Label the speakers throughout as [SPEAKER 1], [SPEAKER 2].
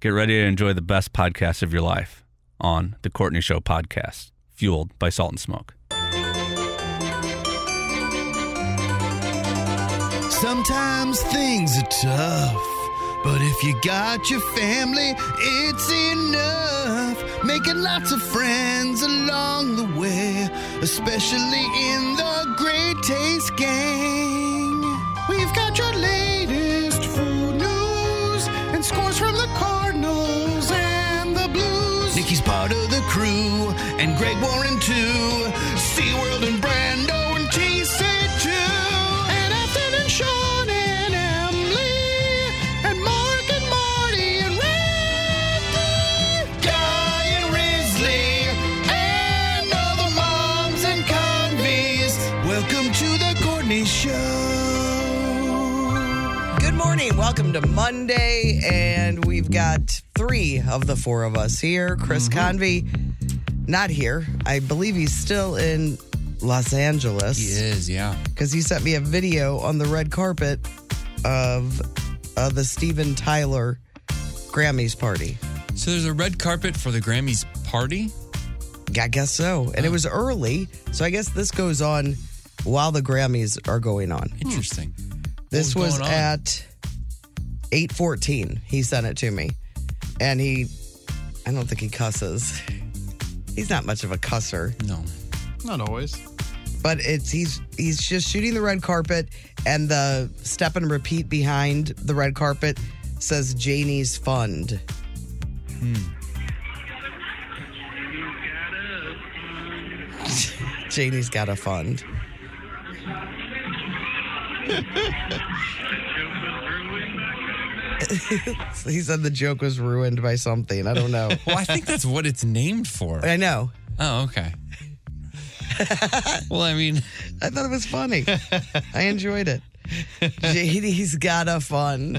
[SPEAKER 1] Get ready to enjoy the best podcast of your life on The Courtney Show Podcast, fueled by Salt and Smoke.
[SPEAKER 2] Sometimes things are tough, but if you got your family, it's enough. Making lots of friends along the way, especially in the Great Taste Gang. We've got your latest food news and scores from the Cardinals and the Blues. Nikki's part of the crew, and Greg Warren too. SeaWorld and Brando and TC too. And Ethan and Sean and Emily. And Mark and Marty and Randy. Guy and Risley. And all the moms and convies. Welcome to the Courtney Show.
[SPEAKER 3] Good morning. Welcome to Monday. And we've got three of the four of us here. Chris Convey, not here. I believe he's still in Los Angeles.
[SPEAKER 4] He is, yeah.
[SPEAKER 3] Because he sent me a video on the red carpet of uh, the Steven Tyler Grammys party.
[SPEAKER 4] So there's a red carpet for the Grammys party.
[SPEAKER 3] I guess so. And it was early. So I guess this goes on while the Grammys are going on.
[SPEAKER 4] Interesting.
[SPEAKER 3] This
[SPEAKER 4] What was
[SPEAKER 3] was
[SPEAKER 4] going on?
[SPEAKER 3] at 8:14. He sent it to me. And he I don't think he cusses. He's not much of a cusser,
[SPEAKER 4] No.
[SPEAKER 5] Not always.
[SPEAKER 3] but it's he's he's just shooting the red carpet and the step and repeat behind the red carpet says Janie's fund. Hmm. Janie's got a fund. he said the joke was ruined by something. I don't know.
[SPEAKER 4] Well, I think that's what it's named for.
[SPEAKER 3] I know.
[SPEAKER 4] Oh, okay. well, I mean,
[SPEAKER 3] I thought it was funny. I enjoyed it. Janie's got a fund.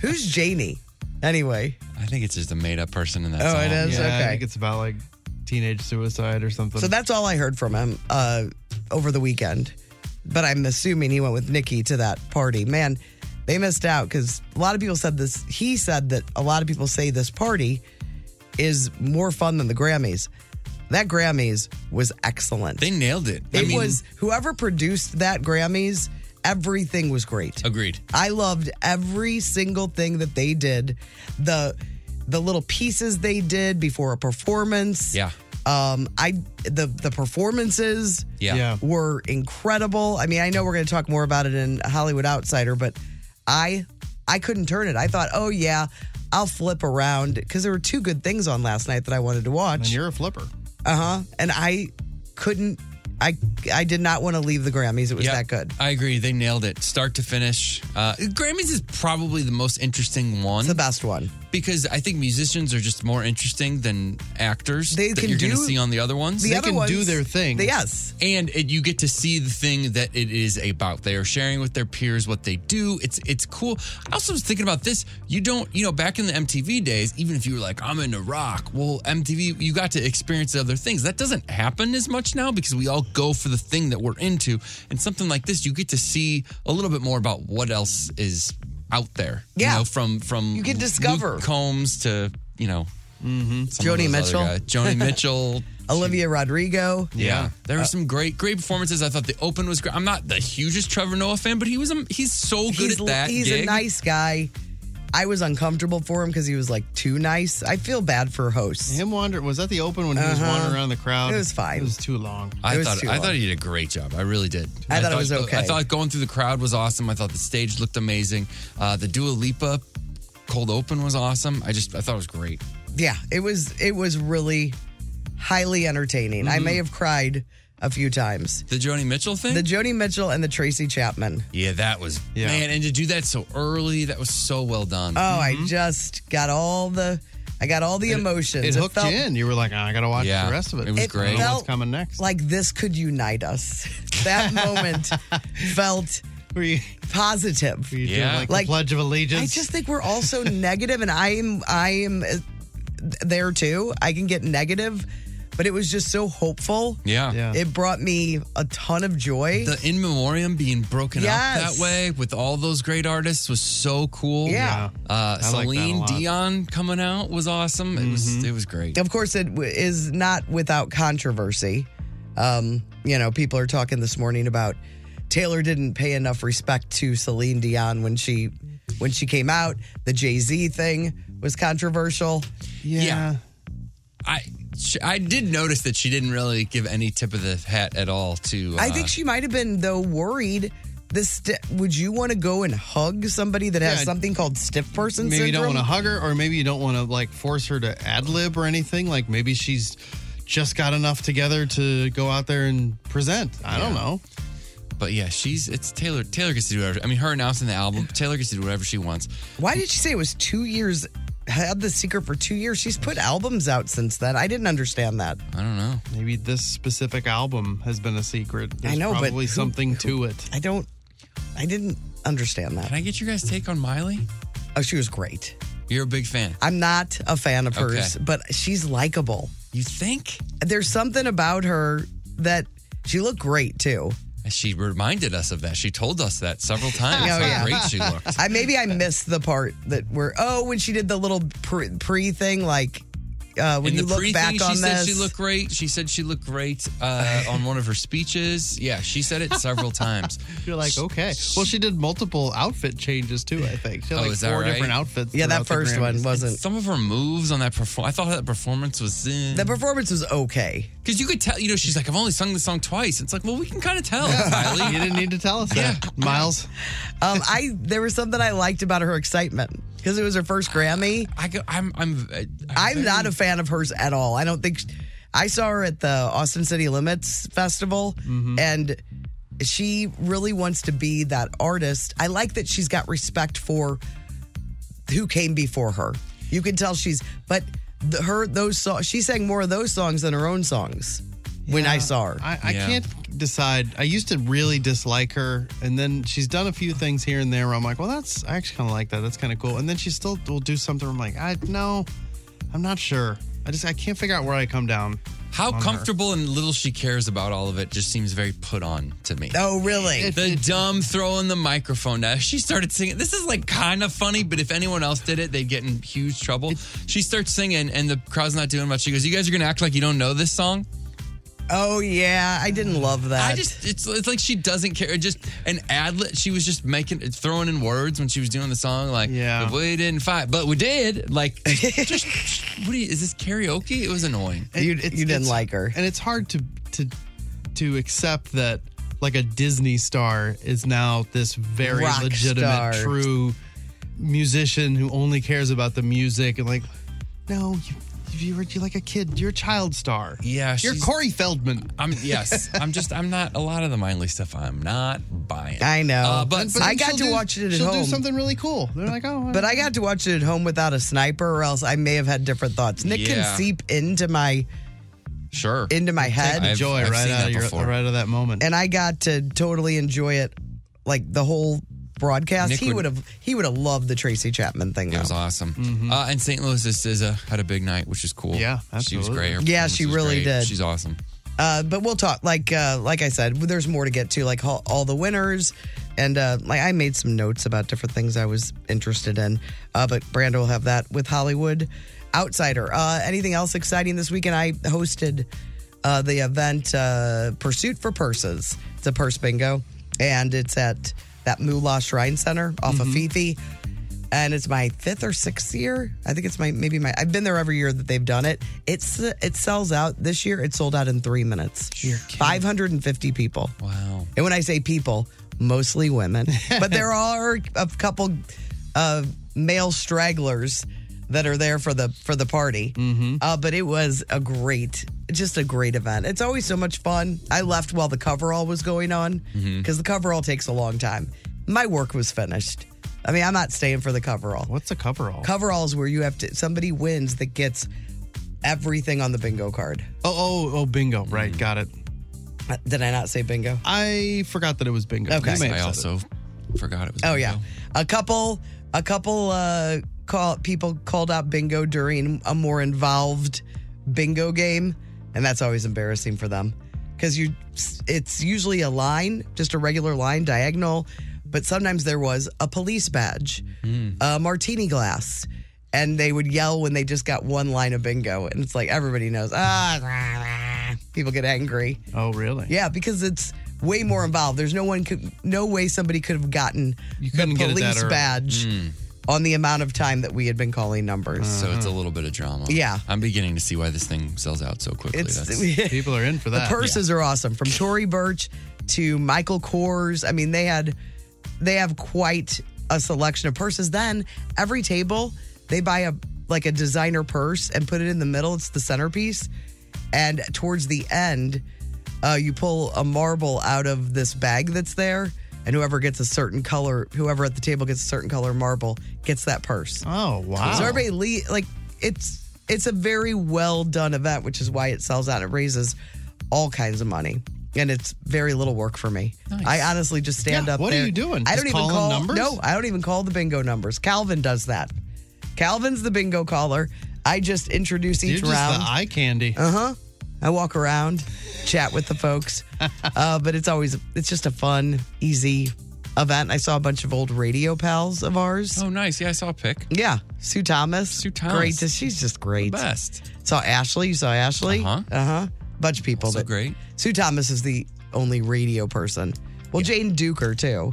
[SPEAKER 3] Who's Janie? Anyway,
[SPEAKER 4] I think it's just a made up person in that
[SPEAKER 3] Oh,
[SPEAKER 4] song.
[SPEAKER 3] it is?
[SPEAKER 4] Yeah.
[SPEAKER 5] Yeah, I
[SPEAKER 3] okay.
[SPEAKER 5] think it's about like teenage suicide or something.
[SPEAKER 3] so that's all I heard from him uh, over the weekend. But I'm assuming he went with Nikki to that party. Man, they missed out because a lot of people said this. He said that a lot of people say this party is more fun than the Grammys. That Grammys was excellent.
[SPEAKER 4] They nailed it. I
[SPEAKER 3] it
[SPEAKER 4] mean,
[SPEAKER 3] was whoever produced that Grammys. Everything was great.
[SPEAKER 4] Agreed.
[SPEAKER 3] I loved every single thing that they did. The the little pieces they did before a performance.
[SPEAKER 4] Yeah.
[SPEAKER 3] Um I the the performances
[SPEAKER 4] Yeah.
[SPEAKER 5] Yeah.
[SPEAKER 3] were incredible. I mean, I know we're going to talk more about it in Hollywood Outsider, but I I couldn't turn it. I thought, "Oh yeah, I'll flip around because there were two good things on last night that I wanted to watch."
[SPEAKER 5] and you're a flipper.
[SPEAKER 3] Uh-huh. And I couldn't I I did not want to leave the Grammys. It was
[SPEAKER 4] Yep.
[SPEAKER 3] that good.
[SPEAKER 4] I agree. They nailed it, start to finish. Uh, Grammys is probably the most interesting one
[SPEAKER 3] It's the best one.
[SPEAKER 4] because I think musicians are just more interesting than actors
[SPEAKER 3] They
[SPEAKER 4] that
[SPEAKER 3] can
[SPEAKER 4] you're going to
[SPEAKER 3] do
[SPEAKER 4] see on the other ones.
[SPEAKER 3] The
[SPEAKER 5] They
[SPEAKER 3] other
[SPEAKER 5] can do
[SPEAKER 3] ones-
[SPEAKER 5] their thing.
[SPEAKER 3] Yes.
[SPEAKER 4] and it, you get to see the thing that it is about. They are sharing with their peers what they do. It's it's cool. I also was thinking about this. You don't, you know, back in the MTV days, even if you were like, I'm into rock, well, MTV, you got to experience other things. That doesn't happen as much now because we all go for the thing that we're into. And something like this, you get to see a little bit more about what else is out there.
[SPEAKER 3] Yeah.
[SPEAKER 4] You know, from from
[SPEAKER 3] You can
[SPEAKER 4] Luke
[SPEAKER 3] discover.
[SPEAKER 4] Combs to, you know, some of
[SPEAKER 3] Joni
[SPEAKER 4] those other
[SPEAKER 3] Mitchell.
[SPEAKER 4] guys. Joni Mitchell.
[SPEAKER 3] Olivia Rodrigo.
[SPEAKER 4] Yeah, there
[SPEAKER 3] Uh,
[SPEAKER 4] were some great, great performances. I thought the open was great. I'm not the hugest Trevor Noah fan, but he was. A, he's so good
[SPEAKER 3] he's,
[SPEAKER 4] at that.
[SPEAKER 3] he's a
[SPEAKER 4] gig.
[SPEAKER 3] nice guy. I was uncomfortable for him because he was like too nice. I feel bad for hosts.
[SPEAKER 5] Him wandering was that the open when he was wandering around the crowd?
[SPEAKER 3] Uh-huh. It was fine.
[SPEAKER 5] It was too long.
[SPEAKER 4] I
[SPEAKER 3] It was
[SPEAKER 4] thought
[SPEAKER 3] too
[SPEAKER 4] I thought
[SPEAKER 3] long.
[SPEAKER 4] he did a great job. I really did.
[SPEAKER 3] I thought it was
[SPEAKER 4] I
[SPEAKER 3] okay.
[SPEAKER 4] thought going through the crowd was awesome. I thought the stage looked amazing. Uh, the Dua Lipa cold open was awesome. I just I thought it was great.
[SPEAKER 3] Yeah, it was it was really highly entertaining. I may have cried a few times.
[SPEAKER 4] The Joni Mitchell thing.
[SPEAKER 3] The Joni Mitchell and the Tracy Chapman.
[SPEAKER 4] yeah, that was
[SPEAKER 5] Yeah.
[SPEAKER 4] man, and to do that so early, that was so well done.
[SPEAKER 3] Oh, I just got all the I got all the emotions.
[SPEAKER 5] It hooked
[SPEAKER 3] felt
[SPEAKER 5] you in. You were like, "Ah, I gotta watch
[SPEAKER 4] Yeah,
[SPEAKER 5] the rest of it.
[SPEAKER 4] it was It great.
[SPEAKER 5] I don't know
[SPEAKER 3] felt
[SPEAKER 5] what's coming next?
[SPEAKER 3] Like this could unite us. That moment felt
[SPEAKER 5] were you,
[SPEAKER 3] positive.
[SPEAKER 5] were you
[SPEAKER 4] Yeah.
[SPEAKER 5] doing like,
[SPEAKER 3] Like-
[SPEAKER 5] the Pledge of
[SPEAKER 3] I
[SPEAKER 5] Allegiance?
[SPEAKER 3] just think we're all so negative, and I am I am uh, there too. I can get negative, but it was just so hopeful.
[SPEAKER 4] yeah.
[SPEAKER 5] Yeah.
[SPEAKER 3] It brought me a ton of joy.
[SPEAKER 4] The in memoriam being broken up
[SPEAKER 3] Yes.
[SPEAKER 4] that way with all those great artists was so cool.
[SPEAKER 3] Yeah.
[SPEAKER 4] Uh,
[SPEAKER 5] I like that a
[SPEAKER 4] Celine
[SPEAKER 5] lot. Mm-hmm.
[SPEAKER 4] Dion coming out was awesome. It was it was great.
[SPEAKER 3] of course, it w- is not without controversy. Um, you know, people are talking this morning about Taylor didn't pay enough respect to Celine Dion when she when she came out. The Jay Z thing was controversial.
[SPEAKER 5] yeah.
[SPEAKER 4] Yeah. I sh I did notice that she didn't really give any tip of the hat at all to. Uh,
[SPEAKER 3] I think she might have been though worried. This sti- would you want to go and hug somebody that has
[SPEAKER 5] Yeah.
[SPEAKER 3] something called stiff person
[SPEAKER 5] Maybe you
[SPEAKER 3] syndrome?
[SPEAKER 5] don't want to hug her, or maybe you don't want to like force her to ad lib or anything. Like maybe she's just got enough together to go out there and present. I don't know.
[SPEAKER 4] but yeah, she's it's Taylor. Taylor gets to do whatever. I mean, her announcing the album, Taylor gets to do whatever she wants.
[SPEAKER 3] Why did she say it was two years? Had the secret for two years. She's put albums out since then. I didn't understand that.
[SPEAKER 4] I don't know.
[SPEAKER 5] Maybe this specific album has been a secret. There's
[SPEAKER 3] know, but
[SPEAKER 5] probably
[SPEAKER 3] who-
[SPEAKER 5] something to it.
[SPEAKER 3] I don't. I didn't understand that.
[SPEAKER 4] Can I get your guys' take on Miley?
[SPEAKER 3] Oh, she was great.
[SPEAKER 4] You're a big fan.
[SPEAKER 3] I'm not a fan of hers,
[SPEAKER 4] Okay.
[SPEAKER 3] but she's likable.
[SPEAKER 4] You think
[SPEAKER 3] There's something about her that she looked great too.
[SPEAKER 4] she reminded us of that? She told us that several times.
[SPEAKER 3] Oh,
[SPEAKER 4] how
[SPEAKER 3] yeah.
[SPEAKER 4] great she looked.
[SPEAKER 3] I maybe I missed the part that where oh when she did the little pre, pre thing like uh, when
[SPEAKER 4] In
[SPEAKER 3] you
[SPEAKER 4] the
[SPEAKER 3] look
[SPEAKER 4] pre
[SPEAKER 3] back
[SPEAKER 4] thing,
[SPEAKER 3] on
[SPEAKER 4] she
[SPEAKER 3] this.
[SPEAKER 4] said she looked great. She said she looked great uh, on one of her speeches. Yeah, she said it several times.
[SPEAKER 5] You're like, okay. Well, she did multiple outfit changes too. I think she had
[SPEAKER 4] Oh,
[SPEAKER 5] like
[SPEAKER 4] is that
[SPEAKER 5] four
[SPEAKER 4] right?
[SPEAKER 5] different outfits.
[SPEAKER 3] yeah, that
[SPEAKER 5] throughout the
[SPEAKER 3] first
[SPEAKER 5] Grammys.
[SPEAKER 3] one wasn't.
[SPEAKER 4] Some of her moves on that perform. I thought that performance was. eh.
[SPEAKER 3] The performance was okay.
[SPEAKER 4] Because you could tell, you know, she's like, I've only sung this song twice. It's like, well, we can kind of tell,
[SPEAKER 5] You
[SPEAKER 4] Kylie.
[SPEAKER 5] didn't need to tell us that, Miles.
[SPEAKER 3] Um, I there was something I liked about her excitement because it was her first Grammy.
[SPEAKER 4] I go, I'm, I'm, uh,
[SPEAKER 3] I'm not a fan of hers at all. I don't think I saw her at the Austin City Limits Festival
[SPEAKER 5] Mm-hmm.
[SPEAKER 3] and she really wants to be that artist. I like that she's got respect for who came before her. You can tell she's but the, her those songs she sang more of those songs than her own songs when I saw her.
[SPEAKER 5] I, I
[SPEAKER 4] Yeah.
[SPEAKER 5] can't decide. I used to really dislike her, and then she's done a few things here and there where I'm like, well, that's I actually kind of like that. That's kind of cool. And then she still will do something. where I'm like, I no, I'm not sure. I just I can't figure out where I come down.
[SPEAKER 4] How comfortable and little she cares about all of it just seems very put on to me.
[SPEAKER 3] oh really?
[SPEAKER 4] The dumb throwing the microphone. Now she started singing. This is like kind of funny, but if anyone else did it, they'd get in huge trouble. She starts singing, and the crowd's not doing much. She goes, "You guys are gonna act like you don't know this song."
[SPEAKER 3] Oh yeah, I didn't love that.
[SPEAKER 4] I just it's it's like she doesn't care. It Just an adlet. She was just making throwing in words when she was doing the song. Like
[SPEAKER 5] Yeah.
[SPEAKER 4] "But we didn't fight, but we did. Like just what do you, is this karaoke? It was annoying.
[SPEAKER 3] You-
[SPEAKER 5] it's-
[SPEAKER 3] you didn't
[SPEAKER 5] it's-
[SPEAKER 3] like her.
[SPEAKER 5] and it's hard to to to accept that like a Disney star is now this very
[SPEAKER 3] Rock
[SPEAKER 5] legitimate,
[SPEAKER 3] star.
[SPEAKER 5] true musician who only cares about the music and like, no, you. You were you're like a kid. You're a child star.
[SPEAKER 4] Yeah,
[SPEAKER 5] you're
[SPEAKER 4] she's-
[SPEAKER 5] Corey Feldman.
[SPEAKER 4] I'm yes. I'm just I'm not a lot of the Miley stuff. I'm not buying.
[SPEAKER 3] I know.
[SPEAKER 4] Uh, but,
[SPEAKER 3] I
[SPEAKER 5] then
[SPEAKER 3] got
[SPEAKER 5] she'll
[SPEAKER 3] to
[SPEAKER 5] do-
[SPEAKER 3] watch it at
[SPEAKER 5] she'll
[SPEAKER 3] home.
[SPEAKER 5] do something really cool. They're like, oh,
[SPEAKER 3] But I got to watch it at home without a sniper, or else I may have had different thoughts. Nick
[SPEAKER 4] Yeah.
[SPEAKER 3] can seep into my
[SPEAKER 4] sure.
[SPEAKER 3] into my head,
[SPEAKER 4] I've-
[SPEAKER 5] joy
[SPEAKER 4] I've
[SPEAKER 5] right
[SPEAKER 4] seen
[SPEAKER 5] out
[SPEAKER 4] that
[SPEAKER 5] of your,
[SPEAKER 4] before.
[SPEAKER 5] right out of that moment.
[SPEAKER 3] and I got to totally enjoy it, like the whole broadcast.
[SPEAKER 4] Nick
[SPEAKER 3] he
[SPEAKER 4] would-
[SPEAKER 3] would have he would have loved the Tracy Chapman thing.
[SPEAKER 4] it
[SPEAKER 3] Though.
[SPEAKER 4] was awesome. Uh, and St. Louis's SZA had a big night, which is cool.
[SPEAKER 5] Mm-hmm. Yeah,
[SPEAKER 4] she was
[SPEAKER 5] absolutely.
[SPEAKER 4] great. Her
[SPEAKER 3] Yeah,
[SPEAKER 4] performance
[SPEAKER 3] she
[SPEAKER 4] was
[SPEAKER 3] really
[SPEAKER 4] great.
[SPEAKER 3] did.
[SPEAKER 4] She's awesome.
[SPEAKER 3] Uh, but we'll talk. Like uh, like I said, there's more to get to. Like all, all the winners, and uh, like I made some notes about different things I was interested in. Uh, but Brando will have that with Hollywood Outsider. Uh, anything else exciting this weekend? I hosted uh, the event uh, Pursuit for Purses. It's a purse bingo, and it's at that Moolah Shrine Center off of Fifi. and it's my fifth or sixth year. I think it's my maybe my. I've been there every year that they've done it. It's it sells out this year. It sold out in three minutes. Five hundred and fifty people.
[SPEAKER 4] Wow.
[SPEAKER 3] And when I say people, mostly women, but there are a couple uh, male stragglers that are there for the for the party. Uh, but it was a great, just a great event. It's always so much fun. I left while the coverall was going on because the coverall takes a long time. My work was finished. I mean, I'm not staying for the coverall.
[SPEAKER 5] What's a coverall?
[SPEAKER 3] Coveralls where you have to somebody wins that gets everything on the bingo card.
[SPEAKER 5] oh, oh, oh, bingo.
[SPEAKER 4] Mm.
[SPEAKER 5] Right. Got it.
[SPEAKER 3] Uh, Did I not say bingo?
[SPEAKER 5] I forgot that it was bingo.
[SPEAKER 3] Okay.
[SPEAKER 5] You may have
[SPEAKER 4] I
[SPEAKER 5] said it.
[SPEAKER 4] also forgot it was.
[SPEAKER 3] Oh
[SPEAKER 4] Lego.
[SPEAKER 3] yeah, a couple, a couple uh, call people called out bingo during a more involved bingo game, and that's always embarrassing for them because you, it's usually a line, just a regular line diagonal, but sometimes there was a police badge, a martini glass. And they would yell when they just got one line of bingo, and it's like everybody knows. Ah, rah, rah." people get angry.
[SPEAKER 5] Oh, really?
[SPEAKER 3] Yeah, because it's way more involved. There's no one could, no way somebody could have gotten
[SPEAKER 5] You
[SPEAKER 3] the
[SPEAKER 5] couldn't get it that
[SPEAKER 3] police
[SPEAKER 5] early.
[SPEAKER 3] badge on the amount of time that we had been calling numbers.
[SPEAKER 4] So it's
[SPEAKER 5] Uh-huh.
[SPEAKER 4] a little bit of drama.
[SPEAKER 3] Yeah.
[SPEAKER 4] I'm beginning to see why this thing sells out so quickly.
[SPEAKER 3] it's
[SPEAKER 4] Oh, That's-
[SPEAKER 5] People are in for that.
[SPEAKER 3] the purses are awesome from Tory Burch to Michael Kors. I mean, they had they have quite a selection of purses. Then every table they buy a like a designer purse and put it in the middle. It's the centerpiece, and towards the end, uh, you pull a marble out of this bag that's there. And whoever gets a certain color, whoever at the table gets a certain color marble, gets that purse.
[SPEAKER 5] Oh, wow.
[SPEAKER 3] So everybody le- like it's it's a very well done event, which is why it sells out. It raises all kinds of money. And it's very little work for me. I honestly just stand
[SPEAKER 5] Yeah,
[SPEAKER 3] up.
[SPEAKER 5] what are
[SPEAKER 3] there.
[SPEAKER 5] you doing?
[SPEAKER 3] I don't
[SPEAKER 5] Just
[SPEAKER 3] even
[SPEAKER 5] calling
[SPEAKER 3] call
[SPEAKER 5] numbers?
[SPEAKER 3] No, I don't even call the bingo numbers. Calvin does that. Calvin's the bingo caller. I just introduce
[SPEAKER 5] You're
[SPEAKER 3] each
[SPEAKER 5] just
[SPEAKER 3] round. Uh-huh.
[SPEAKER 5] the eye candy.
[SPEAKER 3] Uh, I walk around, chat with the folks. Uh, but it's always it's just a fun, easy event. I saw a bunch of old radio pals of ours.
[SPEAKER 4] oh, nice. Yeah, I saw a pic.
[SPEAKER 3] Yeah, Sue Thomas.
[SPEAKER 4] Sue Thomas.
[SPEAKER 3] Great. to- She's just great.
[SPEAKER 4] Best.
[SPEAKER 3] Saw Ashley. You saw Ashley.
[SPEAKER 4] Uh-huh.
[SPEAKER 3] Uh huh. Bunch of people.
[SPEAKER 4] So
[SPEAKER 3] that-
[SPEAKER 4] great.
[SPEAKER 3] Sue Thomas is the only radio person. Well, Jane Duker too.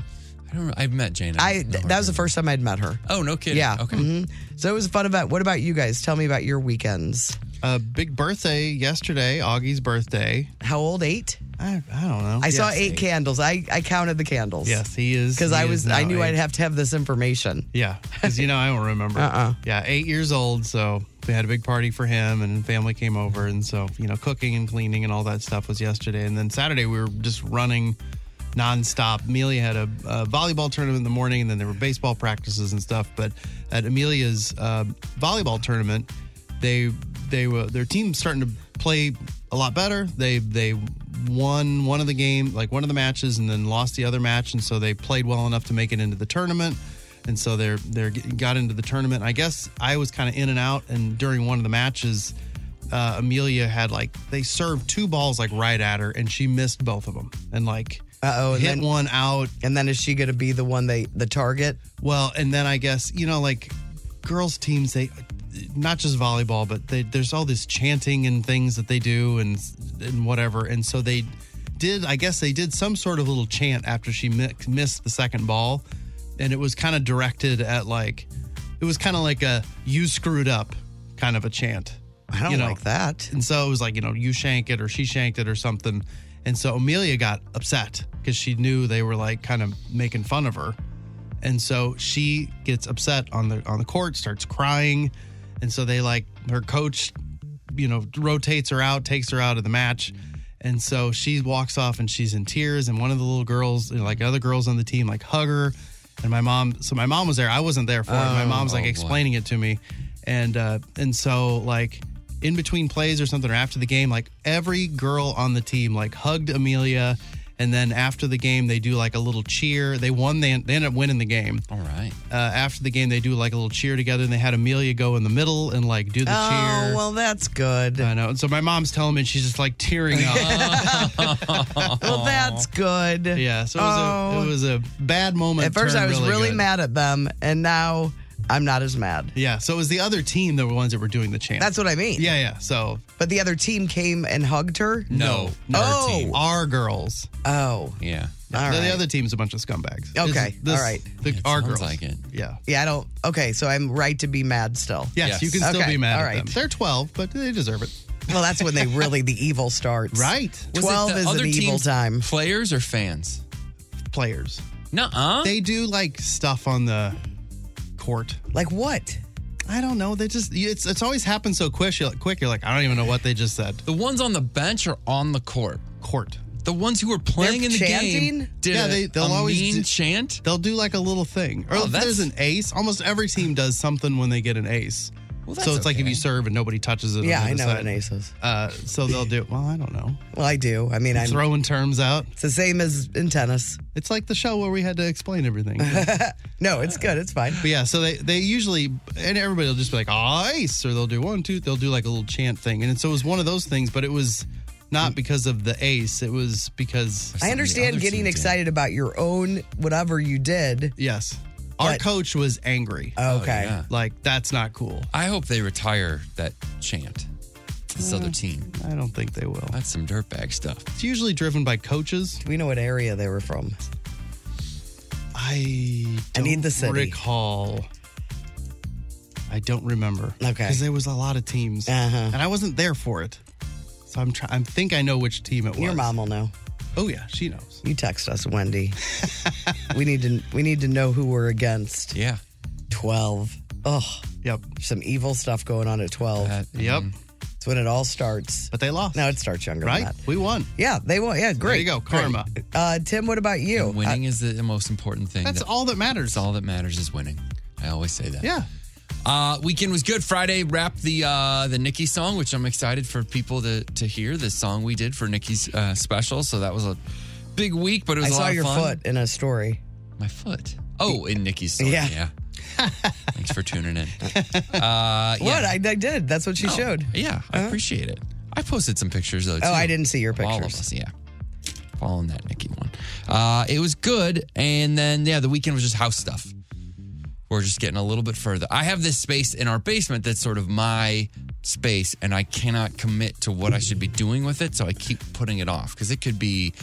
[SPEAKER 4] I don't. know. I've met Jane.
[SPEAKER 3] I
[SPEAKER 4] don't know
[SPEAKER 3] th-
[SPEAKER 4] her
[SPEAKER 3] that was the
[SPEAKER 4] very
[SPEAKER 3] first time I'd met her.
[SPEAKER 4] well. Oh no kidding.
[SPEAKER 3] Yeah.
[SPEAKER 4] Okay.
[SPEAKER 3] mhm. So it was a fun event. What about you guys? Tell me about your weekends.
[SPEAKER 5] A big birthday yesterday, Augie's birthday.
[SPEAKER 3] How old? Eight.
[SPEAKER 5] I, I don't know.
[SPEAKER 3] I saw
[SPEAKER 5] Yes.
[SPEAKER 3] eight, candles. I I counted the candles.
[SPEAKER 5] Yes, he is.
[SPEAKER 3] Because
[SPEAKER 5] he
[SPEAKER 3] I
[SPEAKER 5] is
[SPEAKER 3] was
[SPEAKER 5] now
[SPEAKER 3] I knew
[SPEAKER 5] eight.
[SPEAKER 3] I'd have to have this information.
[SPEAKER 5] Yeah, because you know I don't remember.
[SPEAKER 3] Uh-uh.
[SPEAKER 5] Yeah, eight years old, so we had a big party for him, and family came over, and so you know, cooking and cleaning and all that stuff was yesterday, and then Saturday we were just running nonstop. Amelia had a, a volleyball tournament in the morning, and then there were baseball practices and stuff. But at Amelia's uh, volleyball tournament, they they were their team's starting to play a lot better. They they won one of the game, like one of the matches, and then lost the other match, and so they played well enough to make it into the tournament. And so they're they're got into the tournament. I guess I was kind of in and out, and during one of the matches, uh, Amelia had like they served two balls like right at her, and she missed both of them, and like
[SPEAKER 3] Uh-oh, Oh, and
[SPEAKER 5] hit
[SPEAKER 3] then-
[SPEAKER 5] one out.
[SPEAKER 3] And then is she going to be the one they the target?
[SPEAKER 5] Well, and then I guess you know like girls teams they not just volleyball, but they, there's all this chanting and things that they do and and whatever, and so they did. I guess they did some sort of little chant after she mi- missed the second ball, and it was kind of directed at like it was kind of like a you screwed up kind of a chant.
[SPEAKER 3] I don't
[SPEAKER 5] you know?
[SPEAKER 3] like that.
[SPEAKER 5] And so it was like, you know, you shanked it or she shanked it or something. And so Amelia got upset because she knew they were like kind of making fun of her. And so she gets upset on the on the court, starts crying. And so they like her coach, you know, rotates her out, takes her out of the match. And so she walks off and she's in tears. And one of the little girls, you know, like other girls on the team, like hug her. And my mom, so my mom was there. I wasn't there for it. My mom's like explaining it to me. And uh and so like in between plays or something or after the game, like every girl on the team like hugged Amelia. And then after the game, they do like a little cheer. They won. They, they end up winning the game.
[SPEAKER 4] All right.
[SPEAKER 5] Uh, after the game, they do like a little cheer together. And they had Amelia go in the middle and like do the
[SPEAKER 3] Oh
[SPEAKER 5] cheer.
[SPEAKER 3] well, that's good.
[SPEAKER 5] I know. And so my mom's telling me, and she's just like tearing
[SPEAKER 3] Uh-huh.
[SPEAKER 5] up.
[SPEAKER 3] Well, that's good.
[SPEAKER 5] yeah. So it was,
[SPEAKER 3] Oh.
[SPEAKER 5] a, it was a bad moment.
[SPEAKER 3] At first,
[SPEAKER 5] turned
[SPEAKER 3] I was really,
[SPEAKER 5] good.
[SPEAKER 3] mad at them, and now I'm not as mad.
[SPEAKER 5] Yeah. So it was the other team that were ones that were doing the chant.
[SPEAKER 3] That's what I mean.
[SPEAKER 5] Yeah. Yeah. So
[SPEAKER 3] But
[SPEAKER 4] Mm.
[SPEAKER 3] the other team came and hugged her.
[SPEAKER 4] No.
[SPEAKER 5] No.
[SPEAKER 4] Our
[SPEAKER 3] Oh.
[SPEAKER 4] team.
[SPEAKER 5] our girls.
[SPEAKER 3] Oh,
[SPEAKER 4] Yeah.
[SPEAKER 3] All
[SPEAKER 5] the, the
[SPEAKER 3] right.
[SPEAKER 5] other team's a bunch of scumbags. It's-
[SPEAKER 3] Okay, all right.
[SPEAKER 5] The,
[SPEAKER 4] It
[SPEAKER 5] our
[SPEAKER 4] sounds
[SPEAKER 5] girls.
[SPEAKER 4] like it.
[SPEAKER 5] Yeah.
[SPEAKER 3] Yeah, I don't. Okay, so I'm right to be mad still.
[SPEAKER 5] Yes,
[SPEAKER 4] Yes.
[SPEAKER 5] you can still
[SPEAKER 3] Okay,
[SPEAKER 5] be mad
[SPEAKER 3] all
[SPEAKER 5] at
[SPEAKER 3] right.
[SPEAKER 5] them. They're 12, but they deserve it.
[SPEAKER 3] Well, that's when they really the evil starts.
[SPEAKER 5] Right.
[SPEAKER 4] Was it
[SPEAKER 3] 12
[SPEAKER 4] the
[SPEAKER 3] is
[SPEAKER 4] other
[SPEAKER 3] an evil
[SPEAKER 4] team's
[SPEAKER 3] time.
[SPEAKER 4] Players or fans?
[SPEAKER 5] Players.
[SPEAKER 4] Nuh-uh.
[SPEAKER 5] They do like stuff on the court.
[SPEAKER 3] Like what?
[SPEAKER 5] I don't know. They just you- it's it's always happened so quick. You're like, quick. You're like, I don't even know what they just said.
[SPEAKER 4] the ones on the bench are on the court.
[SPEAKER 5] Court.
[SPEAKER 4] The ones who were playing in the game
[SPEAKER 3] chanting?
[SPEAKER 4] did
[SPEAKER 5] Yeah,
[SPEAKER 4] a,
[SPEAKER 5] they- they'll
[SPEAKER 4] a
[SPEAKER 5] always
[SPEAKER 4] mean
[SPEAKER 5] do-
[SPEAKER 4] chant.
[SPEAKER 5] They'll do like a little thing. Or
[SPEAKER 4] Oh,
[SPEAKER 5] if
[SPEAKER 4] that's-
[SPEAKER 5] there's an ace, almost every team does something when they get an ace.
[SPEAKER 4] Well,
[SPEAKER 5] so
[SPEAKER 4] that's
[SPEAKER 5] it's like if
[SPEAKER 4] okay.
[SPEAKER 5] you serve and nobody touches it. on
[SPEAKER 3] Yeah,
[SPEAKER 5] the
[SPEAKER 3] I
[SPEAKER 5] other
[SPEAKER 3] know
[SPEAKER 5] side.
[SPEAKER 3] what an ace is.
[SPEAKER 5] Uh, so they'll do. Well, I don't know.
[SPEAKER 3] Well, I do. I mean, I'm.
[SPEAKER 5] Throwing terms out.
[SPEAKER 3] it's the same as in tennis.
[SPEAKER 5] It's like the show where we had to explain everything.
[SPEAKER 3] No, it's good. It's fine.
[SPEAKER 5] But yeah, so they they usually and everybody will just be like, "Oh, ice," or they'll do one, two, they'll do like a little chant thing, and so it was one of those things. But it was not because of the ace; it was because
[SPEAKER 3] I understand
[SPEAKER 4] other team
[SPEAKER 3] getting
[SPEAKER 4] did.
[SPEAKER 3] excited about your own whatever you did.
[SPEAKER 5] yes, our
[SPEAKER 3] But- Oh.
[SPEAKER 5] coach was angry.
[SPEAKER 3] Okay.
[SPEAKER 4] Oh, yeah.
[SPEAKER 5] like that's not cool.
[SPEAKER 4] I hope they retire that chant. This other
[SPEAKER 3] Mm.
[SPEAKER 4] team.
[SPEAKER 5] I don't think they will.
[SPEAKER 4] That's some dirtbag stuff.
[SPEAKER 5] It's usually driven by coaches.
[SPEAKER 3] Do we know what area they were from?
[SPEAKER 5] I
[SPEAKER 3] I
[SPEAKER 5] don't
[SPEAKER 3] need the city.
[SPEAKER 5] recall. I don't remember.
[SPEAKER 3] Okay.
[SPEAKER 5] because there was a lot of teams,
[SPEAKER 3] Uh-huh.
[SPEAKER 5] and I wasn't there for it. So I'm trying. I think I know which team it was.
[SPEAKER 3] Your mom will know.
[SPEAKER 5] Oh yeah, she knows.
[SPEAKER 3] You text us, Wendy. we need to. We need to know who we're against.
[SPEAKER 4] Yeah.
[SPEAKER 3] Twelve. Oh,
[SPEAKER 5] Yep.
[SPEAKER 3] some evil stuff going on at twelve.
[SPEAKER 4] That- uh,
[SPEAKER 5] Yep.
[SPEAKER 3] It's when it all starts.
[SPEAKER 5] But they lost.
[SPEAKER 3] No, it starts younger
[SPEAKER 5] right?
[SPEAKER 3] than that.
[SPEAKER 5] We won.
[SPEAKER 3] Yeah, they won't. Yeah, great.
[SPEAKER 5] There you go. Karma.
[SPEAKER 3] Great. Uh, Tim, what about you?
[SPEAKER 4] Winning is the most important thing.
[SPEAKER 5] That's
[SPEAKER 4] that-
[SPEAKER 5] all that matters.
[SPEAKER 4] It's all that matters is winning. I always say that.
[SPEAKER 5] Yeah.
[SPEAKER 4] Uh, weekend was good. Friday wrapped the uh, the Nikki song, which I'm excited for people to to hear. The song we did for Nikki's uh, special, so that was a big week, but it
[SPEAKER 3] I,
[SPEAKER 4] was
[SPEAKER 3] I
[SPEAKER 4] a lot
[SPEAKER 3] saw
[SPEAKER 4] of
[SPEAKER 3] your
[SPEAKER 4] fun.
[SPEAKER 3] foot in a story.
[SPEAKER 4] My foot. Oh, in Nikki's song.
[SPEAKER 3] Yeah.
[SPEAKER 4] Yeah. Thanks for tuning in. Uh,
[SPEAKER 3] What I, I did. That's what she showed.
[SPEAKER 4] Oh, Yeah, I appreciate it. I posted some pictures though. Too,
[SPEAKER 3] Oh, I didn't see your
[SPEAKER 4] Of All of
[SPEAKER 3] pictures.
[SPEAKER 4] us, yeah. Following that Nikki one. Uh, it was good, and then yeah, the weekend was just house stuff. We're just getting a little bit further. I have this space in our basement that's sort of my space, and I cannot commit to what I should be doing with it, so I keep putting it off because it could be,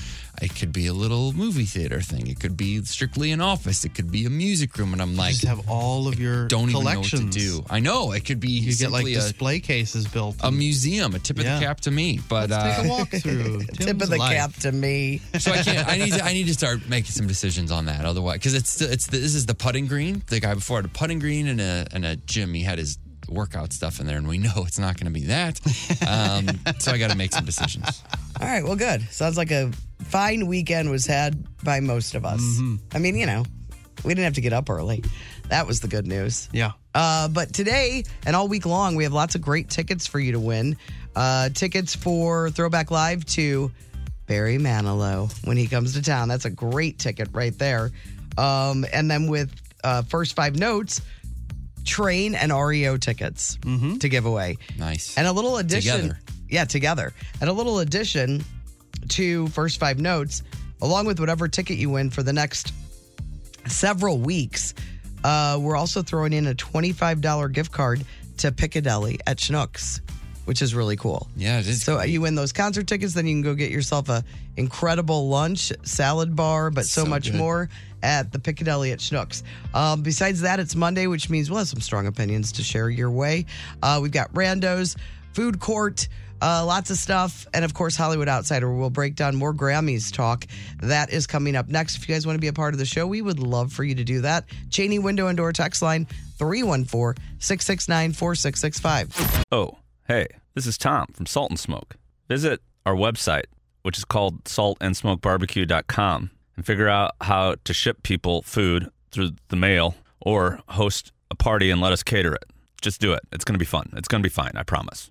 [SPEAKER 4] it could be a little movie theater thing. It could be strictly an office. It could be a music room, and I'm like,
[SPEAKER 5] Just have all of your
[SPEAKER 4] don't even know what
[SPEAKER 5] collections.
[SPEAKER 4] to do. I know it could be
[SPEAKER 5] You get like
[SPEAKER 4] simply a,
[SPEAKER 5] display cases built.
[SPEAKER 4] a museum, a tip of
[SPEAKER 5] Yeah.
[SPEAKER 4] the cap to me. But
[SPEAKER 5] Take a
[SPEAKER 4] uh,
[SPEAKER 5] walk through.
[SPEAKER 3] Tip of the cap to me.
[SPEAKER 4] so I can't. I need. To, I need to start making some decisions on that. Otherwise, because it's the- it's the, this is the putting green. The guy before had a putting green and a and a gym. He had his workout stuff in there, and we know it's not going to be that. Um, so I got to make some decisions.
[SPEAKER 3] All right. Well, good. Sounds like a fine weekend was had by most of us.
[SPEAKER 4] Mm-hmm.
[SPEAKER 3] I mean, you know, we didn't have to get up early. That was the good news.
[SPEAKER 5] Yeah.
[SPEAKER 3] Uh, but today and all week long, we have lots of great tickets for you to win. Uh, tickets for Throwback Live to Barry Manilow when he comes to town. That's a great ticket right there. Um, and then with uh, first five notes, train and REO tickets to give away.
[SPEAKER 4] Nice.
[SPEAKER 3] And a little addition.
[SPEAKER 4] Together.
[SPEAKER 3] Yeah, together. And a little addition to first five notes, along with whatever ticket you win for the next several weeks. Uh, we're also throwing in a $25 gift card to Piccadilly at Schnucks, which is really cool.
[SPEAKER 4] yeah, it is.
[SPEAKER 3] So uh, you win those concert tickets, then you can go get yourself a incredible lunch, salad bar, but so,
[SPEAKER 4] So
[SPEAKER 3] much
[SPEAKER 4] good.
[SPEAKER 3] more at the Piccadilly at Schnucks. Um, besides that, it's Monday, which means we'll have some strong opinions to share your way. Uh, we've got randos, food court. Uh, lots of stuff. And of course, Hollywood Outsider. We'll break down more Grammys talk. That is coming up next. If you guys want to be a part of the show, we would love for you to do that. Cheney Window and Door text line 314 669 4665.
[SPEAKER 1] Oh, hey, this is Tom from Salt and Smoke. Visit our website, which is called saltandsmokebarbecue.com, and figure out how to ship people food through the mail or host a party and let us cater it. Just do it. It's going to be fun. It's going to be fine. I promise.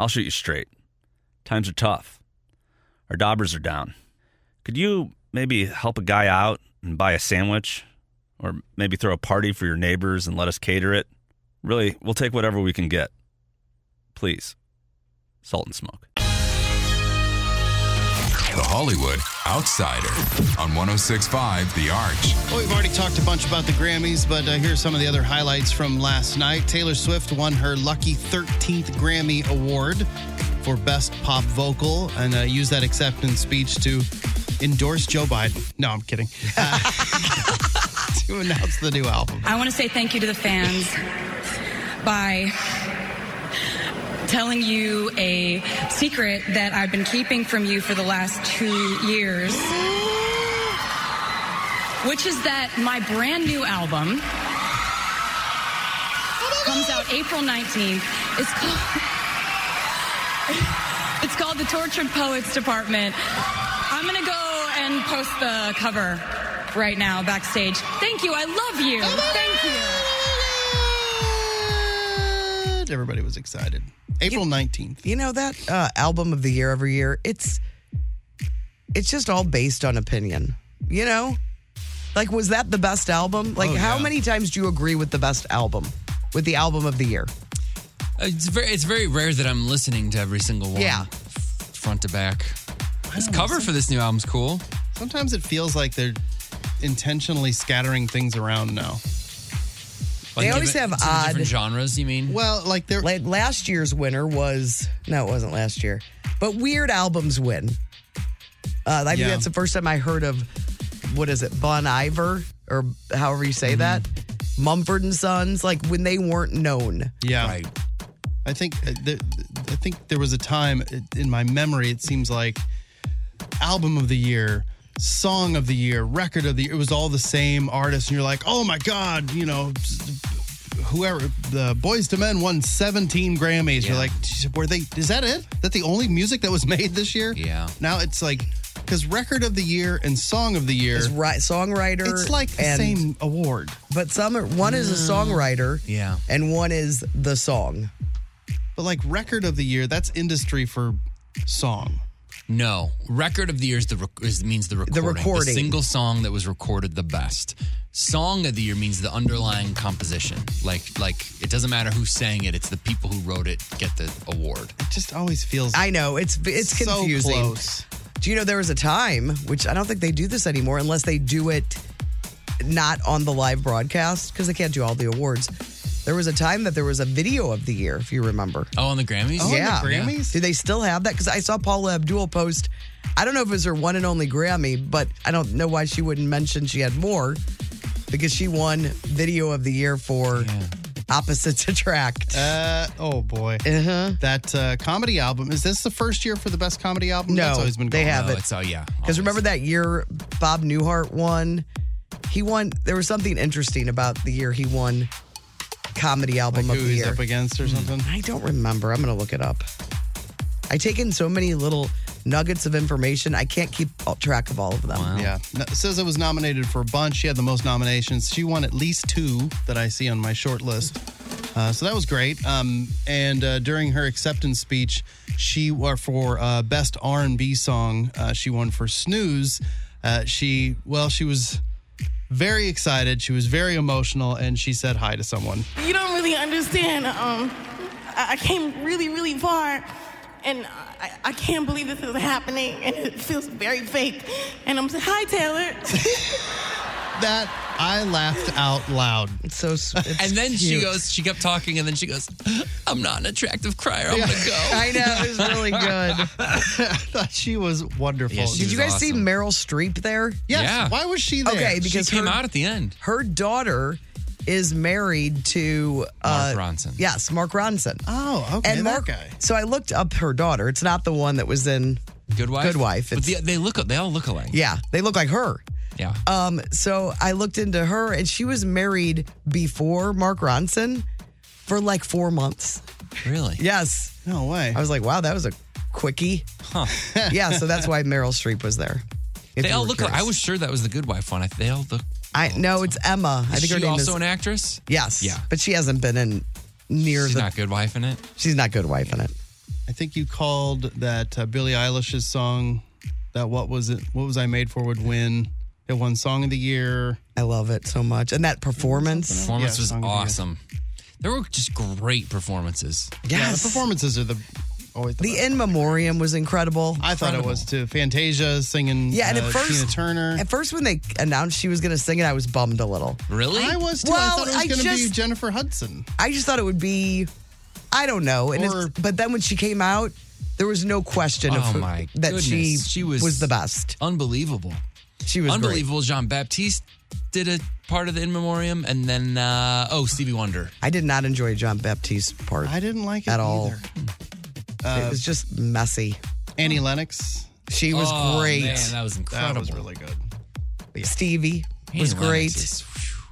[SPEAKER 1] I'll shoot you straight. Times are tough. Our daubers are down. Could you maybe help a guy out and buy a sandwich? Or maybe throw a party for your neighbors and let us cater it? Really, we'll take whatever we can get. Please. Salt and Smoke.
[SPEAKER 6] The Hollywood Outsider on 1065 The Arch.
[SPEAKER 5] Well, we've already talked a bunch about the Grammys, but uh, here's some of the other highlights from last night. Taylor Swift won her lucky 13th Grammy Award for Best Pop Vocal and uh, used that acceptance speech to endorse Joe Biden. No, I'm kidding. Uh, to announce the new album.
[SPEAKER 7] I want to say thank you to the fans by telling you a secret that I've been keeping from you for the last two years, which is that my brand new album comes out April 19th. It's called, it's called The Tortured Poets Department. I'm going to go and post the cover right now backstage. Thank you. I love you. Thank you.
[SPEAKER 5] Everybody was excited. April 19th.
[SPEAKER 3] You know that uh, album of the year every year. It's it's just all based on opinion. You know, like was that the best album? Like
[SPEAKER 4] Oh,
[SPEAKER 3] how
[SPEAKER 4] yeah.
[SPEAKER 3] many times do you agree with the best album? With the album of the year,
[SPEAKER 4] It's very, it's very rare that I'm listening to every single one.
[SPEAKER 3] Yeah.
[SPEAKER 4] f- Front to back. This cover for this new album's cool.
[SPEAKER 5] Sometimes it feels like they're intentionally scattering things around now.
[SPEAKER 4] Like
[SPEAKER 3] They always
[SPEAKER 4] different-
[SPEAKER 3] have
[SPEAKER 4] some different
[SPEAKER 3] odd-
[SPEAKER 4] genres. You mean?
[SPEAKER 5] Well, like they're
[SPEAKER 3] like last year's winner was no, it wasn't last year, but weird albums win. Uh, I think
[SPEAKER 5] Yeah.
[SPEAKER 3] that's the first time I heard of what is it, Bon Iver or however you
[SPEAKER 5] Mm-hmm.
[SPEAKER 3] say that, Mumford and Sons. Like when they weren't known.
[SPEAKER 5] yeah.
[SPEAKER 4] Right.
[SPEAKER 5] I think uh, th- I think there was a time i- in my memory. It seems like album of the year, song of the year, record of the year. It was all the same artist, and you're like, oh my god, you know, whoever the Boys to Men won 17 Grammys. You're like, "Jeez, were they? Is that it? That the only music that was made this year?
[SPEAKER 4] Yeah.
[SPEAKER 5] Now it's like because record of the year and song of the year.
[SPEAKER 3] Is ri- songwriter.
[SPEAKER 5] It's like the
[SPEAKER 3] and-
[SPEAKER 5] same award.
[SPEAKER 3] But some are, one is
[SPEAKER 5] Mm.
[SPEAKER 3] a songwriter,
[SPEAKER 4] Yeah.
[SPEAKER 3] and one is the song.
[SPEAKER 5] But like record of the year, that's industry for song.
[SPEAKER 4] No, record of the year is the rec- is, means the recording.
[SPEAKER 3] recording.
[SPEAKER 4] single song that was recorded the best. Song of the year means the underlying composition. Like like it doesn't matter who sang it; it's the people who wrote it get the award.
[SPEAKER 5] It just always feels
[SPEAKER 3] I know it's it's
[SPEAKER 5] so
[SPEAKER 3] confusing.
[SPEAKER 5] close.
[SPEAKER 3] Do you know there was a time which I don't think they do this anymore unless they do it not on the live broadcast because they can't do all the awards. There was a time that there was a video of the year, if you remember.
[SPEAKER 4] Oh, on the Grammys.
[SPEAKER 5] Oh,
[SPEAKER 3] yeah,
[SPEAKER 5] yeah. the Grammys?
[SPEAKER 3] Do they still have that? Because I saw Paula Abdul post. I don't know if it was her one and only Grammy, but I don't know why she wouldn't mention she had more because she won Video of the Year for Opposites Attract.
[SPEAKER 5] Uh, oh boy.
[SPEAKER 3] Uh-huh.
[SPEAKER 5] That uh, comedy album. Is this the first year for the best comedy album?
[SPEAKER 3] No,
[SPEAKER 5] That's always been
[SPEAKER 3] they
[SPEAKER 5] going
[SPEAKER 3] have
[SPEAKER 4] Oh,
[SPEAKER 3] it.
[SPEAKER 4] it's oh yeah.
[SPEAKER 3] Because remember that year Bob Newhart won? He won. There was something interesting about the year he won Comedy
[SPEAKER 5] Like
[SPEAKER 3] Album
[SPEAKER 5] who
[SPEAKER 3] of the
[SPEAKER 5] he's
[SPEAKER 3] Year.
[SPEAKER 5] up against or something.
[SPEAKER 3] Mm-hmm. I don't remember. I'm going to look it up. I take in so many little nuggets of information, I can't keep all- track of all of them.
[SPEAKER 5] Yeah. No, SZA was nominated for a bunch. She had the most nominations. She won at least two that I see on my short list. Uh, so that was great. Um, and uh, during her acceptance speech, she were for uh, best R and B song. Uh, she won for "Snooze." Uh, she well, she was very excited. She was very emotional, and she said hi to someone.
[SPEAKER 8] You don't really understand. Um, I, I came really, really far, and I, I can't believe this is happening, and it feels very fake. And I'm saying, hi, Taylor.
[SPEAKER 5] That I laughed out loud. It's
[SPEAKER 3] so sweet.
[SPEAKER 4] and then she goes, she kept talking, and then she goes, I'm not an attractive crier. I'm going to go.
[SPEAKER 3] I know it was really good.
[SPEAKER 5] I thought she was wonderful.
[SPEAKER 4] Yeah, she
[SPEAKER 3] Did you guys see
[SPEAKER 4] awesome.
[SPEAKER 3] Meryl Streep there?
[SPEAKER 5] Yes.
[SPEAKER 4] Yeah.
[SPEAKER 5] Why was she there?
[SPEAKER 3] Okay, because
[SPEAKER 4] she came
[SPEAKER 3] her,
[SPEAKER 4] out at the end.
[SPEAKER 3] her daughter is married to uh,
[SPEAKER 4] Mark Ronson.
[SPEAKER 3] Yes, Mark Ronson.
[SPEAKER 5] Oh, okay.
[SPEAKER 3] and
[SPEAKER 5] that
[SPEAKER 3] Mark.
[SPEAKER 5] guy.
[SPEAKER 3] So I looked up her daughter. It's not the one that was in.
[SPEAKER 4] Good wife.
[SPEAKER 3] Good Wife,
[SPEAKER 4] But
[SPEAKER 3] it's-
[SPEAKER 4] they, they look. They all look alike.
[SPEAKER 3] Yeah, they look like her.
[SPEAKER 4] Yeah.
[SPEAKER 3] Um, so I looked into her, and she was married before Mark Ronson for like four months.
[SPEAKER 4] Really.
[SPEAKER 3] Yes,
[SPEAKER 5] No way.
[SPEAKER 3] I was like, wow, that was a quickie.
[SPEAKER 4] Huh.
[SPEAKER 3] yeah, so that's why Meryl Streep was there. If
[SPEAKER 4] They
[SPEAKER 3] you
[SPEAKER 4] all
[SPEAKER 3] were
[SPEAKER 4] look. Like, I
[SPEAKER 3] curious.
[SPEAKER 4] was sure that was the Good Wife one. I, they all look.
[SPEAKER 3] I no, it's Emma. I
[SPEAKER 4] Is
[SPEAKER 3] think
[SPEAKER 4] she
[SPEAKER 3] her name
[SPEAKER 4] also
[SPEAKER 3] is.
[SPEAKER 4] an actress?
[SPEAKER 3] yes.
[SPEAKER 4] Yeah.
[SPEAKER 3] But she hasn't been in near
[SPEAKER 4] She's
[SPEAKER 3] the.
[SPEAKER 4] not Good Wife in it.
[SPEAKER 3] she's not good wife in it.
[SPEAKER 5] I think you called that uh, Billie Eilish's song. That what was it? What was I made for would win. It won song of the year.
[SPEAKER 3] I love it so much, and that performance.
[SPEAKER 4] Performance
[SPEAKER 5] Yeah,
[SPEAKER 4] was
[SPEAKER 5] Song of the Year.
[SPEAKER 4] awesome. There were just great performances.
[SPEAKER 5] Yeah, the
[SPEAKER 3] Yes.
[SPEAKER 5] performances are the always the,
[SPEAKER 3] the
[SPEAKER 5] best.
[SPEAKER 3] in memoriam was incredible.
[SPEAKER 5] I thought it was too. Fantasia singing.
[SPEAKER 3] Yeah, and
[SPEAKER 5] uh,
[SPEAKER 3] at first,
[SPEAKER 5] Tina Turner.
[SPEAKER 3] At first, when they announced she was going to sing it, I was bummed a little.
[SPEAKER 4] Really?
[SPEAKER 5] I was too.
[SPEAKER 3] Well,
[SPEAKER 5] I thought it
[SPEAKER 3] I
[SPEAKER 5] was going to be
[SPEAKER 3] just-
[SPEAKER 5] Jennifer Hudson.
[SPEAKER 3] I just thought it would be, I don't know. And
[SPEAKER 5] Or-
[SPEAKER 3] it's, but then when she came out, there was no question of
[SPEAKER 4] Oh,
[SPEAKER 3] who-
[SPEAKER 4] my
[SPEAKER 3] that she,
[SPEAKER 4] goodness. She was-
[SPEAKER 3] the best.
[SPEAKER 4] Unbelievable.
[SPEAKER 3] She was great.
[SPEAKER 4] Unbelievable. Jean Baptiste did a part of the In Memoriam, and then uh, oh Stevie Wonder.
[SPEAKER 3] I did not enjoy John Baptiste's part.
[SPEAKER 5] I didn't like it
[SPEAKER 3] At all.
[SPEAKER 5] either. Uh,
[SPEAKER 3] it was just messy.
[SPEAKER 5] Annie Lennox.
[SPEAKER 3] She was
[SPEAKER 4] Oh,
[SPEAKER 3] great.
[SPEAKER 4] Man, that was incredible.
[SPEAKER 5] That was really good.
[SPEAKER 3] Stevie was
[SPEAKER 4] Annie
[SPEAKER 3] great.
[SPEAKER 4] Lennox is-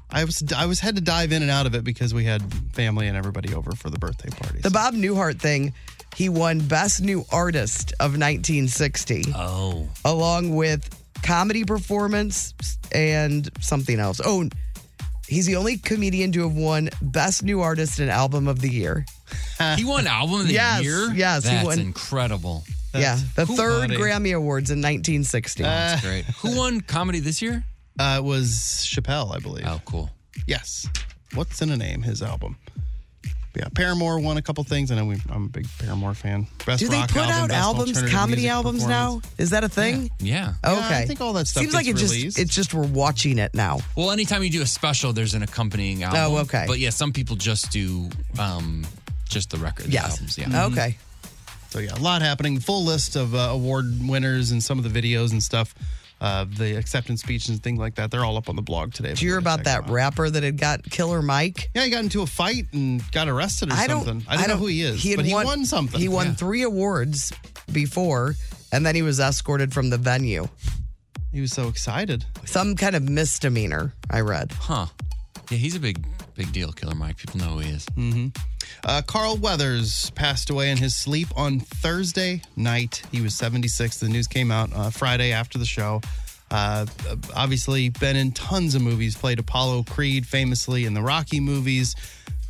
[SPEAKER 5] I was I was had to dive in and out of it because we had family and everybody over for the birthday party.
[SPEAKER 3] the Bob Newhart thing, he won Best New Artist of 1960,
[SPEAKER 4] oh,
[SPEAKER 3] along with comedy performance and something else. Oh, he's the only comedian to have won Best New Artist and Album of the Year.
[SPEAKER 4] he won album of the
[SPEAKER 3] Uh, Yes,
[SPEAKER 4] year.
[SPEAKER 3] yes, he
[SPEAKER 4] that's
[SPEAKER 3] won.
[SPEAKER 4] incredible.
[SPEAKER 3] yeah, the
[SPEAKER 5] cool,
[SPEAKER 3] third
[SPEAKER 5] buddy.
[SPEAKER 3] Grammy Awards in 1960.
[SPEAKER 4] That's great. Who won comedy this year?
[SPEAKER 5] uh, it was Chappelle, I believe.
[SPEAKER 4] Oh, cool.
[SPEAKER 5] Yes. What's in a name? His album. Yeah, Paramore won a couple things. I know we, I'm a big Paramore fan. Best
[SPEAKER 3] Do they
[SPEAKER 5] rock
[SPEAKER 3] put
[SPEAKER 5] album,
[SPEAKER 3] out
[SPEAKER 5] best
[SPEAKER 3] albums,
[SPEAKER 5] alternative
[SPEAKER 3] comedy
[SPEAKER 5] music
[SPEAKER 3] albums now?
[SPEAKER 5] performance.
[SPEAKER 3] Is that a thing?
[SPEAKER 4] Yeah.
[SPEAKER 3] Okay.
[SPEAKER 5] Yeah, I think all that stuff
[SPEAKER 3] seems like it
[SPEAKER 5] gets
[SPEAKER 3] just
[SPEAKER 5] released.
[SPEAKER 3] it's just we're watching it now.
[SPEAKER 4] Well, anytime you do a special, there's an accompanying album.
[SPEAKER 3] Oh, okay.
[SPEAKER 4] But yeah, some people just do um, just the record. the
[SPEAKER 3] Yes.
[SPEAKER 4] albums. Yeah.
[SPEAKER 5] Oh.
[SPEAKER 3] Okay.
[SPEAKER 5] Mm-hmm. So yeah, a lot happening. Full list of uh, award winners and some of the videos and stuff. Uh, the acceptance speeches and things like that. They're all up on the blog today.
[SPEAKER 3] Did you hear about that rapper that had got Killer Mike?
[SPEAKER 5] Yeah, he got into a fight and got arrested or
[SPEAKER 3] I don't.
[SPEAKER 5] something. I don't, know who he is,
[SPEAKER 3] had
[SPEAKER 5] but he won something.
[SPEAKER 3] He won
[SPEAKER 5] Yeah.
[SPEAKER 3] three awards before, and then he was escorted from the venue.
[SPEAKER 5] He was so excited.
[SPEAKER 3] Some kind of misdemeanor. I read.
[SPEAKER 4] Huh. Yeah, he's a big, big deal, Killer Mike. People know who he is.
[SPEAKER 5] Uh, Carl Weathers passed away in his sleep on Thursday night. He was 76. The news came out uh, Friday after the show. Uh, obviously, been in tons of movies, played Apollo Creed famously in the Rocky movies,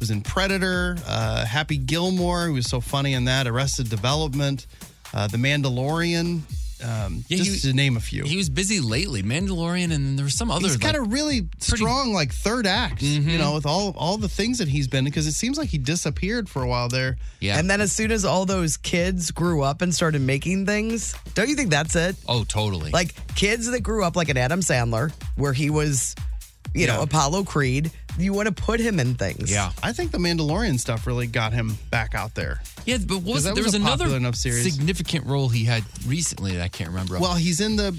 [SPEAKER 5] was in Predator, uh, Happy Gilmore, he was so funny in that, Arrested Development, uh, The Mandalorian, um,
[SPEAKER 4] Yeah,
[SPEAKER 5] just
[SPEAKER 4] he-
[SPEAKER 5] to name a few.
[SPEAKER 4] He was busy lately, Mandalorian, and then there was some other.
[SPEAKER 5] He's got
[SPEAKER 4] like- Mm-hmm.
[SPEAKER 5] a really strong like third act, you know, with all all the things that he's been because it seems like he disappeared for a while there.
[SPEAKER 4] yeah.
[SPEAKER 3] And then as soon as all those kids grew up and started making things, don't you think that's it?
[SPEAKER 4] oh, totally.
[SPEAKER 3] Like kids that grew up like an Adam Sandler, where he was, you know, Apollo Creed. You want to put him in things.
[SPEAKER 4] yeah,
[SPEAKER 5] I think the Mandalorian stuff really got him back out there.
[SPEAKER 4] yeah. But what was,
[SPEAKER 5] that
[SPEAKER 4] there
[SPEAKER 5] was
[SPEAKER 4] was
[SPEAKER 5] a
[SPEAKER 4] another
[SPEAKER 5] popular enough series.
[SPEAKER 4] significant role he had recently that I can't remember.
[SPEAKER 5] Well, he's in the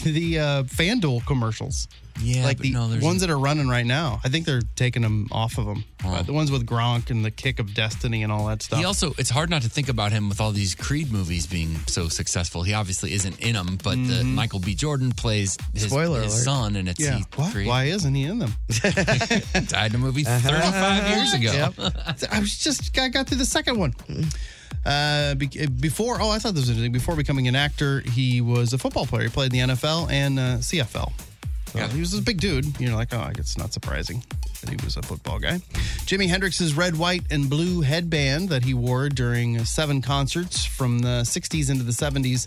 [SPEAKER 5] the uh, FanDuel commercials,
[SPEAKER 4] yeah,
[SPEAKER 5] like
[SPEAKER 4] but
[SPEAKER 5] the
[SPEAKER 4] no, there's
[SPEAKER 5] ones that are running right now. I think they're taking them off of them.
[SPEAKER 4] Oh.
[SPEAKER 5] the ones with Gronk and the Kick of Destiny and all that stuff.
[SPEAKER 4] He also, it's hard not to think about him with all these Creed movies being so successful. He obviously isn't in them, but the, Michael B. Jordan plays his,
[SPEAKER 3] Spoiler
[SPEAKER 4] his
[SPEAKER 3] alert.
[SPEAKER 4] son, and it's
[SPEAKER 5] Mm-hmm. yeah,
[SPEAKER 4] he
[SPEAKER 5] What?
[SPEAKER 4] Creed
[SPEAKER 5] why Uh-huh. isn't he in them?
[SPEAKER 4] died in a movie 35 years ago.
[SPEAKER 5] I was just I got through the second one. Uh, be- before, oh, I thought this was interesting. Before becoming an actor, he was a football player. He played in the NFL and uh, CFL. So
[SPEAKER 4] Yeah.
[SPEAKER 5] He was a big dude. You're like, oh, I guess it's not surprising that he was a football guy. Jimi Hendrix's red, white, and blue headband that he wore during seven concerts from the 60s into the 70s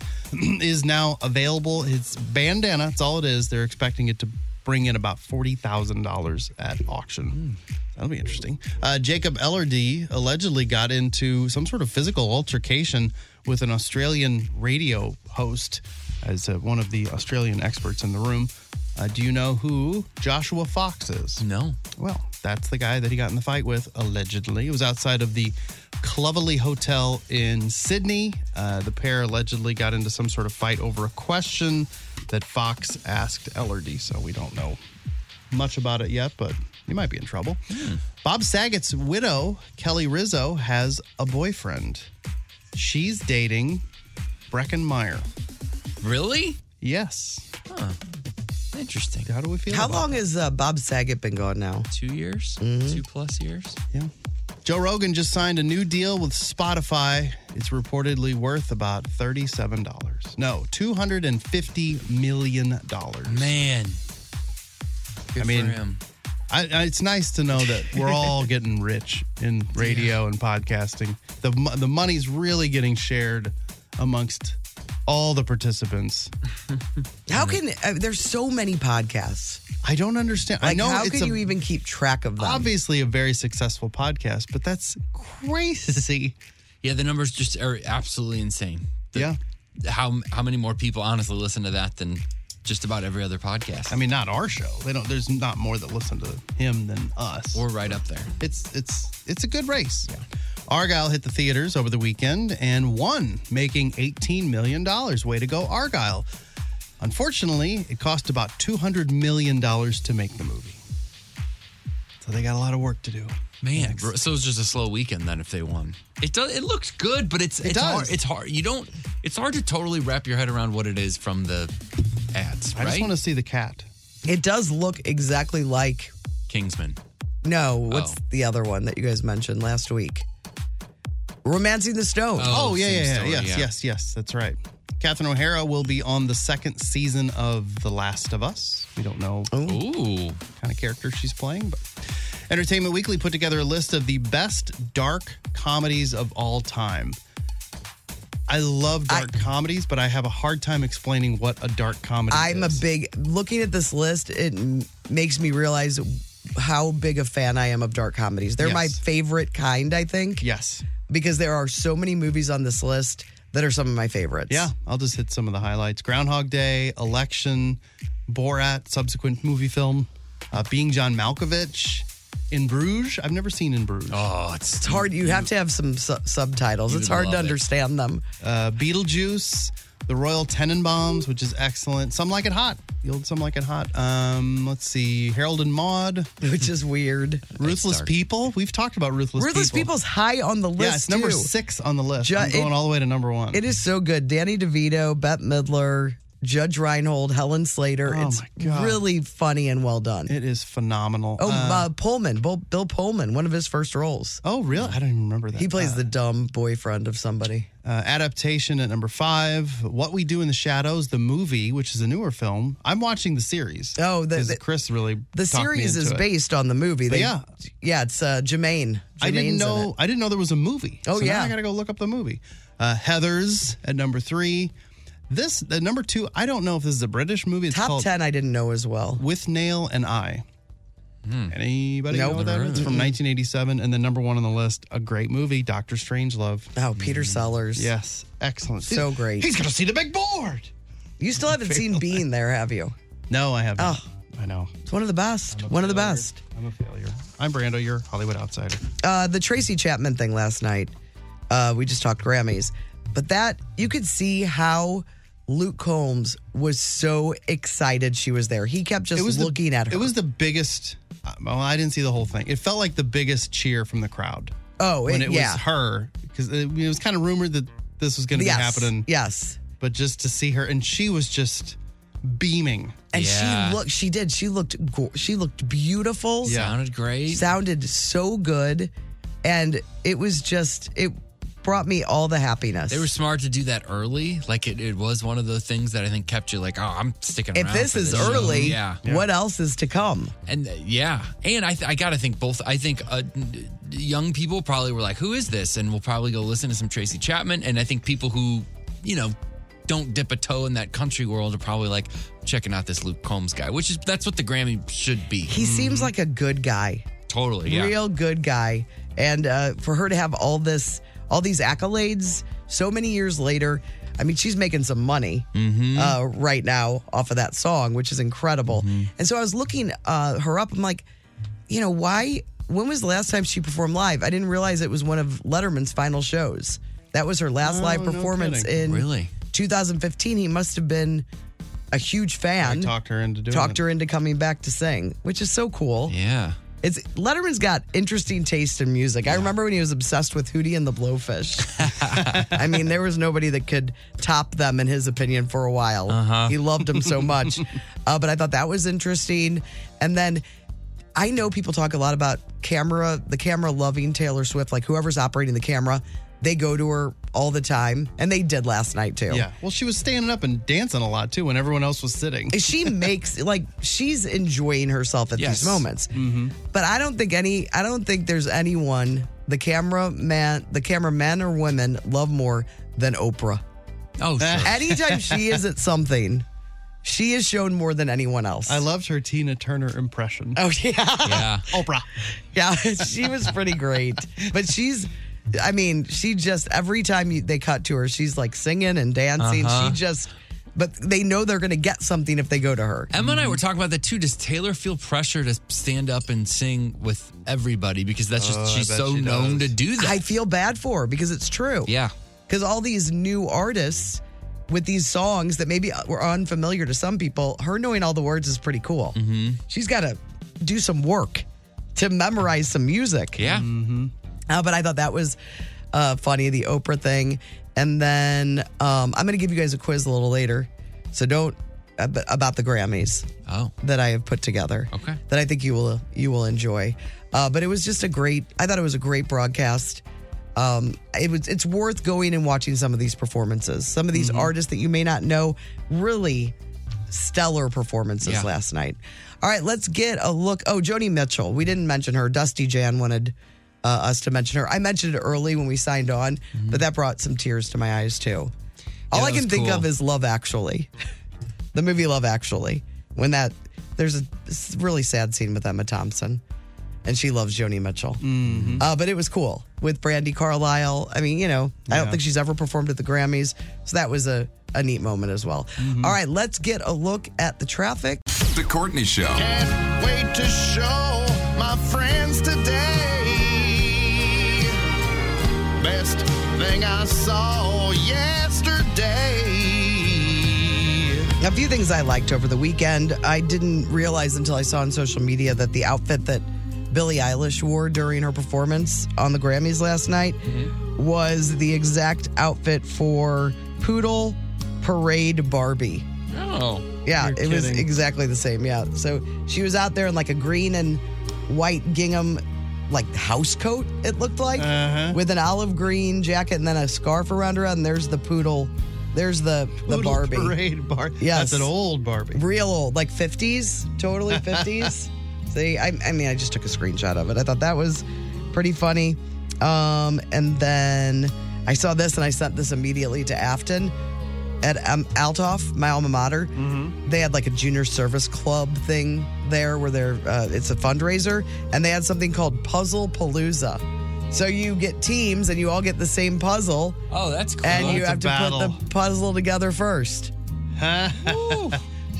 [SPEAKER 5] is now available. It's bandana. That's all it is. They're expecting it to bring in about $40,000 at auction. That'll be interesting. Uh, Jacob Ellerdy allegedly got into some sort of physical altercation with an Australian radio host as uh, one of the Australian experts in the room. Uh, do you know who Joshua Fox is?
[SPEAKER 3] Mm.
[SPEAKER 4] No.
[SPEAKER 5] Well, that's the guy that he got in the fight with, allegedly. It was outside of the Clovelly Hotel in Sydney. Uh, the pair allegedly got into some sort of fight over a question that Fox asked Ellerdy, so we don't know much about it yet, but you might be in trouble.
[SPEAKER 3] Hmm.
[SPEAKER 5] Bob Saget's widow, Kelly Rizzo, has a boyfriend. She's dating Brecken Meyer.
[SPEAKER 4] Really?
[SPEAKER 5] Yes.
[SPEAKER 4] Huh. Interesting.
[SPEAKER 5] How do we feel?
[SPEAKER 3] How
[SPEAKER 5] about
[SPEAKER 3] long has uh, Bob Saget been gone now?
[SPEAKER 4] Two years,
[SPEAKER 5] Mm-hmm.
[SPEAKER 4] two plus years.
[SPEAKER 5] Yeah. Joe Rogan just signed a new deal with Spotify. It's reportedly worth about $37. No, $250 million.
[SPEAKER 4] Man, good
[SPEAKER 5] I mean,
[SPEAKER 4] for him.
[SPEAKER 5] I, I, it's nice to know that we're all getting rich in radio and podcasting. The, mo- the money's really getting shared amongst all the participants.
[SPEAKER 3] How can uh, there's so many podcasts?
[SPEAKER 5] I don't understand.
[SPEAKER 3] Like,
[SPEAKER 5] I know
[SPEAKER 3] how
[SPEAKER 5] it's
[SPEAKER 3] can
[SPEAKER 5] a-
[SPEAKER 3] you even keep track of them?
[SPEAKER 5] obviously a very successful podcast, but that's crazy.
[SPEAKER 4] Yeah, the numbers just are absolutely insane. The-
[SPEAKER 5] Yeah.
[SPEAKER 4] How how many more people honestly listen to that than just about every other podcast?
[SPEAKER 5] I mean, not our show. They don't. There's not more that listen to him than us.
[SPEAKER 4] We're right up there.
[SPEAKER 5] it's it's it's a good race. Argyle hit the theaters over the weekend and won, making $18 million. Way to go, Argyle. Unfortunately, it cost about $200 million to make the movie. So they got a lot of work to do.
[SPEAKER 4] Man, bro, so it's just a slow weekend then if they won. It does. It looks good, but it's
[SPEAKER 5] It
[SPEAKER 4] it's
[SPEAKER 5] does.
[SPEAKER 4] hard. It's hard. You don't. It's hard to totally wrap your head around what it is from the ads,
[SPEAKER 5] I
[SPEAKER 4] right?
[SPEAKER 5] just want to see the cat.
[SPEAKER 3] it does look exactly like
[SPEAKER 4] Kingsman.
[SPEAKER 3] no. What's
[SPEAKER 4] Oh.
[SPEAKER 3] the other one that you guys mentioned last week? Romancing the Stone.
[SPEAKER 5] Oh, yeah,
[SPEAKER 4] same
[SPEAKER 5] yeah, yeah.
[SPEAKER 4] story,
[SPEAKER 5] yes,
[SPEAKER 4] yeah.
[SPEAKER 5] yes, yes. That's right. Catherine O'Hara will be on the second season of The Last of Us. We don't know
[SPEAKER 4] Oh, Ooh,
[SPEAKER 5] kind of character she's playing. But Entertainment Weekly put together a list of the best dark comedies of all time. I love dark comedies, but I have a hard time explaining what a dark comedy
[SPEAKER 3] I'm a
[SPEAKER 5] is.
[SPEAKER 3] big looking at this list. It m- makes me realize how big a fan I am of dark comedies. They're my
[SPEAKER 5] Yes.
[SPEAKER 3] favorite kind, I think,
[SPEAKER 5] Yes.
[SPEAKER 3] because there are so many movies on this list that are some of my favorites.
[SPEAKER 5] Yeah, I'll just hit some of the highlights Groundhog Day, Election, Borat, subsequent movie film, uh, Being John Malkovich, In Bruges. I've never seen In Bruges.
[SPEAKER 4] oh, it's
[SPEAKER 3] It's hard. You have to have some su- subtitles. It's hard
[SPEAKER 4] love
[SPEAKER 3] to
[SPEAKER 4] it.
[SPEAKER 3] understand them.
[SPEAKER 5] uh, Beetlejuice, The Royal Tenenbaums, which is excellent. Some like it hot. The old Some Like It Hot. Um, let's see. Harold and Maude.
[SPEAKER 3] which is weird.
[SPEAKER 5] Ruthless People. We've talked about Ruthless,
[SPEAKER 3] Ruthless
[SPEAKER 5] People.
[SPEAKER 3] People's high on the list.
[SPEAKER 5] Yeah, it's number
[SPEAKER 3] too.
[SPEAKER 5] six on the list.
[SPEAKER 3] Ju-
[SPEAKER 5] I'm going
[SPEAKER 3] it-
[SPEAKER 5] all the way to number one.
[SPEAKER 3] It is so good. Danny DeVito, Bette Midler, Judge Reinhold, Helen Slater.
[SPEAKER 5] Oh,
[SPEAKER 3] it's
[SPEAKER 5] my God.
[SPEAKER 3] really funny and well done.
[SPEAKER 5] It is phenomenal.
[SPEAKER 3] oh,
[SPEAKER 5] Uh,
[SPEAKER 3] uh, Pullman, Bill, Bill Pullman, one of his first roles.
[SPEAKER 5] oh, really? I don't even remember that.
[SPEAKER 3] He plays
[SPEAKER 5] Uh,
[SPEAKER 3] the dumb boyfriend of somebody.
[SPEAKER 5] uh, adaptation at number five. What We Do in the Shadows, the movie, which is a newer film. I'm watching the series.
[SPEAKER 3] Oh, the-
[SPEAKER 5] 'cause
[SPEAKER 3] the-
[SPEAKER 5] Chris really.
[SPEAKER 3] The
[SPEAKER 5] talked me
[SPEAKER 3] series
[SPEAKER 5] into
[SPEAKER 3] is
[SPEAKER 5] it.
[SPEAKER 3] based on the movie. They-
[SPEAKER 5] yeah.
[SPEAKER 3] yeah, it's uh, Jermaine.
[SPEAKER 5] I
[SPEAKER 3] Jermaine's in
[SPEAKER 5] didn't know.
[SPEAKER 3] it.
[SPEAKER 5] I didn't know there was a movie.
[SPEAKER 3] Oh,
[SPEAKER 5] So now
[SPEAKER 3] yeah.
[SPEAKER 5] I gotta go look up the movie. Uh, Heather's at number three. This at number two. I don't know if this is a British movie. It's
[SPEAKER 3] Top
[SPEAKER 5] called
[SPEAKER 3] ten, I didn't know as well.
[SPEAKER 5] With Nail and I. Anybody know
[SPEAKER 3] Nope.
[SPEAKER 5] what that is? It's from 1987, and the number one on the list, a great movie, Doctor Strangelove.
[SPEAKER 3] Oh, Peter
[SPEAKER 5] Mm,
[SPEAKER 3] Sellers.
[SPEAKER 5] Yes, excellent.
[SPEAKER 3] So great.
[SPEAKER 5] He's gonna see the big board.
[SPEAKER 3] You still haven't seen Bean there, have you?
[SPEAKER 5] No, I haven't.
[SPEAKER 3] Oh.
[SPEAKER 5] I know.
[SPEAKER 3] It's one of the best. One of the best.
[SPEAKER 5] I'm a failure. I'm Brando. You're Hollywood outsider.
[SPEAKER 3] uh, the Tracy Chapman thing last night. Uh, we just talked Grammys, but that you could see how Luke Combs was so excited she was there. He kept just looking
[SPEAKER 5] the,
[SPEAKER 3] at her.
[SPEAKER 5] It was the biggest. uh, Well, I didn't see the whole thing. It felt like the biggest cheer from the crowd
[SPEAKER 3] oh,
[SPEAKER 5] when it
[SPEAKER 3] yeah.
[SPEAKER 5] was her because it, it was kind of rumored that this was going to
[SPEAKER 3] yes,
[SPEAKER 5] be happening.
[SPEAKER 3] Yes,
[SPEAKER 5] But just to see her, and she was just beaming.
[SPEAKER 3] and
[SPEAKER 4] Yeah.
[SPEAKER 3] she looked. She did. She looked. Go- she looked beautiful.
[SPEAKER 5] Yeah.
[SPEAKER 4] sounded great.
[SPEAKER 3] sounded so good, and it was just it brought me all the happiness.
[SPEAKER 4] They were smart to do that early. Like it, it was one of the things that I think kept you like, oh, I'm sticking
[SPEAKER 3] if
[SPEAKER 4] around.
[SPEAKER 3] this
[SPEAKER 4] for
[SPEAKER 3] is
[SPEAKER 4] show."
[SPEAKER 3] early,
[SPEAKER 4] yeah,
[SPEAKER 3] what else is to come?
[SPEAKER 4] and uh, yeah, and I, th- I gotta think both. I think uh, n- young people probably were like, who is this? And we'll probably go listen to some Tracy Chapman. And I think people who, you know, don't dip a toe in that country world are probably like checking out this Luke Combs guy, which is that's what the Grammy should be.
[SPEAKER 3] He seems like a good guy.
[SPEAKER 4] Totally, yeah.
[SPEAKER 3] Real good guy. And uh, for her to have all this, all these accolades so many years later, I mean, she's making some money
[SPEAKER 4] Mm-hmm.
[SPEAKER 3] uh, right now off of that song, which is incredible.
[SPEAKER 4] Mm-hmm.
[SPEAKER 3] And so I was looking uh, her up. I'm like, you know, why? When was the last time she performed live? I didn't realize it was one of Letterman's final shows. That was her last
[SPEAKER 4] Oh,
[SPEAKER 3] live
[SPEAKER 4] no
[SPEAKER 3] performance
[SPEAKER 4] kidding.
[SPEAKER 3] in
[SPEAKER 4] Really?
[SPEAKER 3] 2015. He must have been a huge fan.
[SPEAKER 5] talked her into doing
[SPEAKER 3] talked
[SPEAKER 5] it.
[SPEAKER 3] her into coming back to sing, which is so cool.
[SPEAKER 4] Yeah.
[SPEAKER 3] It's Letterman's got interesting taste in music. I remember when he was obsessed with Hootie and the Blowfish. I mean, there was nobody that could top them in his opinion for a while.
[SPEAKER 4] Uh-huh.
[SPEAKER 3] He loved them so much. uh, but I thought that was interesting. And then I know people talk a lot about camera, the camera loving Taylor Swift, like whoever's operating the camera, they go to her all the time. And they did last night too.
[SPEAKER 5] Yeah. Well, she was standing up and dancing a lot too when everyone else was sitting.
[SPEAKER 3] She makes like she's enjoying herself at
[SPEAKER 5] Yes.
[SPEAKER 3] these moments. But I don't think any I don't think there's anyone the camera man the camera men or women love more than Oprah.
[SPEAKER 4] Oh,
[SPEAKER 3] Uh,
[SPEAKER 4] sure.
[SPEAKER 3] Anytime she is at something, she is shown more than anyone else.
[SPEAKER 5] I loved her Tina Turner impression.
[SPEAKER 3] Oh yeah.
[SPEAKER 4] Yeah.
[SPEAKER 3] Oh.
[SPEAKER 5] Oprah.
[SPEAKER 3] Yeah, she was pretty great. But she's I mean, she just every time you, they cut to her, she's like singing and dancing.
[SPEAKER 4] Uh-huh.
[SPEAKER 3] She just but they know they're going to get something if they go to her.
[SPEAKER 4] Emma and I were talking about that too. Does Taylor feel pressure to stand up and sing with everybody because that's just
[SPEAKER 5] Oh, I
[SPEAKER 4] she's
[SPEAKER 5] bet
[SPEAKER 4] so
[SPEAKER 5] she
[SPEAKER 4] known to
[SPEAKER 5] does.
[SPEAKER 4] do that?
[SPEAKER 3] I feel bad for her because it's true.
[SPEAKER 4] yeah.
[SPEAKER 3] because all these new artists with these songs that maybe were unfamiliar to some people, her knowing all the words is pretty cool.
[SPEAKER 4] Mm-hmm.
[SPEAKER 3] She's got to do some work to memorize some music.
[SPEAKER 4] Yeah.
[SPEAKER 3] Uh, but I thought that was uh, funny, the Oprah thing. And then um, I'm going to give you guys a quiz a little later. So don't ab- about the Grammys
[SPEAKER 4] Oh.
[SPEAKER 3] that I have put together.
[SPEAKER 4] Okay.
[SPEAKER 3] That I think you will you will enjoy. Uh, but it was just a great. I thought it was a great broadcast. Um, it was. It's worth going and watching some of these performances. Some of these artists that you may not know really stellar performances
[SPEAKER 4] Yeah.
[SPEAKER 3] last night. All right, let's get a look. Oh, Joni Mitchell. We didn't mention her. Dusty Jan wanted uh, us to mention her. I mentioned it early when we signed on, but that brought some tears to my eyes too. All
[SPEAKER 4] Mm-hmm. Yeah,
[SPEAKER 3] I
[SPEAKER 4] that was
[SPEAKER 3] can think
[SPEAKER 4] cool.
[SPEAKER 3] of is Love Actually the movie Love Actually, when that there's a really sad scene with Emma Thompson, and she loves Joni Mitchell.
[SPEAKER 4] Mm.
[SPEAKER 3] Uh, but it was cool with Brandy Carlisle. I mean, you know, I don't think she's ever performed at the Grammys, so that was a a neat moment as well. All right, let's get a look at the traffic.
[SPEAKER 6] The Courtney Show.
[SPEAKER 2] Can't wait to show my friends today. Best thing I saw yesterday.
[SPEAKER 3] A few things I liked over the weekend. I didn't realize until I saw on social media that the outfit that Billie Eilish wore during her performance on the Grammys last night was the exact outfit for Poodle Parade Barbie.
[SPEAKER 4] Oh.
[SPEAKER 3] Yeah,
[SPEAKER 5] You're
[SPEAKER 3] it was
[SPEAKER 5] kidding.
[SPEAKER 3] exactly the same. Yeah. So she was out there in like a green and white gingham, like house coat, it looked like,
[SPEAKER 5] Uh-huh.
[SPEAKER 3] with an olive green jacket and then a scarf around her. And there's the poodle. There's the, the
[SPEAKER 5] Poodle
[SPEAKER 3] Barbie.
[SPEAKER 5] Parade Barbie.
[SPEAKER 3] Yes.
[SPEAKER 5] That's an old Barbie.
[SPEAKER 3] Real old, like 50s, totally 50s. See, I, I mean, I just took a screenshot of it. I thought that was pretty funny. Um, and then I saw this and I sent this immediately to Afton at um, Altoff, my alma mater. They had like a junior service club thing there where they're, uh, it's a fundraiser, and they had something called Puzzle Palooza. So you get teams and you all get the same puzzle,
[SPEAKER 4] Oh, that's cool.
[SPEAKER 3] and you
[SPEAKER 5] it's a
[SPEAKER 3] have to put
[SPEAKER 5] battle.
[SPEAKER 3] the puzzle together first.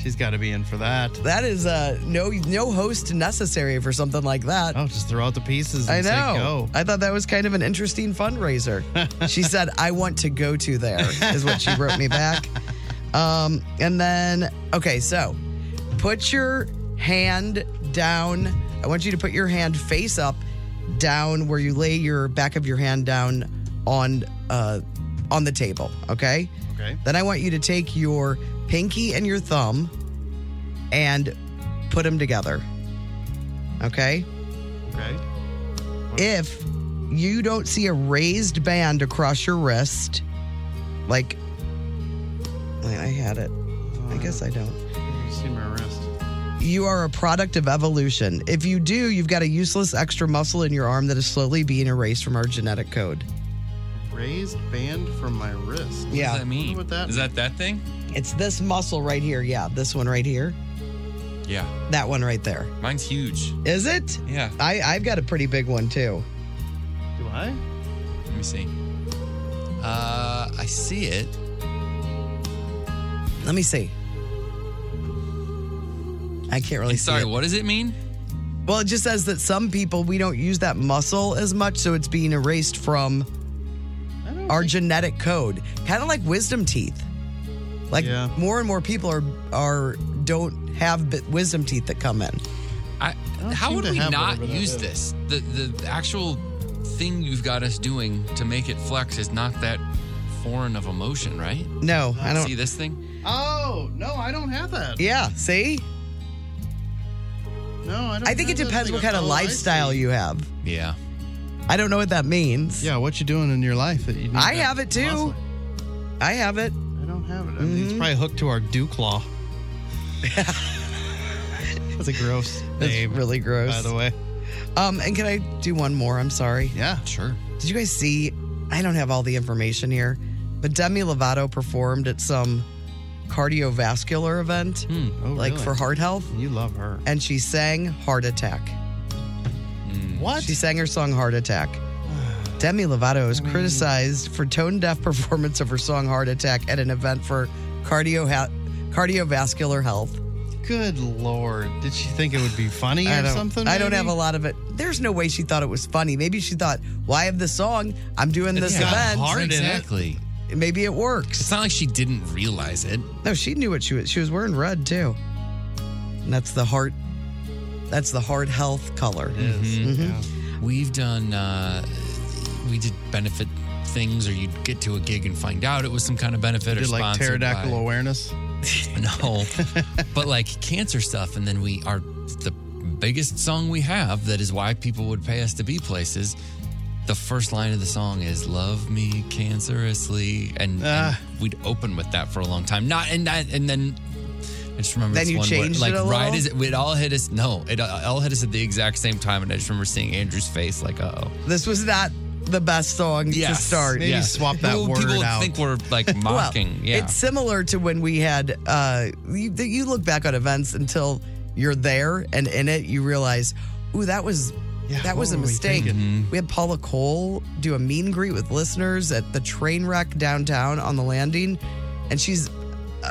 [SPEAKER 5] She's got to be in for that.
[SPEAKER 3] That is uh, no no host necessary for something like that.
[SPEAKER 5] Oh, just throw out the pieces and
[SPEAKER 3] I
[SPEAKER 5] say
[SPEAKER 3] know.
[SPEAKER 5] go.
[SPEAKER 3] I thought that was kind of an interesting fundraiser. she said, "I want to go to there," is what she wrote me back. Um, and then, okay, so put your hand down. I want you to put your hand face up, down where you lay your back of your hand down on uh, on the table. Okay.
[SPEAKER 5] Okay.
[SPEAKER 3] Then I want you to take your pinky and your thumb and put them together. Okay?
[SPEAKER 5] Okay.
[SPEAKER 3] If you don't see a raised band across your wrist, like I I had it. I guess I don't.
[SPEAKER 5] You see my wrist.
[SPEAKER 3] You are a product of evolution. If you do, you've got a useless extra muscle in your arm that is slowly being erased from our genetic code.
[SPEAKER 5] raised band from my wrist. What
[SPEAKER 3] Yeah.
[SPEAKER 5] does that mean? What that
[SPEAKER 4] Is that that thing?
[SPEAKER 3] It's this muscle right here. Yeah, this one right here.
[SPEAKER 4] Yeah.
[SPEAKER 3] That one right there.
[SPEAKER 4] Mine's huge.
[SPEAKER 3] Is it?
[SPEAKER 4] Yeah.
[SPEAKER 3] I, I've got a pretty big one too.
[SPEAKER 5] Do I?
[SPEAKER 4] Let me see. Uh, I see it.
[SPEAKER 3] Let me see. I can't really
[SPEAKER 4] And
[SPEAKER 3] see
[SPEAKER 4] sorry,
[SPEAKER 3] it.
[SPEAKER 4] what does it mean?
[SPEAKER 3] Well, it just says that some people we don't use that muscle as much, so it's being erased from our genetic code, kind of like wisdom teeth. Like more and more people are are don't have bi- wisdom teeth that come in.
[SPEAKER 4] I, how
[SPEAKER 5] seem
[SPEAKER 4] would
[SPEAKER 5] to
[SPEAKER 4] we
[SPEAKER 5] have
[SPEAKER 4] not
[SPEAKER 5] whatever that
[SPEAKER 4] use
[SPEAKER 5] is.
[SPEAKER 4] this? The the actual thing you've got us doing to make it flex is not that foreign of emotion, right?
[SPEAKER 3] No, I
[SPEAKER 4] See
[SPEAKER 3] don't.
[SPEAKER 4] this thing?
[SPEAKER 5] Oh no, I don't have that.
[SPEAKER 3] Yeah, see,
[SPEAKER 5] No, I don't.
[SPEAKER 3] I think it
[SPEAKER 5] have that
[SPEAKER 3] depends
[SPEAKER 5] thing.
[SPEAKER 3] what kind of
[SPEAKER 5] Oh, I see.
[SPEAKER 3] lifestyle you have.
[SPEAKER 4] Yeah.
[SPEAKER 3] I don't know what that means.
[SPEAKER 5] Yeah, what you doing in your life that you? Need
[SPEAKER 3] I
[SPEAKER 5] that
[SPEAKER 3] have it too. Mm-hmm.
[SPEAKER 5] muscle?
[SPEAKER 3] I have it.
[SPEAKER 5] I don't have it. I mean, It's probably hooked to our dew claw. That's a gross
[SPEAKER 3] That's
[SPEAKER 5] name,
[SPEAKER 3] really gross.
[SPEAKER 5] by the way.
[SPEAKER 3] Um, and can I do one more? I'm sorry.
[SPEAKER 5] Yeah.
[SPEAKER 4] Sure.
[SPEAKER 3] Did you guys see? I don't have all the information here, but Demi Lovato performed at some cardiovascular event,
[SPEAKER 5] Oh,
[SPEAKER 3] like
[SPEAKER 5] really?
[SPEAKER 3] for heart health,
[SPEAKER 5] You love her.
[SPEAKER 3] and she sang Heart Attack.
[SPEAKER 5] What?
[SPEAKER 3] She sang her song Heart Attack. Demi Lovato is criticized for tone deaf performance of her song Heart Attack at an event for cardio ha- cardiovascular health.
[SPEAKER 5] Good lord. Did she think it would be funny
[SPEAKER 3] I
[SPEAKER 5] or
[SPEAKER 3] don't,
[SPEAKER 5] something?
[SPEAKER 3] I don't
[SPEAKER 5] maybe?
[SPEAKER 3] have a lot of it. There's no way she thought it was funny. Maybe she thought, "Why I have this song? I'm doing this
[SPEAKER 5] got
[SPEAKER 3] event.
[SPEAKER 5] heart in it.
[SPEAKER 4] exactly.
[SPEAKER 3] Maybe it works."
[SPEAKER 4] It's not like she didn't realize it.
[SPEAKER 3] No, she knew what she was. She was wearing red too. And that's the heart. That's the heart health color.
[SPEAKER 5] It is,
[SPEAKER 4] Mm-hmm.
[SPEAKER 5] yeah.
[SPEAKER 3] Mm-hmm.
[SPEAKER 4] We've done, uh, we did benefit things, or you'd get to a gig and find out it was some kind of benefit or
[SPEAKER 5] Did like
[SPEAKER 4] sponsored
[SPEAKER 5] pterodactyl
[SPEAKER 4] by- Mm-hmm.
[SPEAKER 5] awareness?
[SPEAKER 4] No, but like cancer stuff, and then we are the biggest song we have. That is why people would pay us to be places. The first line of the song is "Love me cancerously," and, and
[SPEAKER 5] Ah.
[SPEAKER 4] we'd open with that for a long time. Not and that, and then I just remember
[SPEAKER 3] Then
[SPEAKER 4] this
[SPEAKER 3] you
[SPEAKER 4] one where,
[SPEAKER 3] changed it
[SPEAKER 4] like
[SPEAKER 3] a
[SPEAKER 4] right
[SPEAKER 3] little?
[SPEAKER 4] as it, it all hit us. No, it all hit us at the exact same time, and I just remember seeing Andrew's face like, "Uh oh."
[SPEAKER 3] This was not the best song
[SPEAKER 4] Yes.
[SPEAKER 3] to start.
[SPEAKER 5] Maybe
[SPEAKER 4] Yeah.
[SPEAKER 5] swap that
[SPEAKER 4] Well,
[SPEAKER 5] word
[SPEAKER 4] people
[SPEAKER 5] out.
[SPEAKER 4] think we're like mocking. yeah,
[SPEAKER 3] It's similar to when we had. Uh, you, you look back on events until you're there and in it, you realize, ooh, that was.
[SPEAKER 5] Yeah,
[SPEAKER 3] that
[SPEAKER 5] what
[SPEAKER 3] was a
[SPEAKER 5] were we
[SPEAKER 3] mistake. We, had Paula Cole do a meet and greet with listeners at the train wreck downtown on the landing, and she's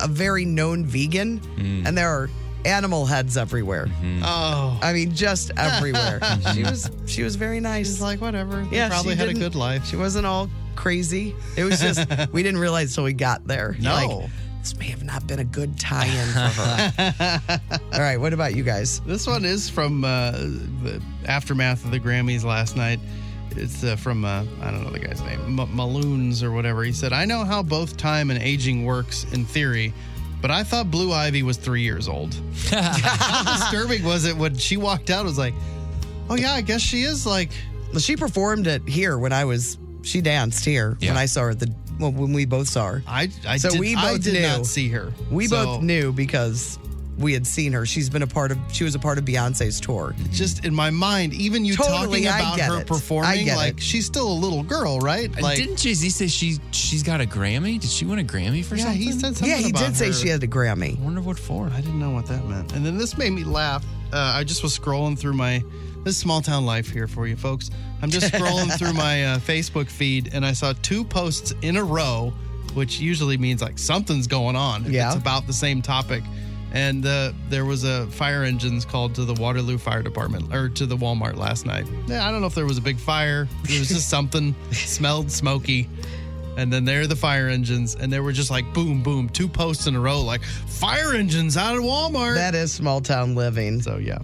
[SPEAKER 3] a very known vegan, and there are animal heads everywhere.
[SPEAKER 5] oh.
[SPEAKER 3] I mean, just everywhere. she was she was very nice.
[SPEAKER 5] It's like whatever. They
[SPEAKER 3] Yeah,
[SPEAKER 5] probably
[SPEAKER 3] she
[SPEAKER 5] had a
[SPEAKER 3] didn't-
[SPEAKER 5] good life.
[SPEAKER 3] She wasn't all crazy. It was just we didn't realize till we got there.
[SPEAKER 5] No.
[SPEAKER 3] Like, this may have not been a good tie-in for her. all right, what about you guys?
[SPEAKER 5] This one is from uh, the aftermath of the Grammys last night. It's uh, from uh, I don't know the guy's name, M- Maloons or whatever. He said, "I know how both time and aging works in theory, but I thought Blue Ivy was three years old. how disturbing was it when she walked out? It was like, oh yeah, I guess she is like."
[SPEAKER 3] Well, she performed it here when I was. She danced here
[SPEAKER 4] Yeah.
[SPEAKER 3] when I saw her at the. Well, when we both saw her,
[SPEAKER 5] I, I
[SPEAKER 3] So
[SPEAKER 5] did,
[SPEAKER 3] we
[SPEAKER 5] I
[SPEAKER 3] both
[SPEAKER 5] did
[SPEAKER 3] knew.
[SPEAKER 5] not see her.
[SPEAKER 3] we
[SPEAKER 5] So,
[SPEAKER 3] both knew because we had seen her. She's been a part of. She was a part of Beyonce's tour.
[SPEAKER 5] Just in my mind, even you
[SPEAKER 3] Totally,
[SPEAKER 5] talking
[SPEAKER 3] I
[SPEAKER 5] about
[SPEAKER 3] get
[SPEAKER 5] her
[SPEAKER 3] it.
[SPEAKER 5] performing,
[SPEAKER 3] I get
[SPEAKER 5] like
[SPEAKER 3] it. Uh,
[SPEAKER 5] she's still a little girl, right?
[SPEAKER 4] And
[SPEAKER 5] Like,
[SPEAKER 4] didn't Jay Z say she she's got a Grammy? Did she win a Grammy for
[SPEAKER 5] yeah,
[SPEAKER 4] something?
[SPEAKER 5] he said something
[SPEAKER 3] yeah, he
[SPEAKER 5] about
[SPEAKER 3] did say
[SPEAKER 5] her.
[SPEAKER 3] she had a Grammy.
[SPEAKER 4] I wonder what for.
[SPEAKER 5] I didn't know what that meant. And then this made me laugh. Uh, I just was scrolling through my this is small town life here for you folks. I'm just scrolling through my uh, Facebook feed and I saw two posts in a row, which usually means like something's going on. if
[SPEAKER 3] Yeah.
[SPEAKER 5] it's about the same topic. And uh, there was a fire engines called to the Waterloo Fire Department or to the Walmart last night. Yeah, I don't know if there was a big fire. It was just something smelled smoky. And then there are the fire engines, and they were just like boom, boom, two posts in a row, like fire engines out of Walmart.
[SPEAKER 3] That is small town living.
[SPEAKER 5] so yeah,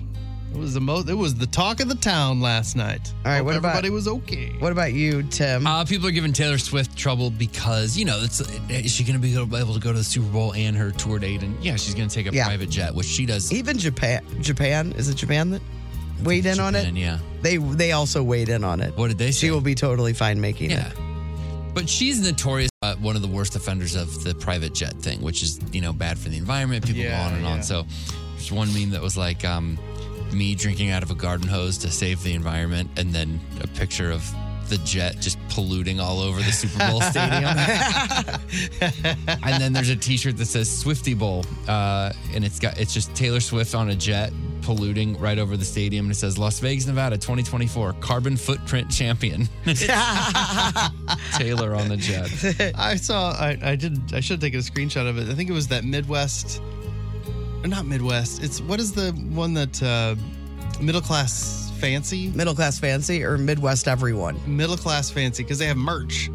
[SPEAKER 5] it was the most. It was the talk of the town last night.
[SPEAKER 3] All right,
[SPEAKER 5] Hope
[SPEAKER 3] what about-
[SPEAKER 5] everybody was okay?
[SPEAKER 3] What about you, Tim?
[SPEAKER 4] Uh, people are giving Taylor Swift trouble because you know it's, is she going to be able to go to the Super Bowl and her tour date? And yeah, she's going to take a
[SPEAKER 3] Yeah.
[SPEAKER 4] private jet, which she does.
[SPEAKER 3] Even Japan. Japan is it Japan that weighed in on it?
[SPEAKER 4] Japan, yeah.
[SPEAKER 3] They they also weighed in on it.
[SPEAKER 4] What did they say?
[SPEAKER 3] She will be totally fine making
[SPEAKER 4] yeah,
[SPEAKER 3] it.
[SPEAKER 4] but she's notorious uh, one of the worst offenders of the private jet thing, which is you know bad for the environment. People
[SPEAKER 5] Yeah,
[SPEAKER 4] go on and
[SPEAKER 5] yeah.
[SPEAKER 4] on. So there's one meme that was like um, me drinking out of a garden hose to save the environment, and then a picture of the jet just polluting all over the Super Bowl stadium. and then there's a T-shirt that says Swifty Bowl, uh, and it's got it's just Taylor Swift on a jet polluting right over the stadium, and it says Las Vegas, Nevada, 2024 Carbon Footprint Champion. Taylor on the jet.
[SPEAKER 5] I saw. I, I did. I should have taken a screenshot of it. I think it was that Midwest, or not Midwest. It's what is the one that uh, middle class fancy,
[SPEAKER 3] middle class fancy, or Midwest everyone. Oh,
[SPEAKER 5] middle class fancy because they have merch.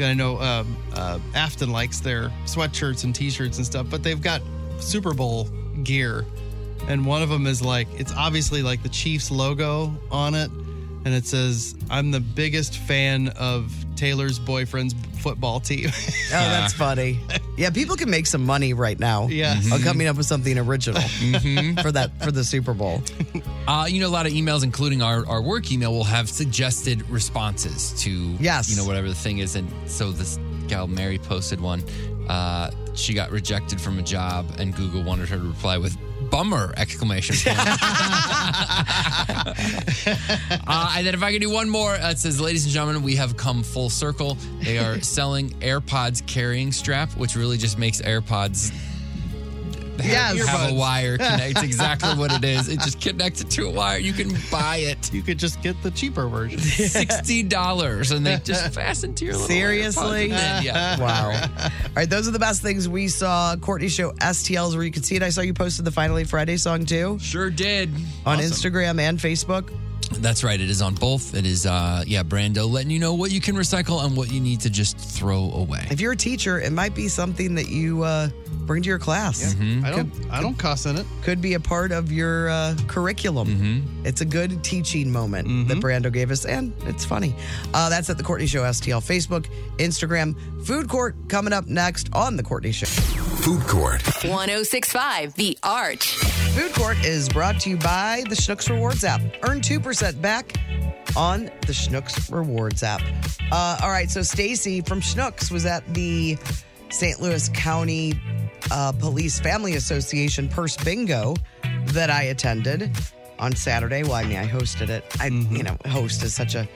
[SPEAKER 5] I know um, uh, Afton likes their sweatshirts and T-shirts and stuff, but they've got Super Bowl gear, and one of them is like it's obviously like the Chiefs logo on it, and it says "I'm the biggest fan of Taylor's boyfriend's football team."
[SPEAKER 3] Oh, that's funny. Yeah, people can make some money right now.
[SPEAKER 5] Yes.
[SPEAKER 4] Mm-hmm.
[SPEAKER 3] on coming up with something original for that for the Super Bowl.
[SPEAKER 4] Uh, you know, a lot of emails, including our, our work email, will have suggested responses to
[SPEAKER 3] Yes.
[SPEAKER 4] you know whatever the thing is. And so this gal Mary posted one. Uh, she got rejected from a job, and Google wanted her to reply with "bummer!" exclamation point. Uh, and then if I can do one more, uh, it says, ladies and gentlemen, we have come full circle. They are selling AirPods carrying strap, which really just makes AirPods have,
[SPEAKER 5] Yes.
[SPEAKER 4] have a
[SPEAKER 5] Earbuds.
[SPEAKER 4] wire connect. exactly what it is. It just connects it to a wire. You can buy it.
[SPEAKER 5] You could just get the cheaper version.
[SPEAKER 4] $60 and they just fasten to your little
[SPEAKER 3] Seriously?
[SPEAKER 4] AirPods and then- yeah.
[SPEAKER 3] Wow. All right, those are the best things we saw. Courtney Show STLs where you can see it. I saw you posted the Finally Friday song too
[SPEAKER 4] Sure did.
[SPEAKER 3] on Instagram and Facebook.
[SPEAKER 4] That's right. It is on both. It is, uh, yeah, Brando letting you know what you can recycle and what you need to just throw away.
[SPEAKER 3] If you're a teacher, it might be something that you uh, bring to your
[SPEAKER 4] Mm-hmm.
[SPEAKER 3] class.
[SPEAKER 5] I don't. I don't cuss in it.
[SPEAKER 3] Could be a part of your uh, curriculum. It's a good teaching moment that Brando gave us, and it's funny. Uh, that's at the Courtney Show STL Facebook, Instagram, Food Court coming up next on the Courtney Show.
[SPEAKER 6] Food court.
[SPEAKER 9] 1065 The Arch.
[SPEAKER 3] Food Court is brought to you by the Schnucks Rewards app. Earn 2% back on the Schnucks Rewards app. Uh, all right, so Stacy from Schnucks was at the St. Louis County uh, Police Family Association purse bingo that I attended on Saturday. Well, I mean, I hosted it. I,
[SPEAKER 5] Mm-hmm.
[SPEAKER 3] you know, host is such a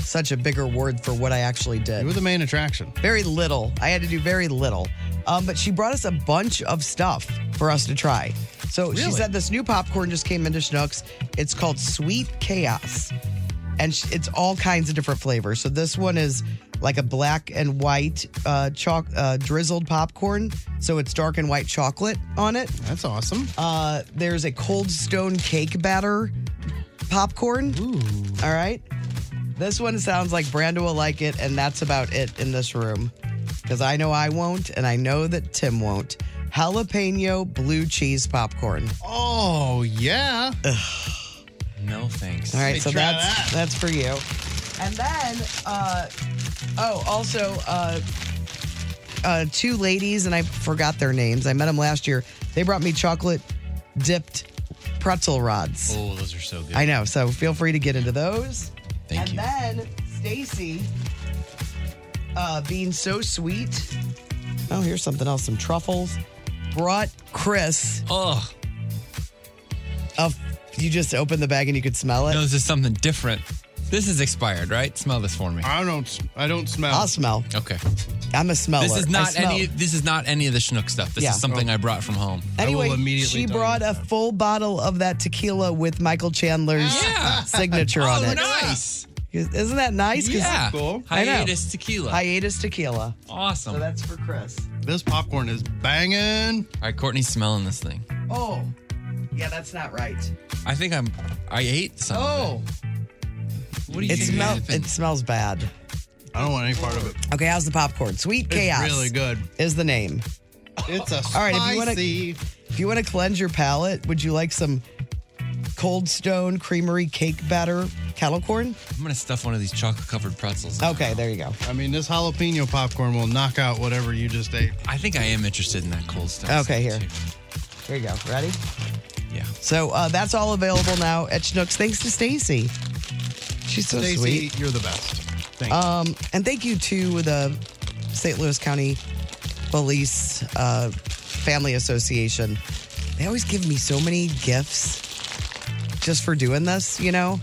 [SPEAKER 3] such a bigger word for what I actually did.
[SPEAKER 5] You were the main attraction.
[SPEAKER 3] Very little. I had to do very little. Um, but she brought us a bunch of stuff for us to try. So she
[SPEAKER 5] Really?
[SPEAKER 3] said this new popcorn just came into Schnucks. It's called Sweet Chaos. And sh- it's all kinds of different flavors. So this one is like a black and white uh, choc- uh, drizzled popcorn. So it's dark and white chocolate on it.
[SPEAKER 5] That's awesome.
[SPEAKER 3] Uh, there's a cold stone cake batter popcorn. All right. This one sounds like Brando will like it, and that's about it in this room. Because I know I won't, and I know that Tim won't. Jalapeno blue cheese popcorn. All
[SPEAKER 5] Oh yeah.
[SPEAKER 4] No thanks.
[SPEAKER 3] right,
[SPEAKER 5] Hey,
[SPEAKER 3] so
[SPEAKER 5] try
[SPEAKER 3] that's
[SPEAKER 5] that.
[SPEAKER 3] that's for you. And then, uh, oh, also, uh, uh, two ladies, and I forgot their names. I met them last year. They brought me chocolate dipped pretzel rods.
[SPEAKER 4] Oh, those are so good.
[SPEAKER 3] I know. So feel free to get into those.
[SPEAKER 4] Thank
[SPEAKER 3] and
[SPEAKER 4] you.
[SPEAKER 3] then Stacy, uh, being so sweet. Oh, here's something else. Some truffles. Brought Chris.
[SPEAKER 4] Ugh.
[SPEAKER 3] A, you just opened the bag and you could smell it.
[SPEAKER 4] No, this is something different. This is expired, right? Smell this for me.
[SPEAKER 5] I don't. I don't smell.
[SPEAKER 3] I'll smell.
[SPEAKER 4] Okay.
[SPEAKER 3] I'm a smeller.
[SPEAKER 4] This is
[SPEAKER 3] I
[SPEAKER 4] not
[SPEAKER 3] smell.
[SPEAKER 4] any. This is not any of the Schnook stuff. This
[SPEAKER 3] Yeah. Oh.
[SPEAKER 4] is something I brought from home.
[SPEAKER 3] Anyway,
[SPEAKER 5] immediately
[SPEAKER 3] she
[SPEAKER 5] tell you
[SPEAKER 3] brought a
[SPEAKER 5] that.
[SPEAKER 3] full bottle of that tequila with Michael Chandler's
[SPEAKER 4] Yeah.
[SPEAKER 3] signature on
[SPEAKER 4] Oh,
[SPEAKER 3] it.
[SPEAKER 4] nice.
[SPEAKER 3] Isn't that nice? 'Cause
[SPEAKER 4] Yeah.
[SPEAKER 5] cool.
[SPEAKER 3] I know.
[SPEAKER 4] Hiatus tequila.
[SPEAKER 3] Hiatus tequila.
[SPEAKER 4] awesome.
[SPEAKER 3] So that's for Chris.
[SPEAKER 5] This popcorn is banging.
[SPEAKER 4] All right, Courtney's smelling this thing.
[SPEAKER 3] Oh, yeah, that's not right.
[SPEAKER 4] I think I'm. I ate some.
[SPEAKER 5] Oh,
[SPEAKER 4] What do you
[SPEAKER 3] It
[SPEAKER 4] think
[SPEAKER 3] smells.
[SPEAKER 4] happened?
[SPEAKER 3] It smells bad.
[SPEAKER 5] I don't want any part of it.
[SPEAKER 3] Okay, how's the popcorn? Sweet chaos
[SPEAKER 5] It's really good.
[SPEAKER 3] is the name.
[SPEAKER 5] It's a
[SPEAKER 3] All right, if you wanna-
[SPEAKER 5] spicy.
[SPEAKER 3] If you want to cleanse your palate, would you like some Cold Stone Creamery cake batter kettle corn?
[SPEAKER 4] I'm gonna stuff one of these chocolate covered pretzels. in my
[SPEAKER 3] Okay,
[SPEAKER 4] mouth.
[SPEAKER 3] there you go.
[SPEAKER 5] I mean, this jalapeno popcorn will knock out whatever you just ate.
[SPEAKER 4] I think I am interested in that cold stuff.
[SPEAKER 3] Okay, here. Here you go. Ready?
[SPEAKER 4] Yeah.
[SPEAKER 3] So uh, that's all available now at Schnucks. Thanks to Stacy. She's so
[SPEAKER 5] Stacey,
[SPEAKER 3] sweet.
[SPEAKER 5] you're the best. Thank
[SPEAKER 3] Um, and thank you to the St. Louis County Police uh, Family Association. They always give me so many gifts just for doing this, you know?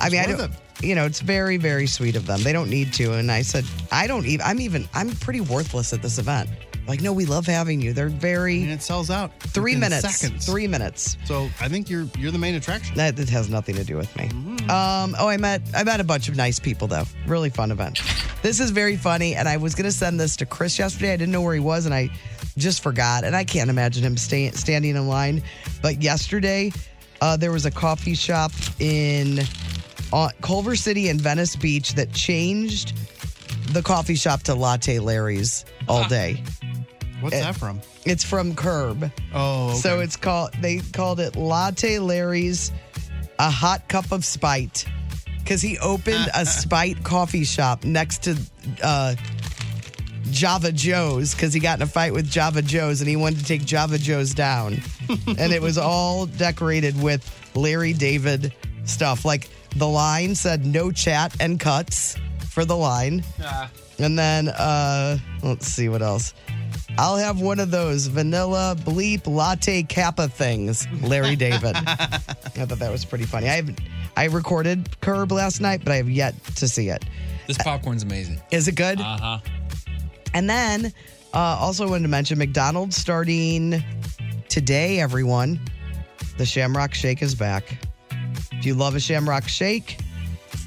[SPEAKER 3] I mean, I
[SPEAKER 5] worth
[SPEAKER 3] don't,
[SPEAKER 5] it.
[SPEAKER 3] you know, it's very, very sweet of them. They don't need to. And I said, I don't even, I'm even, I'm pretty worthless at this event. Like, no, we love having you. They're very. And
[SPEAKER 5] it sells out.
[SPEAKER 3] Three
[SPEAKER 5] in
[SPEAKER 3] minutes.
[SPEAKER 5] seconds.
[SPEAKER 3] Three minutes.
[SPEAKER 5] So I think you're you're the main attraction.
[SPEAKER 3] That, that has nothing to do with me. Um, oh, I met I met a bunch of nice people though. Really fun event. This is very funny, and I was gonna send this to Chris yesterday. I didn't know where he was, and I just forgot. And I can't imagine him sta- standing in line. But yesterday, uh, there was a coffee shop in uh, Culver City and Venice Beach that changed the coffee shop to Latte Larry's all day.
[SPEAKER 5] What's that from?
[SPEAKER 3] It's from Curb. Oh, so it's called. They called it Latte Larry's, a hot cup of spite, because he opened a spite coffee shop next to uh, Java Joe's, because he got in a fight with Java Joe's and he wanted to take Java Joe's down, and it was all decorated with Larry David stuff. Like the line said, "No chat and cuts" for the line. And then uh let's see what else. I'll have one of those vanilla bleep latte kappa things, Larry David. I thought that was pretty funny. I have I recorded Curb last night, but I have yet to see it.
[SPEAKER 4] This
[SPEAKER 3] Uh,
[SPEAKER 4] popcorn's amazing.
[SPEAKER 3] Is it good?
[SPEAKER 4] Uh huh.
[SPEAKER 3] And then uh, also wanted to mention McDonald's starting today, everyone. The Shamrock Shake is back. Do you love a Shamrock Shake?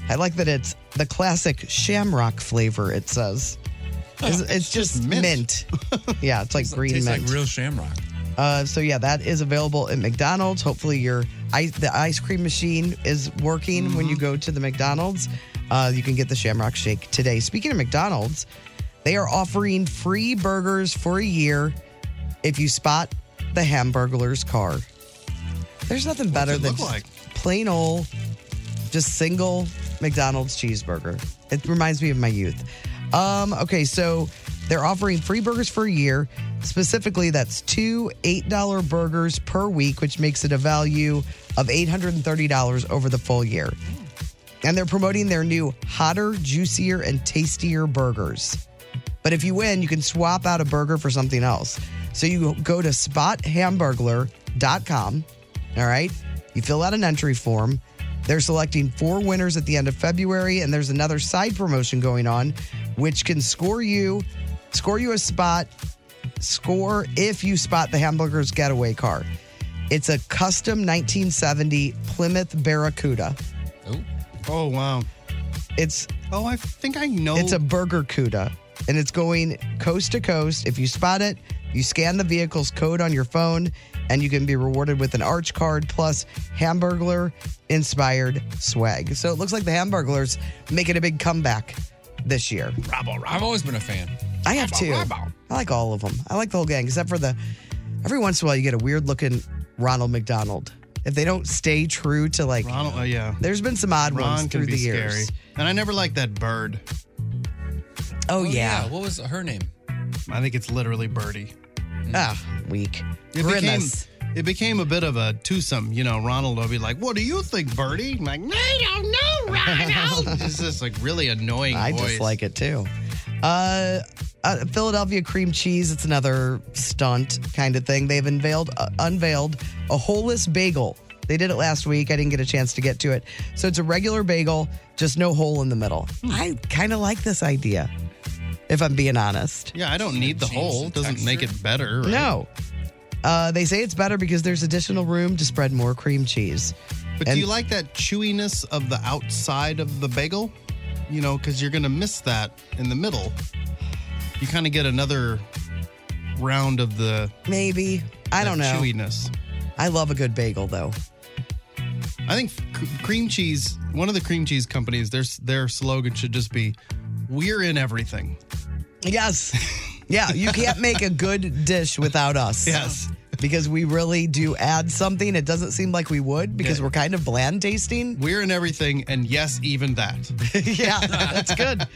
[SPEAKER 3] I like that it's the classic Shamrock flavor, it says. It's, it's just, mint. yeah, it's like green
[SPEAKER 4] Tastes
[SPEAKER 3] mint.
[SPEAKER 4] like real shamrock.
[SPEAKER 3] Uh, so yeah, that is available at McDonald's. Hopefully, your ice, the ice cream machine is working when you go to the McDonald's. Uh, you can get the Shamrock Shake today. Speaking of McDonald's, they are offering free burgers for a year if you spot the Hamburglar's car. There's nothing better
[SPEAKER 5] it
[SPEAKER 3] than
[SPEAKER 5] look
[SPEAKER 3] just
[SPEAKER 5] like?
[SPEAKER 3] plain old, just single McDonald's cheeseburger. It reminds me of my youth. Um, okay, so they're offering free burgers for a year. Specifically, that's two $8 burgers per week, which makes it a value of $830 over the full year. And they're promoting their new hotter, juicier, and tastier burgers. But if you win, you can swap out a burger for something else. So you go to spothamburglar.com. All right. You fill out an entry form. They're selecting four winners at the end of February, and there's another side promotion going on, which can score you, score you a spot, score if you spot the hamburger's getaway car. It's a custom 1970 Plymouth Barracuda.
[SPEAKER 4] Oh,
[SPEAKER 5] oh wow.
[SPEAKER 3] It's
[SPEAKER 5] oh, I think I know.
[SPEAKER 3] It's a burger cuda, and it's going coast to coast. If you spot it, you scan the vehicle's code on your phone, and you can be rewarded with an arch card plus Hamburglar inspired swag. So it looks like the Hamburglars making a big comeback this year.
[SPEAKER 4] I've always been a fan.
[SPEAKER 3] I have two. I like all of them. I like the whole gang, except for the. Every once in a while, you get a weird looking Ronald McDonald. If they don't stay true to like,
[SPEAKER 5] Ronald, oh, yeah.
[SPEAKER 3] there's been some odd
[SPEAKER 5] Ron
[SPEAKER 3] ones
[SPEAKER 5] can
[SPEAKER 3] through
[SPEAKER 5] be
[SPEAKER 3] the
[SPEAKER 5] scary.
[SPEAKER 3] years.
[SPEAKER 5] And I never liked that bird.
[SPEAKER 3] Oh, yeah.
[SPEAKER 4] What was her name?
[SPEAKER 5] I think it's literally Birdie.
[SPEAKER 3] Ah, weak.
[SPEAKER 5] It became, it became a bit of a twosome. You know, Ronald will be like, What do you think, Birdie? I'm like, no, I don't know, Ronald. it's just like really annoying
[SPEAKER 3] I
[SPEAKER 5] voice.
[SPEAKER 3] dislike it too. Uh, uh, Philadelphia cream cheese. It's another stunt kind of thing. They've unveiled uh, unveiled a holeless bagel. They did it last week. I didn't get a chance to get to it. So it's a regular bagel, just no hole in the middle. I kind of like this idea, if I'm being honest.
[SPEAKER 5] Yeah, I don't need the hole. It doesn't make it better. Right?
[SPEAKER 3] No. Uh, they say it's better because there's additional room to spread more cream cheese.
[SPEAKER 5] But do you like that chewiness of the outside of the bagel? You know, because you're going to miss that in the middle. You kind of get another round of the
[SPEAKER 3] maybe I
[SPEAKER 5] that
[SPEAKER 3] don't know.
[SPEAKER 5] chewiness.
[SPEAKER 3] I love a good bagel though.
[SPEAKER 5] I think c- cream cheese. One of the cream cheese companies, their s- their slogan should just be, "We're in everything."
[SPEAKER 3] Yes. Yeah, you can't make a good dish without us.
[SPEAKER 5] Yes.
[SPEAKER 3] Because we really do add something. It doesn't seem like we would because we're kind of bland tasting.
[SPEAKER 5] We're in everything, and yes, even that.
[SPEAKER 3] yeah, that's good.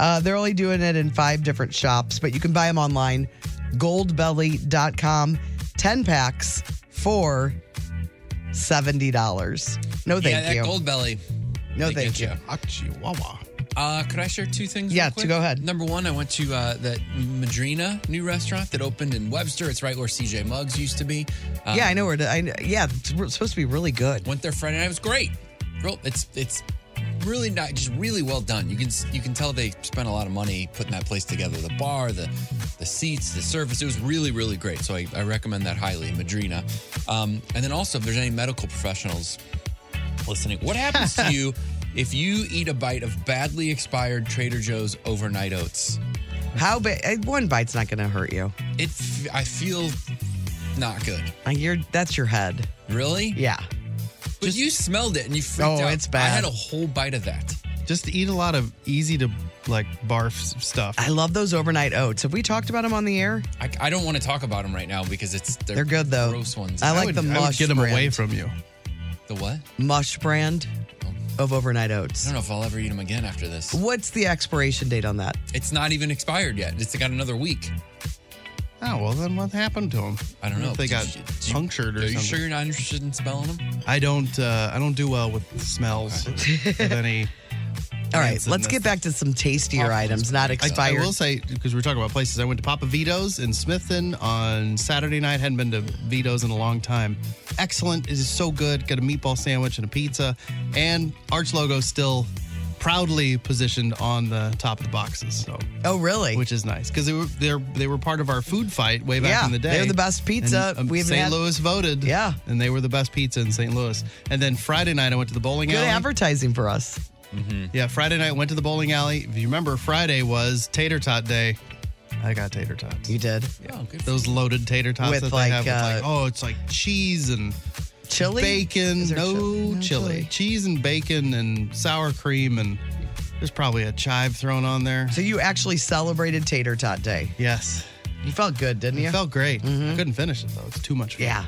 [SPEAKER 3] Uh, they're only doing it in five different shops, but you can buy them online. Goldbelly.com. 10 packs for $70. No, thank
[SPEAKER 4] yeah, that
[SPEAKER 3] you.
[SPEAKER 4] gold belly.
[SPEAKER 3] No, thank you.
[SPEAKER 5] Chihuahua.
[SPEAKER 4] Uh, could I share two things?
[SPEAKER 3] Yeah,
[SPEAKER 4] real
[SPEAKER 3] to
[SPEAKER 4] quick?
[SPEAKER 3] go ahead.
[SPEAKER 4] Number one, I went to uh, that Madrina new restaurant that opened in Webster. It's right where CJ Muggs used to be. Um,
[SPEAKER 3] yeah, I know where to. I, yeah, it's supposed to be really good.
[SPEAKER 4] Went there Friday night. It was great. Real, it's it's really not just really well done. You can you can tell they spent a lot of money putting that place together. The bar, the the seats, the surface. It was really really great. So I, I recommend that highly, Madrina. Um, and then also, if there's any medical professionals listening, what happens to you if you eat a bite of badly expired Trader Joe's overnight oats?
[SPEAKER 3] How big? One bite's not going to hurt you.
[SPEAKER 4] It. I feel not good.
[SPEAKER 3] You're, that's your head.
[SPEAKER 4] Really?
[SPEAKER 3] Yeah.
[SPEAKER 4] But you smelled it and you freaked
[SPEAKER 5] Oh,
[SPEAKER 4] out.
[SPEAKER 5] it's bad.
[SPEAKER 4] I had a whole bite of that.
[SPEAKER 5] Just eat a lot of easy to like barf s- stuff.
[SPEAKER 3] I love those overnight oats. Have we talked about them on the air?
[SPEAKER 4] I, I don't want to talk about them right now because it's they're,
[SPEAKER 3] They're good, though.
[SPEAKER 4] Gross ones.
[SPEAKER 3] I like the mush. brand.
[SPEAKER 5] you.
[SPEAKER 4] The what?
[SPEAKER 3] Mush brand of overnight
[SPEAKER 4] I
[SPEAKER 3] oats.
[SPEAKER 4] don't know if I'll ever eat them again after this.
[SPEAKER 3] What's the expiration date on that?
[SPEAKER 4] It's not even expired yet. It's got another week.
[SPEAKER 5] Oh well, then what happened to them?
[SPEAKER 4] I don't know.
[SPEAKER 5] If they got
[SPEAKER 4] Did you- did you-
[SPEAKER 5] punctured or
[SPEAKER 4] Are you
[SPEAKER 5] something.
[SPEAKER 4] sure you're not interested in smelling them?
[SPEAKER 5] I don't. Uh, I don't do well with smells. with any.
[SPEAKER 3] All right, let's get back to some tastier items, not
[SPEAKER 5] I,
[SPEAKER 3] expired.
[SPEAKER 5] will say because we were talking about places. I went to Papa Vito's in Smithton on Saturday night. Hadn't been to Vito's in a long time. Excellent. It is so good. Got a meatball sandwich and a pizza, and Arch logo still proudly positioned on the top of the boxes. So.
[SPEAKER 3] Oh, really?
[SPEAKER 5] Which is nice because they were they're, they were part of our food fight way back
[SPEAKER 3] Yeah,
[SPEAKER 5] in the day.
[SPEAKER 3] they're the best pizza
[SPEAKER 5] And, um,
[SPEAKER 3] we've
[SPEAKER 5] St.
[SPEAKER 3] had.
[SPEAKER 5] Louis voted. Yeah, and they were the best pizza in St. Louis. And then Friday night, I went to the bowling
[SPEAKER 3] Good
[SPEAKER 5] alley.
[SPEAKER 3] advertising for us.
[SPEAKER 5] Yeah, Friday night went to the bowling alley. If you remember, Friday was tater tot day. I got tater tots. You
[SPEAKER 3] did.
[SPEAKER 4] Oh,
[SPEAKER 5] Yeah, those loaded tater tots
[SPEAKER 3] With
[SPEAKER 5] that
[SPEAKER 3] like,
[SPEAKER 5] they have. with like,
[SPEAKER 3] uh,
[SPEAKER 5] oh, it's like cheese and
[SPEAKER 3] chili,
[SPEAKER 5] bacon. No, chili. cheese and bacon and sour cream and there's probably a chive thrown on there.
[SPEAKER 3] So you actually celebrated Tater Tot Day.
[SPEAKER 5] Yes.
[SPEAKER 3] You felt good, didn't
[SPEAKER 5] It
[SPEAKER 3] you?
[SPEAKER 5] felt great. I couldn't finish it though. It's too much. Food.
[SPEAKER 3] Yeah.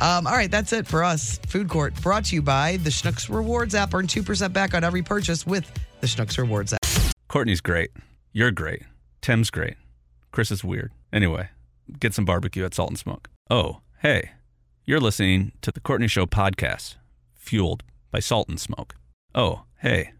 [SPEAKER 3] Um, all right, that's it for us. Food Court brought to you by the Schnucks Rewards app. Earn 2% back on every purchase with the Schnucks Rewards app.
[SPEAKER 1] Courtney's great. You're great. Tim's great. Chris is weird. Anyway, get some barbecue at Salt and Smoke. Oh, hey, you're listening to the Courtney Show podcast, fueled by Salt and Smoke. Oh, hey,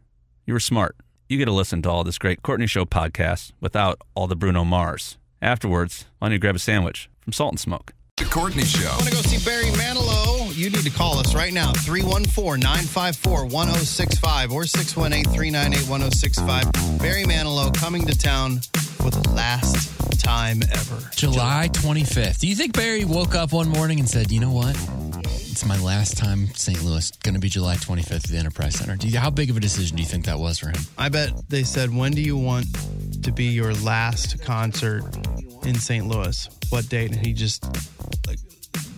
[SPEAKER 1] you were smart. You get to listen to all this great Courtney Show podcast without all the Bruno Mars. Afterwards, why don't you grab a sandwich from Salt and Smoke?
[SPEAKER 6] The Courtney Show.
[SPEAKER 5] want to go see Barry Manilow, you need to call us right now 314 954 1065 or 618 398 1065. Barry Manilow coming to town with last time ever.
[SPEAKER 4] July 25th. Do you think Barry woke up one morning and said, you know what? It's my last time St. Louis. Going to be July 25th at the Enterprise Center. Do you, how big of a decision do you think that was for him?
[SPEAKER 5] I bet they said, When do you want to be your last concert in St. Louis? What date? And he just, like,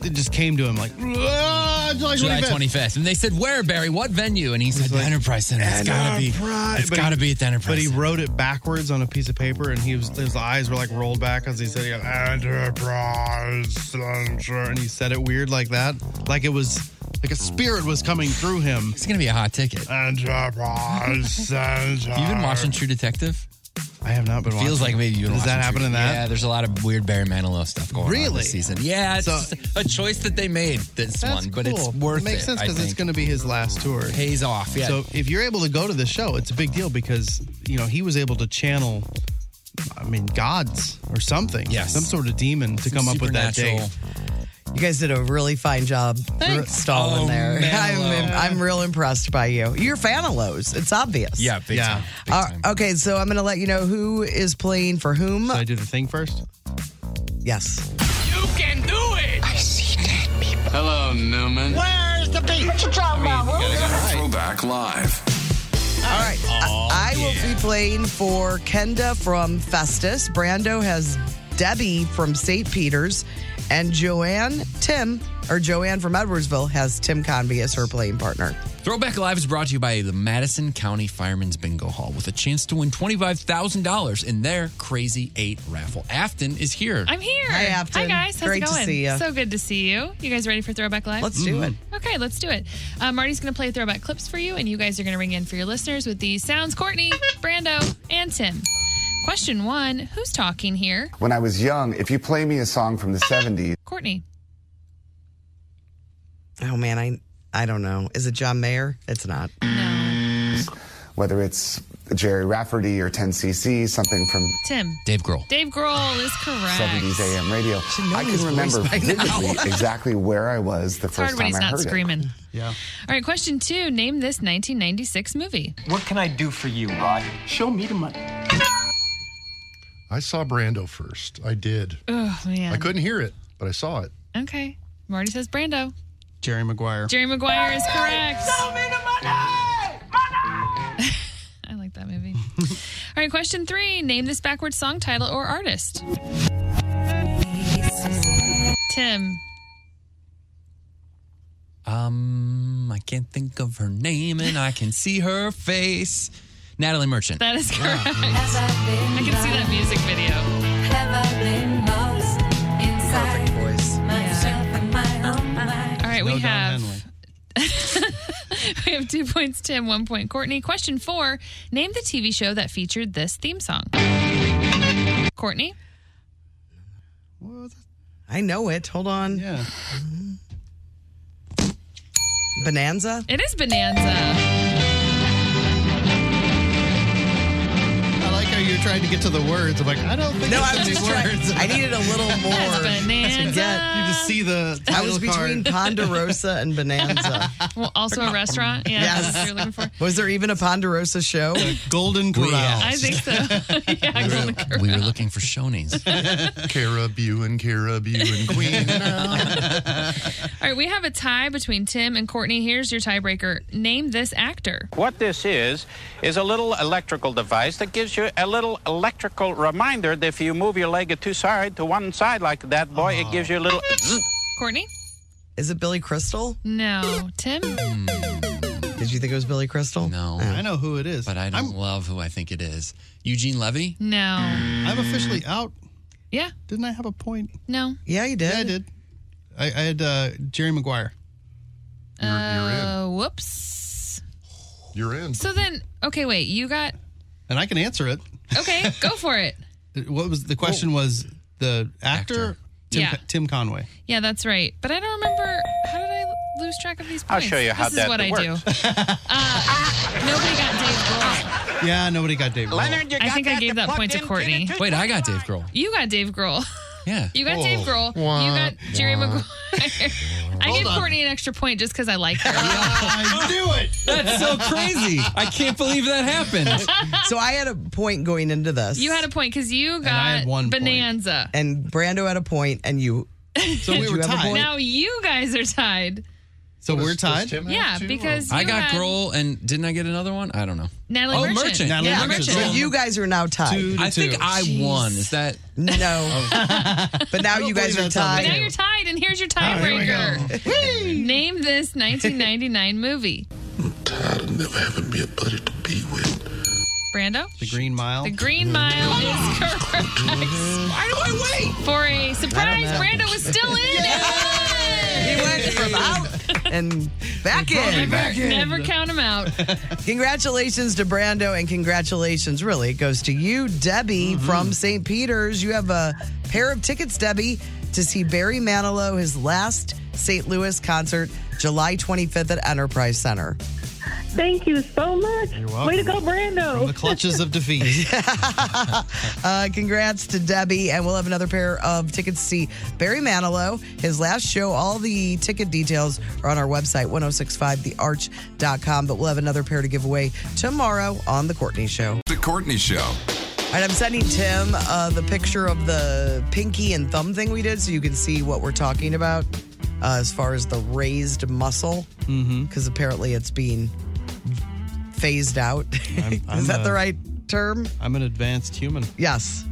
[SPEAKER 5] it just came to him like, "Ah, July 25th.
[SPEAKER 4] And they said, where, Barry? What venue? And he said, the Enterprise Center. It's got to be.
[SPEAKER 5] Enterprise.
[SPEAKER 4] It's
[SPEAKER 5] But
[SPEAKER 4] got to
[SPEAKER 5] he-
[SPEAKER 4] be at the Enterprise
[SPEAKER 5] But he
[SPEAKER 4] Center.
[SPEAKER 5] wrote it backwards on a piece of paper, and he was his eyes were like rolled back as he said "Enterprise Center," and he said it weird like that, like it was like a spirit was coming through him.
[SPEAKER 4] It's gonna be a hot ticket.
[SPEAKER 5] Enterprise Center.
[SPEAKER 4] Have you been watching True Detective?
[SPEAKER 5] I have not been.
[SPEAKER 4] Feels
[SPEAKER 5] watching.
[SPEAKER 4] like maybe you've been
[SPEAKER 5] Does that
[SPEAKER 4] watching
[SPEAKER 5] happen
[SPEAKER 4] True-
[SPEAKER 5] in that?
[SPEAKER 4] Yeah, there's a lot of weird Barry Manilow stuff going on
[SPEAKER 5] Really?
[SPEAKER 4] this season. Yeah, it's
[SPEAKER 5] So-
[SPEAKER 4] just a choice that they made this
[SPEAKER 5] That's
[SPEAKER 4] one, but it's
[SPEAKER 5] cool.
[SPEAKER 4] worth it.
[SPEAKER 5] Makes sense
[SPEAKER 4] I
[SPEAKER 5] because it's
[SPEAKER 4] think.
[SPEAKER 5] going to be his last tour.
[SPEAKER 4] pays off. Yeah.
[SPEAKER 5] So if you're able to go to the show, it's a big deal because you know he was able to channel, I mean, gods or something,
[SPEAKER 4] Yes.
[SPEAKER 5] some sort of demon to come up with that date.
[SPEAKER 4] Supernatural.
[SPEAKER 3] You guys did a really fine job r- stalling
[SPEAKER 4] Oh,
[SPEAKER 3] there.
[SPEAKER 4] Manilow.
[SPEAKER 3] I'm, I'm real impressed by you. You're fan of Lowe's. It's obvious.
[SPEAKER 4] Yeah, big time. Big
[SPEAKER 3] Uh,
[SPEAKER 4] time.
[SPEAKER 3] okay, so I'm going to let you know who is playing for whom.
[SPEAKER 5] Should I do the thing first?
[SPEAKER 3] Yes.
[SPEAKER 10] You can do it! I see dead people.
[SPEAKER 6] Hello, Newman.
[SPEAKER 10] Where's the beat? What you talking about,
[SPEAKER 6] Throwback live.
[SPEAKER 3] All right. I, I will be playing for Kenda from Festus. Brando has Debbie from St. Peter's. And Joanne Tim, or Joanne from Edwardsville, has Tim Convey as her playing partner.
[SPEAKER 4] Throwback Live is brought to you by the Madison County Firemen's Bingo Hall with a chance to win $25,000 in their Crazy 8 raffle. Afton is here.
[SPEAKER 11] I'm here.
[SPEAKER 3] Hi, Afton.
[SPEAKER 11] Hi, guys. How's
[SPEAKER 3] Great
[SPEAKER 11] it
[SPEAKER 3] to
[SPEAKER 11] going?
[SPEAKER 3] see ya.
[SPEAKER 11] So good to see you. You guys ready for Throwback Live?
[SPEAKER 3] Let's do it. Mhm.
[SPEAKER 11] Okay, let's do it. Uh, Marty's going to play Throwback Clips for you, and you guys are going to ring in for your listeners with these sounds Courtney, Brando, and Tim. Question one Who's talking here?
[SPEAKER 12] When I was young, if you play me a song from the 70s,
[SPEAKER 11] Courtney.
[SPEAKER 3] Oh man, I I don't know. Is it John Mayer? It's not.
[SPEAKER 12] whether it's Jerry Rafferty or 10cc, something from
[SPEAKER 11] Tim.
[SPEAKER 4] Dave Grohl.
[SPEAKER 11] Dave Grohl is correct.
[SPEAKER 12] 70s AM radio. I
[SPEAKER 11] his
[SPEAKER 12] can
[SPEAKER 11] voice
[SPEAKER 12] remember
[SPEAKER 11] by now.
[SPEAKER 12] vividly exactly where I was the
[SPEAKER 11] It's hard
[SPEAKER 12] first
[SPEAKER 11] when
[SPEAKER 12] time
[SPEAKER 11] he's
[SPEAKER 12] I
[SPEAKER 11] not
[SPEAKER 12] heard
[SPEAKER 11] screaming.
[SPEAKER 12] it.
[SPEAKER 5] Yeah.
[SPEAKER 11] All right, question two. Name this 1996 movie.
[SPEAKER 13] What can I do for you, Rod?
[SPEAKER 11] Show me the money.
[SPEAKER 14] I saw Brando first. I did.
[SPEAKER 11] Oh, man.
[SPEAKER 14] I couldn't hear it, but I saw it.
[SPEAKER 11] Okay. Marty says Brando.
[SPEAKER 5] Jerry Maguire.
[SPEAKER 11] Jerry Maguire is correct.
[SPEAKER 10] Show me the money!
[SPEAKER 11] I like that movie. All right, question three. Name this backwards song title or artist. Tim.
[SPEAKER 4] Um, I can't think of her name, and I can see her face. Natalie Merchant.
[SPEAKER 11] That is correct. I can see that music video.
[SPEAKER 3] Perfect voice.
[SPEAKER 11] All right, we
[SPEAKER 3] No Don
[SPEAKER 11] have. we have two points, Tim, one point, Courtney. Question four Name the TV show that featured this theme song. Courtney?
[SPEAKER 3] I know it. Hold on. Yeah. Bonanza?
[SPEAKER 11] It is Bonanza.
[SPEAKER 5] I like how you're trying to get to the words. I'm like, I don't think
[SPEAKER 3] No,
[SPEAKER 5] it's
[SPEAKER 3] I was
[SPEAKER 5] any
[SPEAKER 3] just trying-
[SPEAKER 5] words.
[SPEAKER 3] I needed a little more. That's bonanza.
[SPEAKER 5] You just see the.
[SPEAKER 3] I was
[SPEAKER 5] title card.
[SPEAKER 3] between Ponderosa and Bonanza.
[SPEAKER 11] Well, also a restaurant. Yeah, that's what you're looking for.
[SPEAKER 3] Was there even a Ponderosa show?
[SPEAKER 5] Golden
[SPEAKER 3] Corral.
[SPEAKER 11] I think so. yeah, Golden Corral.
[SPEAKER 4] We were looking for Shoney's.
[SPEAKER 14] Caribbean, Caribbean Queen.
[SPEAKER 11] All right, we have a tie between Tim and Courtney. Here's your tiebreaker. Name this actor.
[SPEAKER 13] What this is, is a little electrical device that gives you a little electrical reminder that if you move your leg too side to one side like that, boy, it gives you a little.
[SPEAKER 11] Courtney?
[SPEAKER 3] Is it Billy Crystal?
[SPEAKER 11] No. Tim?
[SPEAKER 3] Did you think it was Billy Crystal?
[SPEAKER 4] No.
[SPEAKER 3] I
[SPEAKER 5] know who it is.
[SPEAKER 4] But I don't love who I think it is. Eugene Levy?
[SPEAKER 11] No.
[SPEAKER 5] I'm officially out.
[SPEAKER 11] Yeah.
[SPEAKER 5] Didn't I have a point?
[SPEAKER 11] No.
[SPEAKER 3] Yeah, you did.
[SPEAKER 5] I did. I, I had uh, Jerry Maguire.
[SPEAKER 11] Uh, whoops.
[SPEAKER 14] You're in.
[SPEAKER 11] So then, okay, wait. You got.
[SPEAKER 5] And I can answer it.
[SPEAKER 11] Okay, go for it.
[SPEAKER 5] What was the question? Was the actor, Tim,
[SPEAKER 11] Yeah.
[SPEAKER 5] Tim Conway?
[SPEAKER 11] Yeah, that's right. But I don't remember. How did I lose track of these points?
[SPEAKER 5] I'll show you how
[SPEAKER 11] this is
[SPEAKER 5] that
[SPEAKER 11] what I do.
[SPEAKER 5] works.
[SPEAKER 11] Uh, nobody got Dave Grohl.
[SPEAKER 5] Yeah, nobody got Dave. Grohl.
[SPEAKER 11] I think I gave that point to Courtney.
[SPEAKER 4] Wait, I got Dave Grohl.
[SPEAKER 11] You got Dave Grohl.
[SPEAKER 4] Yeah.
[SPEAKER 11] You got Dave Grohl. you got Jerry Maguire. I gave Courtney an extra point just because I like her.
[SPEAKER 5] I knew it.
[SPEAKER 4] That's so crazy. I can't believe that happened.
[SPEAKER 3] so I had a point going into this.
[SPEAKER 11] You had a point because you
[SPEAKER 3] I
[SPEAKER 11] got
[SPEAKER 3] had one point.
[SPEAKER 11] Bonanza.
[SPEAKER 3] and Brando had a point, and you.
[SPEAKER 5] So we
[SPEAKER 3] Did
[SPEAKER 5] were
[SPEAKER 3] you have a
[SPEAKER 5] tied.
[SPEAKER 3] point?
[SPEAKER 11] Now you guys are tied.
[SPEAKER 5] So we're tied.
[SPEAKER 11] Tim have Yeah, two, or- because
[SPEAKER 4] I
[SPEAKER 11] you
[SPEAKER 4] got
[SPEAKER 11] had-
[SPEAKER 4] Grohl, and didn't I get another one? I don't know.
[SPEAKER 11] Natalie
[SPEAKER 4] oh,
[SPEAKER 11] Merchant.
[SPEAKER 4] Merchant.
[SPEAKER 11] Natalie Yeah, Merchant. Merchant.
[SPEAKER 3] So you guys are now tied.
[SPEAKER 4] Two to I think two. I won. Is that
[SPEAKER 3] no? but now you guys are
[SPEAKER 11] But now
[SPEAKER 3] tied.
[SPEAKER 11] you're tied, and here's your
[SPEAKER 3] Oh, here we
[SPEAKER 11] tiebreaker. Name this 1999 movie. I'm tired of never having me a buddy to be with. Brando?
[SPEAKER 5] The Green Mile.
[SPEAKER 11] The Green Mile is correct. Why do I wait? For a surprise,
[SPEAKER 3] know.
[SPEAKER 11] Brando was still in.
[SPEAKER 3] He went from out and back in.
[SPEAKER 11] Never, never count him out.
[SPEAKER 3] Congratulations to Brando and congratulations, really, it goes to you, Debbie from St. Peter's. You have a pair of tickets, Debbie, to see Barry Manilow, his last St. Louis concert, July 25th at Enterprise Center.
[SPEAKER 15] Thank you so much. Way to go, Brando.
[SPEAKER 5] From the clutches of defeat.
[SPEAKER 3] uh, congrats to Debbie, and we'll have another pair of tickets to see Barry Manilow, his last show. All the ticket details are on our website, 1065thearch.com, but we'll have another pair to give away tomorrow on The Courtney Show.
[SPEAKER 6] The Courtney Show.
[SPEAKER 3] All right, I'm sending Tim uh, the picture of the pinky and thumb thing we did so you can see what we're talking about uh, as far as the raised muscle, because
[SPEAKER 5] Mm-hmm.
[SPEAKER 3] apparently it's being phased out.
[SPEAKER 5] I'm uh,
[SPEAKER 3] Is that the
[SPEAKER 5] a-
[SPEAKER 3] right term?
[SPEAKER 5] I'm an advanced human.
[SPEAKER 3] Yes.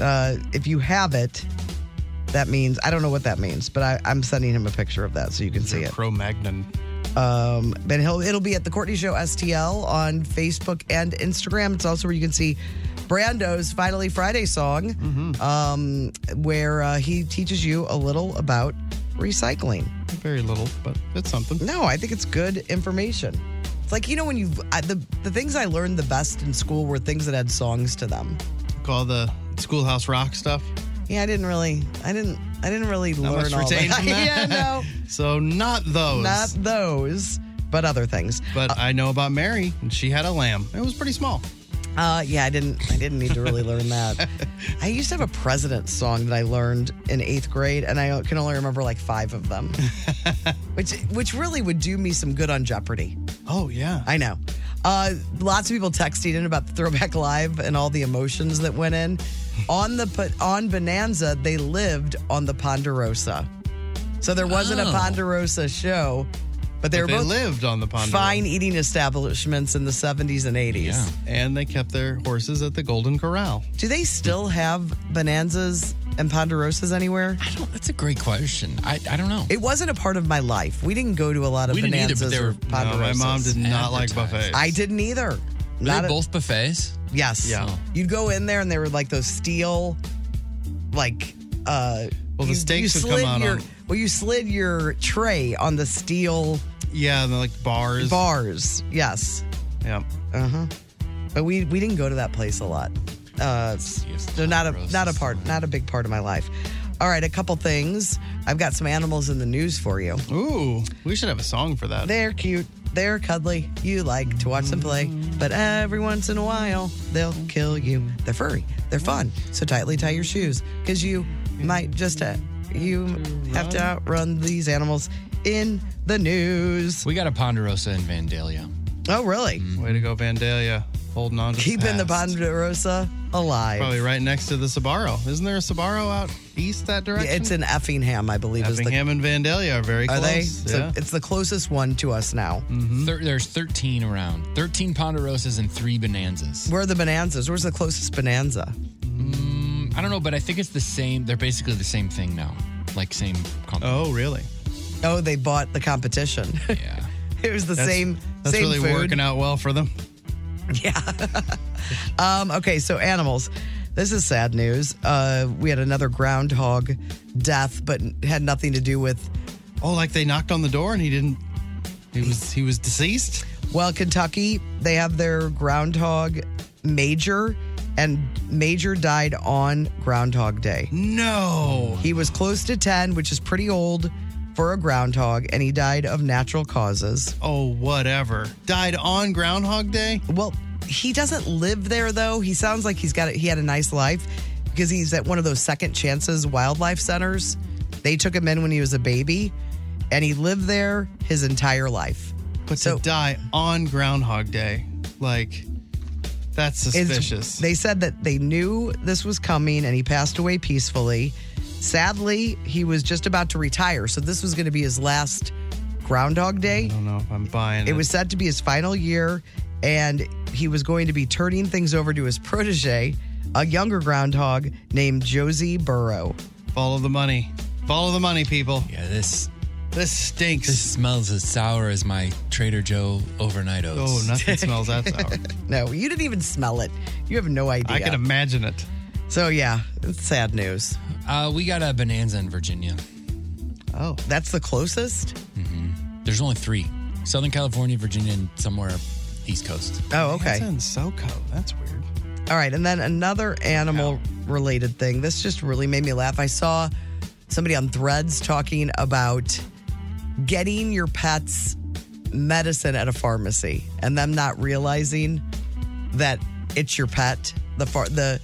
[SPEAKER 3] Uh, if you have it, that means I don't know what that means, but I, I'm sending him a picture of that so you can see it.
[SPEAKER 5] Pro Magnon.
[SPEAKER 3] Um, but he'll it'll be at the Courtney Show STL on Facebook and Instagram. It's also where you can see Brando's Finally Friday song, um, where uh, he teaches you a little about recycling.
[SPEAKER 5] Very little, but it's something.
[SPEAKER 3] No, I think it's good information. It's like you know when you I, the the things I learned the best in school were things that had songs to them.
[SPEAKER 5] Call the schoolhouse rock stuff.
[SPEAKER 3] Yeah, I didn't really, I didn't, I didn't really
[SPEAKER 5] Not
[SPEAKER 3] learn
[SPEAKER 5] much
[SPEAKER 3] all
[SPEAKER 5] retained
[SPEAKER 3] that.
[SPEAKER 5] from that.
[SPEAKER 3] yeah, no,
[SPEAKER 5] So not those.
[SPEAKER 3] not those. but other things.
[SPEAKER 5] But I know about Mary, and she had a lamb. It was pretty small.
[SPEAKER 3] Uh, yeah, I didn't. I didn't need to really learn that. I used to have a president song that I learned in eighth grade, and I can only remember like five of them, which which really would do me some good on Jeopardy.
[SPEAKER 5] Oh yeah,
[SPEAKER 3] I know. Uh, lots of people texting in about the Throwback Live and all the emotions that went in. On the pa- on Bonanza, they lived on the Ponderosa, so there wasn't
[SPEAKER 5] Oh.
[SPEAKER 3] a Ponderosa show, but they
[SPEAKER 5] But
[SPEAKER 3] were
[SPEAKER 5] they
[SPEAKER 3] both
[SPEAKER 5] lived on the Ponderosa.
[SPEAKER 3] fine eating establishments in the seventies and eighties.
[SPEAKER 5] Yeah. And they kept their horses at the Golden Corral.
[SPEAKER 3] Do they still have bonanzas and ponderosas anywhere? I
[SPEAKER 4] don't. That's a great question. I, I don't know.
[SPEAKER 3] It wasn't a part of my life. We didn't go to a lot of
[SPEAKER 4] We didn't either,
[SPEAKER 3] bonanzas
[SPEAKER 4] but they
[SPEAKER 3] or
[SPEAKER 4] were-
[SPEAKER 3] ponderosas.
[SPEAKER 4] No, my mom did not like Advertised. buffets.
[SPEAKER 3] I didn't either.
[SPEAKER 4] Were
[SPEAKER 3] Not
[SPEAKER 4] they
[SPEAKER 3] a-
[SPEAKER 4] both buffets?
[SPEAKER 3] Yes.
[SPEAKER 4] Yeah.
[SPEAKER 3] You'd go in there and they were like those steel, like. uh
[SPEAKER 5] Well, the
[SPEAKER 3] you-
[SPEAKER 5] steaks
[SPEAKER 3] you
[SPEAKER 5] would come
[SPEAKER 3] slid
[SPEAKER 5] out
[SPEAKER 3] your,
[SPEAKER 5] on-
[SPEAKER 3] Well, you slid your tray on the steel.
[SPEAKER 5] Yeah, and like bars.
[SPEAKER 3] Bars. Yes.
[SPEAKER 5] Yep.
[SPEAKER 3] Uh huh. But we we didn't go to that place a lot. Uh, so not a not a part not a big part of my life. All right, a couple things. I've got some animals in the news for you.
[SPEAKER 5] Ooh, we should have a song for that.
[SPEAKER 3] They're cute. They're cuddly. You like to watch them play, but every once in a while they'll kill you. They're furry. They're fun. So tightly tie your shoes because you might just uh, you have to outrun these animals in the news.
[SPEAKER 4] We got a Ponderosa in Vandalia.
[SPEAKER 3] Oh, really?
[SPEAKER 5] Way to go, Vandalia. Holding on to
[SPEAKER 3] Keeping
[SPEAKER 5] the
[SPEAKER 3] the
[SPEAKER 5] past.
[SPEAKER 3] ponderosa alive.
[SPEAKER 5] Probably right next to the Sabaro. Isn't there a Sabaro out east that direction?
[SPEAKER 3] It's in Effingham, I believe. is the-
[SPEAKER 5] Effingham and Vandalia are very
[SPEAKER 3] Are
[SPEAKER 5] close.
[SPEAKER 3] they? So
[SPEAKER 5] Yeah. Mm.
[SPEAKER 3] it's the closest one to us now.
[SPEAKER 4] Thir- there's 13 around. 13 Ponderosas and three Bonanzas.
[SPEAKER 3] Where are the bonanzas? Where's the closest bonanza?
[SPEAKER 4] Mm, I don't know, but I think it's the same. They're basically the same thing now. Like same company.
[SPEAKER 5] Oh, really?
[SPEAKER 3] Oh, they bought the competition.
[SPEAKER 4] Yeah.
[SPEAKER 3] it was the
[SPEAKER 5] That's-
[SPEAKER 3] same.
[SPEAKER 5] That's
[SPEAKER 3] same
[SPEAKER 5] really
[SPEAKER 3] food.
[SPEAKER 5] working out well for them.
[SPEAKER 3] Um, okay, so animals. This is sad news. Uh, we had another groundhog death, but had nothing to do with.
[SPEAKER 5] Oh, like they knocked on the door and he didn't. He was he was deceased.
[SPEAKER 3] Well, Kentucky, they have their groundhog major, and Major died on Groundhog Day.
[SPEAKER 5] No,
[SPEAKER 3] he was close to ten, which is pretty old for a groundhog, and he died of natural causes.
[SPEAKER 5] Oh, whatever. Died on Groundhog Day.
[SPEAKER 3] Well, he doesn't live there though. He sounds like he's got a, he had a nice life because he's at one of those second chances wildlife centers. They took him in when he was a baby, and he lived there his entire life.
[SPEAKER 5] But to die on Groundhog Day, like that's
[SPEAKER 3] It's-
[SPEAKER 5] suspicious.
[SPEAKER 3] They said that they knew this was coming, and he passed away peacefully. Sadly, he was just about to retire, so this was going to be his last Groundhog Day.
[SPEAKER 5] I don't know if I'm buying it.
[SPEAKER 3] It was said to be his final year, and he was going to be turning things over to his protege, a younger groundhog named Josie Burrow.
[SPEAKER 5] Follow the money. Follow the money, people.
[SPEAKER 4] Yeah, this
[SPEAKER 5] this stinks.
[SPEAKER 4] This smells as sour as my Trader Joe overnight oats.
[SPEAKER 5] Oh, nothing smells that sour.
[SPEAKER 3] No, you didn't even smell it. You have no idea.
[SPEAKER 4] I can
[SPEAKER 5] imagine it.
[SPEAKER 3] So yeah, it's sad news.
[SPEAKER 4] Uh, we got a bonanza in Virginia.
[SPEAKER 3] Oh, that's the closest.
[SPEAKER 4] There's only three: Southern California, Virginia, and somewhere East Coast.
[SPEAKER 3] Oh, okay.
[SPEAKER 5] That's in SoCo. That's weird.
[SPEAKER 3] All right, and then another animal related thing. This just really made me laugh. I saw somebody on Threads talking about getting your pets medicine at a pharmacy and them not realizing that it's your pet. The far the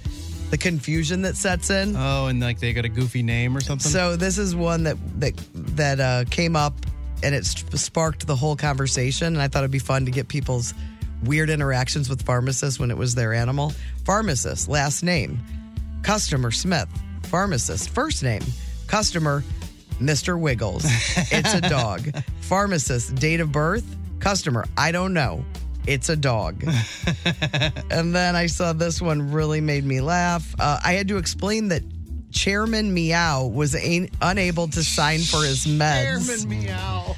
[SPEAKER 3] the confusion that sets in.
[SPEAKER 5] Oh, and like they got a goofy name or something.
[SPEAKER 3] So this is one that that that uh, came up and it sp- sparked the whole conversation. And I thought it'd be fun to get people's weird interactions with pharmacists when it was their animal. Pharmacist, last name. Customer Smith. Pharmacist, first name. Customer, Mr. Wiggles. It's a dog. Pharmacist, date of birth. Customer, I don't know. It's a dog. And then I saw this one really made me laugh. Uh, I had to explain that Chairman Meow was a- unable to sign for his meds.
[SPEAKER 5] Chairman Meow.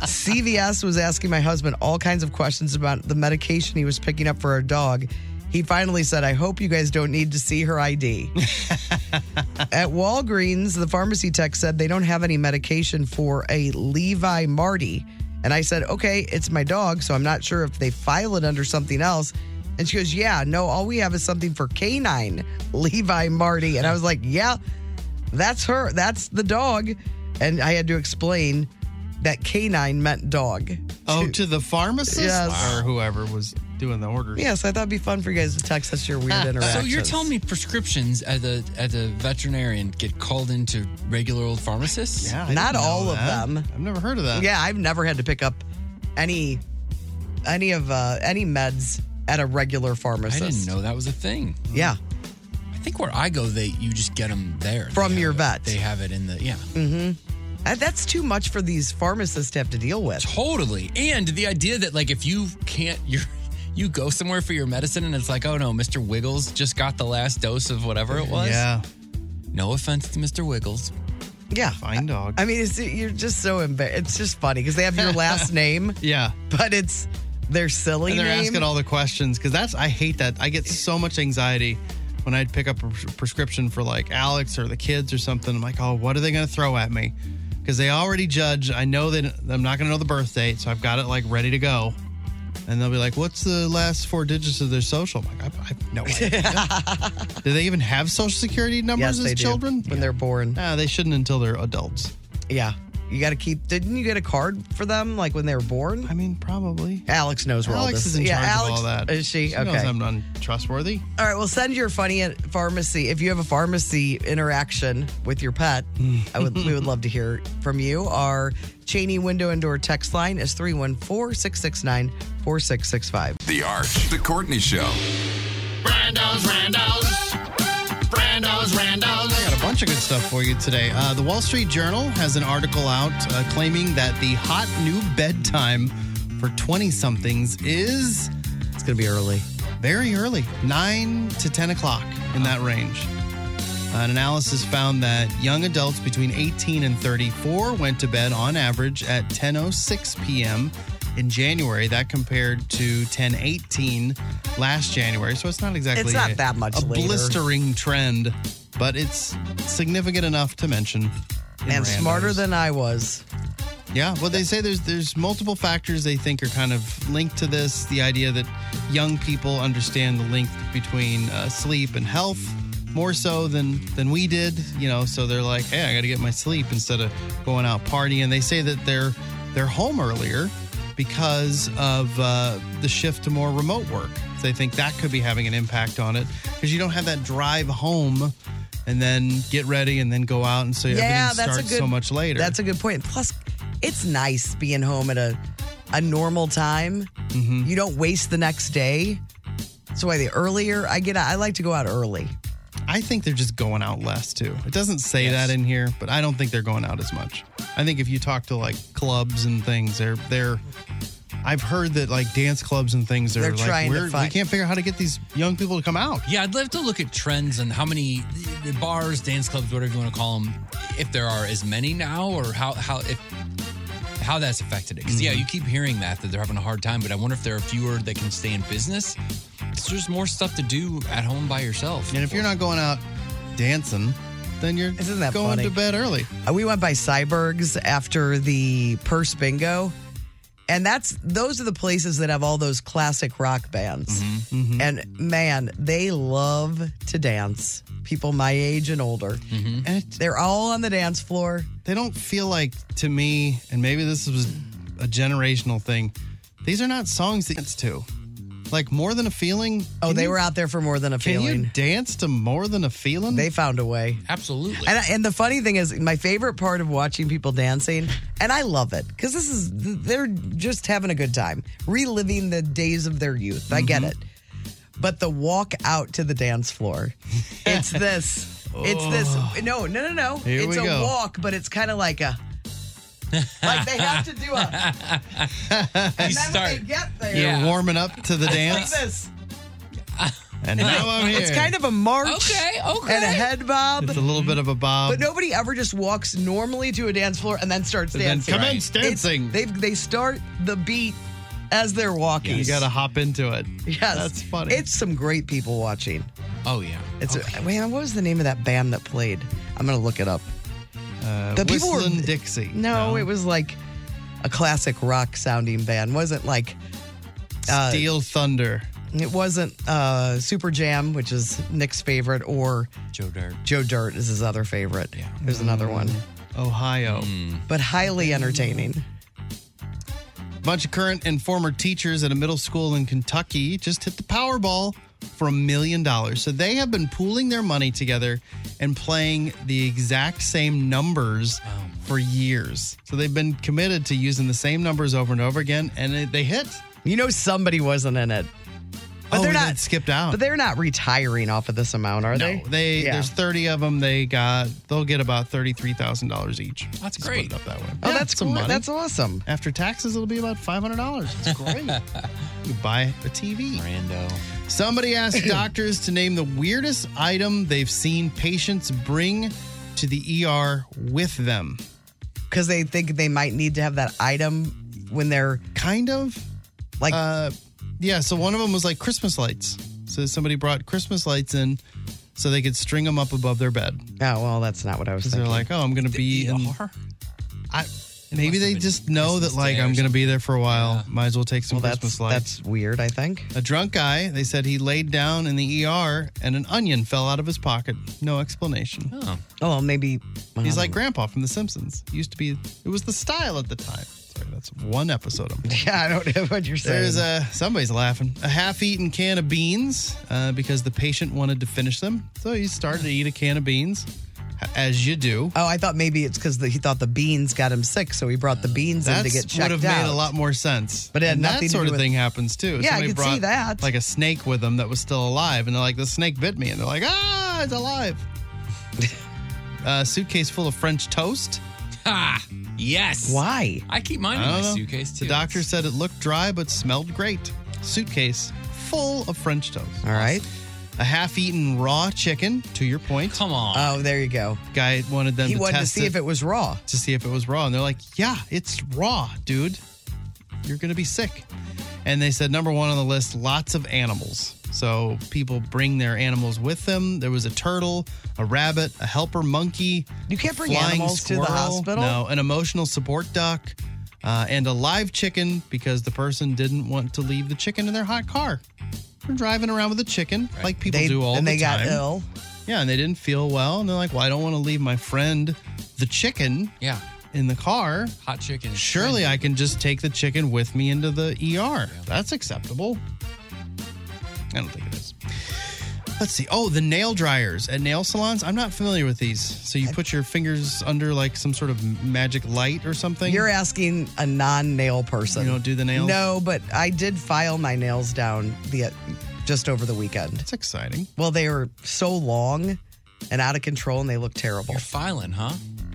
[SPEAKER 3] CVS was asking my husband all kinds of questions about the medication he was picking up for our dog. He finally said, I hope you guys don't need to see her ID. At Walgreens, the pharmacy tech said they don't have any medication for a Levi Marty. And I said, okay, it's my dog, so I'm not sure if they file it under something else. And she goes, yeah, no, all we have is something for canine Levi Marty. And I was like, yeah, that's her. That's the dog. And I had to explain that canine meant dog.
[SPEAKER 5] Oh, to the pharmacist
[SPEAKER 3] Yes.
[SPEAKER 5] or whoever was doing the orders.
[SPEAKER 3] Yes, I thought it'd be fun for you guys to text us your weird interactions.
[SPEAKER 4] So you're telling me prescriptions at the at the veterinarian get called into regular old pharmacists?
[SPEAKER 3] Yeah, I Not didn't know all of that. them.
[SPEAKER 5] I've never heard of that.
[SPEAKER 3] Yeah, I've never had to pick up any any of uh, any meds at a regular pharmacist.
[SPEAKER 4] I didn't know that was a thing.
[SPEAKER 3] Yeah.
[SPEAKER 4] I think where I go, they you just get them there
[SPEAKER 3] From
[SPEAKER 4] They
[SPEAKER 3] your
[SPEAKER 4] have it-
[SPEAKER 3] vet.
[SPEAKER 4] They have it in the yeah.
[SPEAKER 3] Mm-hmm. Uh, That's too much for these pharmacists to have to deal with.
[SPEAKER 4] Totally. And the idea that like if you can't you you go somewhere for your medicine and it's like, oh no, Mr. Wiggles just got the last dose of whatever it was.
[SPEAKER 5] Yeah.
[SPEAKER 4] No offense to Mr. Wiggles.
[SPEAKER 3] Yeah.
[SPEAKER 5] Fine dog.
[SPEAKER 3] I mean, it's, you're just so embarrassed. It's just funny because they have your last name,
[SPEAKER 5] Yeah.
[SPEAKER 3] but it's their silly
[SPEAKER 5] And they're
[SPEAKER 3] name.
[SPEAKER 5] asking all the questions because that's I hate that. I get so much anxiety when I'd pick up a pres- prescription for like Alex or the kids or something. I'm like, oh, what are they going to throw at me? Because they already judge. I know that I'm not going to know the birth date, so I've got it like ready to go. And they'll be like, "What's the last four digits of their social?" I'm like, "I, I have no idea." do they even have social security
[SPEAKER 3] Yes,
[SPEAKER 5] numbers
[SPEAKER 3] they
[SPEAKER 5] as
[SPEAKER 3] do,
[SPEAKER 5] children
[SPEAKER 3] when they're born?
[SPEAKER 5] Nah, they shouldn't until they're adults.
[SPEAKER 3] Yeah. You got to keep. Didn't you get a card for them like when they were born? I
[SPEAKER 5] mean, probably.
[SPEAKER 3] Alex knows where all
[SPEAKER 5] Alex
[SPEAKER 3] this
[SPEAKER 5] is in
[SPEAKER 3] yeah,
[SPEAKER 5] charge
[SPEAKER 3] Alex,
[SPEAKER 5] of all that.
[SPEAKER 3] Is she?
[SPEAKER 5] She
[SPEAKER 3] okay.
[SPEAKER 5] knows I'm untrustworthy.
[SPEAKER 3] All right, well, send your funny pharmacy. If you have a pharmacy interaction with your pet, I would, we would love to hear from you. Our Cheney window and door text line is 314 669 4665.
[SPEAKER 6] The Arch. The Courtney Show.
[SPEAKER 10] Brando's, Brando's. Brando's,
[SPEAKER 5] I
[SPEAKER 10] Brando's.
[SPEAKER 5] got a bunch of good stuff for you today. Uh, the Wall Street Journal has an article out uh, claiming that the hot new bedtime for 20 somethings is.
[SPEAKER 3] It's going to be early.
[SPEAKER 5] Very early, 9 to 10 o'clock in that range. Uh, An analysis found that young adults between 18 and 34 went to bed on average at 10:06 p.m. in January. That compared to 10:18 last January. So it's not exactly
[SPEAKER 3] It's not
[SPEAKER 5] a-
[SPEAKER 3] that much
[SPEAKER 5] a
[SPEAKER 3] later.
[SPEAKER 5] blistering trend, but it's significant enough to mention. in
[SPEAKER 3] And
[SPEAKER 5] randos.
[SPEAKER 3] smarter than I was.
[SPEAKER 5] Yeah, well, they say there's there's multiple factors they think are kind of linked to this. The idea that young people understand the link between uh, sleep and health more so than than we did. You know, so they're like, hey, I got to get my sleep instead of going out partying. They say that they're they're home earlier because of uh, the shift to more remote work. So they think that could be having an impact on it because you don't have that drive home. And then get ready, and then go out, and so
[SPEAKER 3] yeah,
[SPEAKER 5] everything
[SPEAKER 3] that's a
[SPEAKER 5] starts
[SPEAKER 3] good,
[SPEAKER 5] so much later.
[SPEAKER 3] That's a good point. Plus, it's nice being home at a, a normal time.
[SPEAKER 5] Mm-hmm.
[SPEAKER 3] You don't waste the next day. So, why the earlier I get out, I like to go out early.
[SPEAKER 5] I think they're just going out less too. It doesn't say that in here, but I don't think they're going out as much. I think if you talk to like clubs and things, they're they're. I've heard that like dance clubs and things are
[SPEAKER 3] They're
[SPEAKER 5] like
[SPEAKER 3] trying to
[SPEAKER 5] "We're- we
[SPEAKER 3] find-
[SPEAKER 5] can't figure out how to get these young people to come out.
[SPEAKER 4] Yeah, I'd love to look at trends and how many the bars, dance clubs, whatever you want to call them, if there are as many now, or how how if how that's affected it. Because
[SPEAKER 3] Mm-hmm.
[SPEAKER 4] yeah, you keep hearing that that they're having a hard time, but I wonder if there are fewer that can stay in business. 'Cause There's more stuff to do at home by yourself.
[SPEAKER 5] And if you're not going out dancing, then you're
[SPEAKER 3] Isn't that
[SPEAKER 5] going
[SPEAKER 3] funny?
[SPEAKER 5] to bed early.
[SPEAKER 3] Uh, We went by Cybergs after the purse bingo. And that's those are the places that have all those classic rock bands.
[SPEAKER 5] Mm-hmm,
[SPEAKER 3] And man, they love to dance. People my age and older.
[SPEAKER 5] And it-
[SPEAKER 3] They're all on the dance floor.
[SPEAKER 5] they don't feel like to me, and maybe this was a generational thing. These are not songs that dance to. Like more than a feeling.
[SPEAKER 3] Oh,
[SPEAKER 5] can
[SPEAKER 3] they
[SPEAKER 5] you-
[SPEAKER 3] were out there for more than a
[SPEAKER 5] Can
[SPEAKER 3] feeling.
[SPEAKER 5] you dance to more than a feeling?
[SPEAKER 3] They found a way.
[SPEAKER 4] Absolutely.
[SPEAKER 3] And, I- and the funny thing is, my favorite part of watching people dancing, and I love it because this is, they're just having a good time, reliving the days of their youth. I
[SPEAKER 5] Mm-hmm.
[SPEAKER 3] get it. But the walk out to the dance floor, it's this. It's this. No, no, no, no.
[SPEAKER 5] Oh. Here
[SPEAKER 3] it's
[SPEAKER 5] we
[SPEAKER 3] a
[SPEAKER 5] go.
[SPEAKER 3] walk, but it's kind of like a, like they have to do a, and then when they get there,
[SPEAKER 5] You're warming up to the
[SPEAKER 3] it's
[SPEAKER 5] dance.
[SPEAKER 3] Like this.
[SPEAKER 5] And now I'm here.
[SPEAKER 3] It's kind of a march
[SPEAKER 10] Okay, okay.
[SPEAKER 3] and a head bob.
[SPEAKER 5] It's a little bit of a bob.
[SPEAKER 3] But nobody ever just walks normally to a dance floor and then starts
[SPEAKER 5] Um, And then
[SPEAKER 3] dancing.
[SPEAKER 5] commence
[SPEAKER 3] It's-
[SPEAKER 5] dancing.
[SPEAKER 3] They they start the beat as they're walking.
[SPEAKER 5] You got to hop into it.
[SPEAKER 3] Yes,
[SPEAKER 5] That's funny.
[SPEAKER 3] It's some great people watching.
[SPEAKER 4] Oh yeah.
[SPEAKER 3] It's man, what was the name of that band that played? I'm gonna look it up.
[SPEAKER 5] Uh,
[SPEAKER 3] the people were-
[SPEAKER 5] Whistling Dixie.
[SPEAKER 3] No, it was like a classic rock sounding band. wasn't like uh,
[SPEAKER 5] Steel Thunder.
[SPEAKER 3] It wasn't uh, Super Jam, which is Nick's favorite, or
[SPEAKER 4] Joe Dirt.
[SPEAKER 3] Joe
[SPEAKER 5] Mm-hmm.
[SPEAKER 3] Dirt is his other favorite. Yeah, there's another one,
[SPEAKER 5] Ohio.
[SPEAKER 3] but highly entertaining.
[SPEAKER 5] bunch of current and former teachers at a middle school in Kentucky just hit the Powerball for a million dollars. So they have been pooling their money together and playing the exact same numbers
[SPEAKER 3] Oh,
[SPEAKER 5] for years. So they've been committed to using the same numbers over and over again, and it, they hit.
[SPEAKER 3] You know, somebody wasn't in it.
[SPEAKER 5] But they're not Oh, skipped out.
[SPEAKER 3] But they're not retiring off of this amount, are they?
[SPEAKER 5] No, they
[SPEAKER 3] Yeah.
[SPEAKER 5] there's 30 of them. They got they'll get about thirty-three thousand dollars each. That's
[SPEAKER 3] great.
[SPEAKER 5] Split it up that way.
[SPEAKER 3] Oh, that's cool. That's awesome.
[SPEAKER 5] After taxes, it'll be about five hundred dollars. It's great. you buy a TV. Rando. Somebody asked doctors to name the weirdest item they've seen patients bring to the ER with them.
[SPEAKER 3] Because they think they might need to have that item when they're
[SPEAKER 5] kind of
[SPEAKER 3] like
[SPEAKER 5] uh, yeah so one of them was like christmas lights so somebody brought christmas lights in so they could string them up above their bed
[SPEAKER 3] oh well that's not what i was
[SPEAKER 5] they're
[SPEAKER 3] thinking.
[SPEAKER 5] like oh i'm gonna be in I,
[SPEAKER 3] must
[SPEAKER 5] maybe
[SPEAKER 3] have
[SPEAKER 5] they
[SPEAKER 3] been
[SPEAKER 5] just know that like i'm gonna be there for a while might as well take some christmas lights
[SPEAKER 3] that's weird i think
[SPEAKER 5] a drunk guy they said he laid down in the er and an onion fell out of his pocket no explanation
[SPEAKER 3] Oh. well, maybe
[SPEAKER 5] he's like grandpa from the simpsons used to be it was the style at the time sorry that's one episode i'm
[SPEAKER 3] yeah i don't know what you're saying
[SPEAKER 5] There's a somebody's laughing. A half-eaten can of beans uh, because the patient wanted to finish them, so he started to eat a can of beans, h- as you do.
[SPEAKER 3] Oh, I thought maybe it's because he thought the beans got him sick, so he brought the beans in
[SPEAKER 5] That
[SPEAKER 3] to get checked
[SPEAKER 5] would have
[SPEAKER 3] out.
[SPEAKER 5] made a lot more sense.
[SPEAKER 3] But it had
[SPEAKER 5] And
[SPEAKER 3] nothing
[SPEAKER 5] that
[SPEAKER 3] to
[SPEAKER 5] sort
[SPEAKER 3] do
[SPEAKER 5] of
[SPEAKER 3] with-
[SPEAKER 5] thing happens
[SPEAKER 3] Yeah,
[SPEAKER 5] too.
[SPEAKER 3] I
[SPEAKER 5] Somebody
[SPEAKER 3] could see
[SPEAKER 5] brought,
[SPEAKER 3] that.
[SPEAKER 5] Like a snake with them that was still alive, and they're like, "The snake bit me," and they're like, "Ah, it's alive." a suitcase full of French toast.
[SPEAKER 4] Ah, yes.
[SPEAKER 3] Why?
[SPEAKER 4] I keep mine in
[SPEAKER 5] I
[SPEAKER 4] my
[SPEAKER 3] Uh-huh.
[SPEAKER 5] don't know.
[SPEAKER 4] suitcase too.
[SPEAKER 5] The doctor said it looked dry but smelled great. Suitcase full of French toast.
[SPEAKER 3] All right.
[SPEAKER 5] A half-eaten raw chicken. To your point. Come on.
[SPEAKER 3] Oh, there you go.
[SPEAKER 5] Guy wanted them
[SPEAKER 3] He
[SPEAKER 5] to
[SPEAKER 3] wanted to
[SPEAKER 5] test
[SPEAKER 3] see if it was raw.
[SPEAKER 5] To see if it was raw, and they're like, "Yeah, it's raw, dude. You're gonna be sick." And they said number one on the list, lots of animals. So people bring their animals with them. There was a turtle, a rabbit, a helper monkey.
[SPEAKER 3] You can't bring
[SPEAKER 5] flying
[SPEAKER 3] animals to the
[SPEAKER 5] squirrel.
[SPEAKER 3] hospital?
[SPEAKER 5] No, an emotional support duck, uh, and a live chicken because the person didn't want to leave the chicken in their hot car. They're driving around with a chicken like people
[SPEAKER 3] They-
[SPEAKER 5] do all
[SPEAKER 3] and
[SPEAKER 5] the
[SPEAKER 3] they
[SPEAKER 5] time.
[SPEAKER 3] got ill.
[SPEAKER 5] Yeah, and they didn't feel well. And they're like, well, I don't want to leave my friend the chicken
[SPEAKER 4] yeah.
[SPEAKER 5] in the car.
[SPEAKER 4] Hot chicken. is
[SPEAKER 5] Surely I can just take the chicken with me into the ER. That's acceptable. I don't think it is. Let's see. Oh, the nail dryers at nail salons. I'm not familiar with these. So you put your fingers under like some sort of magic light or something.
[SPEAKER 3] You're asking a non-nail person.
[SPEAKER 5] You don't do the nails?
[SPEAKER 3] No, but I did file my nails down the just over the weekend. It's
[SPEAKER 5] exciting.
[SPEAKER 3] Well, they were so long and out of control, and they look terrible.
[SPEAKER 4] Filing, huh?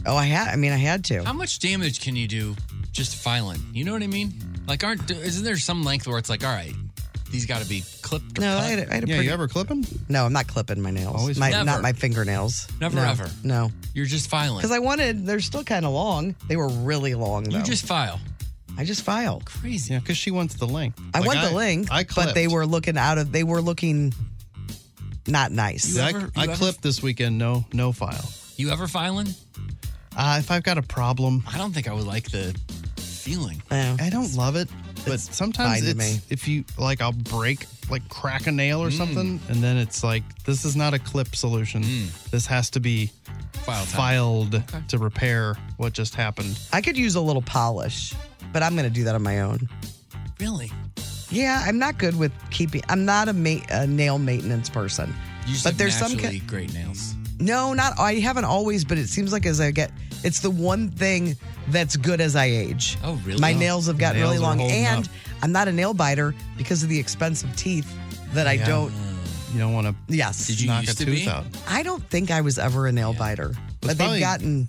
[SPEAKER 3] Oh, I had. I mean, I had to.
[SPEAKER 4] How much damage can you do just filing? You know what I mean? Like, aren't isn't there some length where it's like, all right, these got to be clipped? Or
[SPEAKER 3] No,
[SPEAKER 4] cut?
[SPEAKER 3] I had, I had a
[SPEAKER 4] Yeah, you
[SPEAKER 3] pretty,
[SPEAKER 4] ever
[SPEAKER 5] clipping?
[SPEAKER 3] No, I'm not clipping my nails.
[SPEAKER 4] Always
[SPEAKER 3] my,
[SPEAKER 4] clipping.
[SPEAKER 3] Not
[SPEAKER 4] Never.
[SPEAKER 3] my fingernails.
[SPEAKER 4] Never,
[SPEAKER 3] no,
[SPEAKER 4] ever.
[SPEAKER 3] No,
[SPEAKER 4] You're just filing.
[SPEAKER 3] because I wanted. They're still kind of long. They were really long. Though.
[SPEAKER 4] you just file.
[SPEAKER 3] I just filed.
[SPEAKER 4] Crazy.
[SPEAKER 5] Yeah, because she wants the length.
[SPEAKER 3] I
[SPEAKER 5] Like,
[SPEAKER 3] want the length,
[SPEAKER 5] I
[SPEAKER 3] but they
[SPEAKER 5] clipped.
[SPEAKER 3] were looking out of. They were looking not nice.
[SPEAKER 5] I, I clipped this weekend. No, no file.
[SPEAKER 4] You ever filing?
[SPEAKER 5] Uh, if I've got a problem,
[SPEAKER 4] I don't think I would like the feeling.
[SPEAKER 5] I don't love it, but sometimes
[SPEAKER 4] fine to
[SPEAKER 5] it's
[SPEAKER 4] me. Mm.
[SPEAKER 5] if you like, I'll break, like crack a nail or something, and then it's like this is not a clip solution. This has to be
[SPEAKER 4] Mm. File time.
[SPEAKER 5] filed to repair what just happened.
[SPEAKER 3] I could use a little polish, but I'm going to do that on my own.
[SPEAKER 4] Really?
[SPEAKER 3] Yeah, I'm not good with keeping. I'm not a, ma- a nail maintenance person.
[SPEAKER 4] You just
[SPEAKER 3] but
[SPEAKER 4] have
[SPEAKER 3] there's some.
[SPEAKER 4] naturally
[SPEAKER 3] ca-
[SPEAKER 4] great nails.
[SPEAKER 3] no, not I haven't always, but it seems like as I get, it's the one thing that's good as I age.
[SPEAKER 4] Oh, really?
[SPEAKER 3] My
[SPEAKER 4] Oh.
[SPEAKER 3] nails have gotten
[SPEAKER 4] Nails
[SPEAKER 3] really
[SPEAKER 4] are
[SPEAKER 3] long,
[SPEAKER 4] holding
[SPEAKER 3] and
[SPEAKER 4] up.
[SPEAKER 3] I'm not a nail biter because of the expensive teeth that I
[SPEAKER 5] Yeah.
[SPEAKER 3] don't.
[SPEAKER 5] You don't want to
[SPEAKER 3] Yes.
[SPEAKER 5] knock a tooth out.
[SPEAKER 3] I don't think I was ever a nail biter, but
[SPEAKER 5] probably-
[SPEAKER 3] they've gotten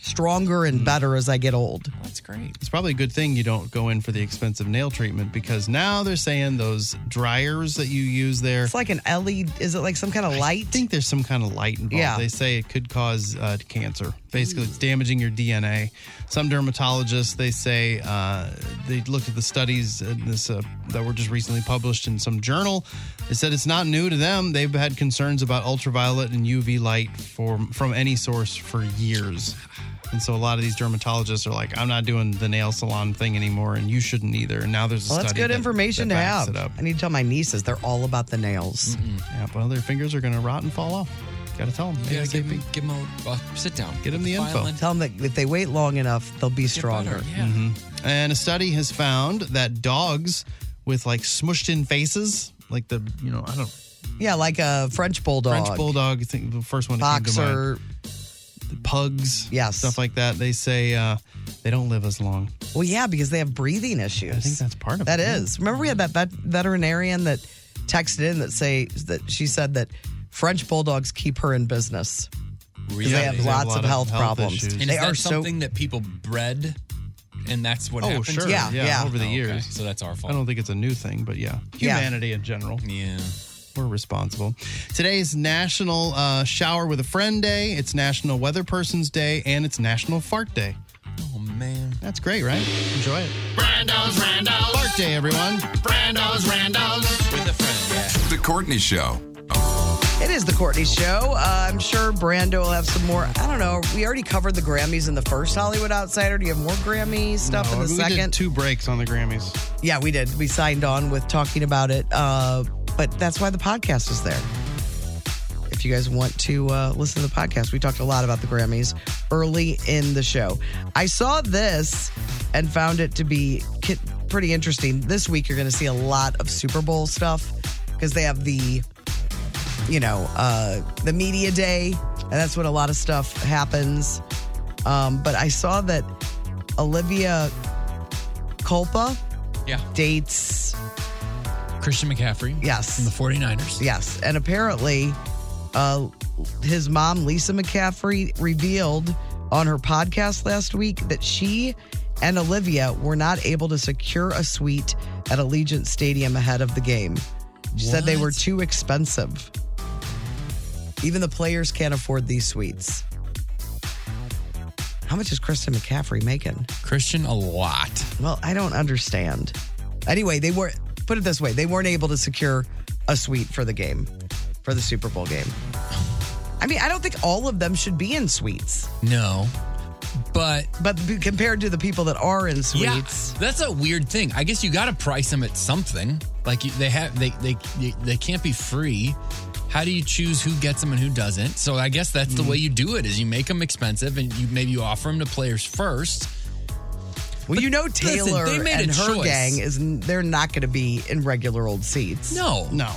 [SPEAKER 3] stronger
[SPEAKER 5] Mm.
[SPEAKER 3] and better as I get old.
[SPEAKER 4] That's great.
[SPEAKER 5] It's probably a good thing you don't go in for the expensive nail treatment because now they're saying those dryers that you use there. It's
[SPEAKER 3] like an LED. Is it like some kind of light? I
[SPEAKER 5] think there's some kind of light involved.
[SPEAKER 3] Yeah.
[SPEAKER 5] They say it could cause uh, cancer. Basically, it's damaging your DNA. Some dermatologists they say uh, they looked at the studies in this uh, that were just recently published in some journal. They said it's not new to them. They've had concerns about ultraviolet and UV light from from any source for years. And so a lot of these dermatologists are like, I'm not doing the nail salon thing anymore, and you shouldn't either. And now there's a
[SPEAKER 3] Well, that's
[SPEAKER 5] study
[SPEAKER 3] good
[SPEAKER 5] that-
[SPEAKER 3] information
[SPEAKER 5] that
[SPEAKER 3] to
[SPEAKER 5] backs
[SPEAKER 3] have.
[SPEAKER 5] it up.
[SPEAKER 3] I need to tell my nieces they're all about the nails.
[SPEAKER 5] Yeah, well, their fingers are going to rot and fall off. Gotta tell them.
[SPEAKER 4] You gotta give him, give him a uh, sit down.
[SPEAKER 5] Get them the info.
[SPEAKER 4] Violin.
[SPEAKER 3] Tell them that if they wait long enough, they'll be stronger.
[SPEAKER 5] Mhm. And a study has found that dogs with like smushed in faces, like the, you know, I don't
[SPEAKER 3] Yeah, like a French bulldog.
[SPEAKER 5] French bulldog, I think the first one that came to
[SPEAKER 3] Boxer.
[SPEAKER 5] mind. The pugs. Yes. Stuff like that. They say uh, they don't live as long.
[SPEAKER 3] Well, yeah, because they have breathing issues. I think that's
[SPEAKER 5] part of
[SPEAKER 3] That
[SPEAKER 5] it, yeah.
[SPEAKER 3] is. Remember, we had that vet- veterinarian that texted in that say that she said that French bulldogs keep her in business because they have lots of health, problems.
[SPEAKER 4] And
[SPEAKER 3] They
[SPEAKER 4] is that
[SPEAKER 3] are so
[SPEAKER 4] something that people bred, and that's what
[SPEAKER 5] oh,
[SPEAKER 4] happened?
[SPEAKER 5] sure. Oh,
[SPEAKER 4] to
[SPEAKER 5] Yeah,
[SPEAKER 4] them?
[SPEAKER 5] Over the
[SPEAKER 4] Okay,
[SPEAKER 5] years.
[SPEAKER 4] so that's our fault.
[SPEAKER 5] I don't think it's a new thing, but yeah.
[SPEAKER 4] Yeah.
[SPEAKER 5] Humanity in general. Yeah. We're responsible. Today's National uh, Shower with a Friend Day. It's National Weather Person's Day, and it's National Fart Day.
[SPEAKER 4] Oh man,
[SPEAKER 5] that's great, right? Enjoy it.
[SPEAKER 10] Brando's Randos.
[SPEAKER 5] Fart Day, everyone.
[SPEAKER 10] Brando's Randos. With a friend.
[SPEAKER 6] The Courtney Show.
[SPEAKER 3] It is the Courtney Show. Uh, I'm sure Brando will have some more. I don't know. We already covered the Grammys in the first Hollywood Outsider. Do you have more Grammy stuff in
[SPEAKER 5] we
[SPEAKER 3] the
[SPEAKER 5] did
[SPEAKER 3] second?
[SPEAKER 5] two breaks on the Grammys.
[SPEAKER 3] Yeah, we did. We signed on with talking about it. Uh, but that's why the podcast is there. If you guys want to uh, listen to the podcast, we talked a lot about the Grammys early in the show. I saw this and found it to be ki- pretty interesting. This week, you're going to see a lot of Super Bowl stuff because they have the you know, uh, the media day, and that's when a lot of stuff happens. Um, but I saw that Olivia Culpa
[SPEAKER 4] Yeah.
[SPEAKER 3] dates
[SPEAKER 4] Christian McCaffrey.
[SPEAKER 3] Yes. From
[SPEAKER 4] the 49ers.
[SPEAKER 3] Yes. And apparently, uh, his mom, Lisa McCaffrey, revealed on her podcast last week that she and Olivia were not able to secure a suite at Allegiant Stadium ahead of the game. She said they were too expensive. Even the players can't afford these suites. How much is Kristen McCaffrey making?
[SPEAKER 4] Christian, a lot.
[SPEAKER 3] Well, I don't understand. Anyway, they were put it this way: they weren't able to secure a suite for the game, for the Super Bowl game. I mean, I don't think all of them should be in suites,
[SPEAKER 4] No. But
[SPEAKER 3] but b- compared to the people that are in suites,
[SPEAKER 4] Yeah, that's a weird thing. I guess you got to price them at something. Like you, they have, they, they they they can't be free. How do you choose who gets them and who doesn't? So I guess that's the way you do it: is you make them expensive, and you maybe you offer them to players first.
[SPEAKER 3] well, you know
[SPEAKER 4] listen, they
[SPEAKER 3] Taylor
[SPEAKER 4] made a
[SPEAKER 3] and her
[SPEAKER 4] choice.
[SPEAKER 3] gang is—they're not going to be in regular old seats.
[SPEAKER 4] No,
[SPEAKER 5] no,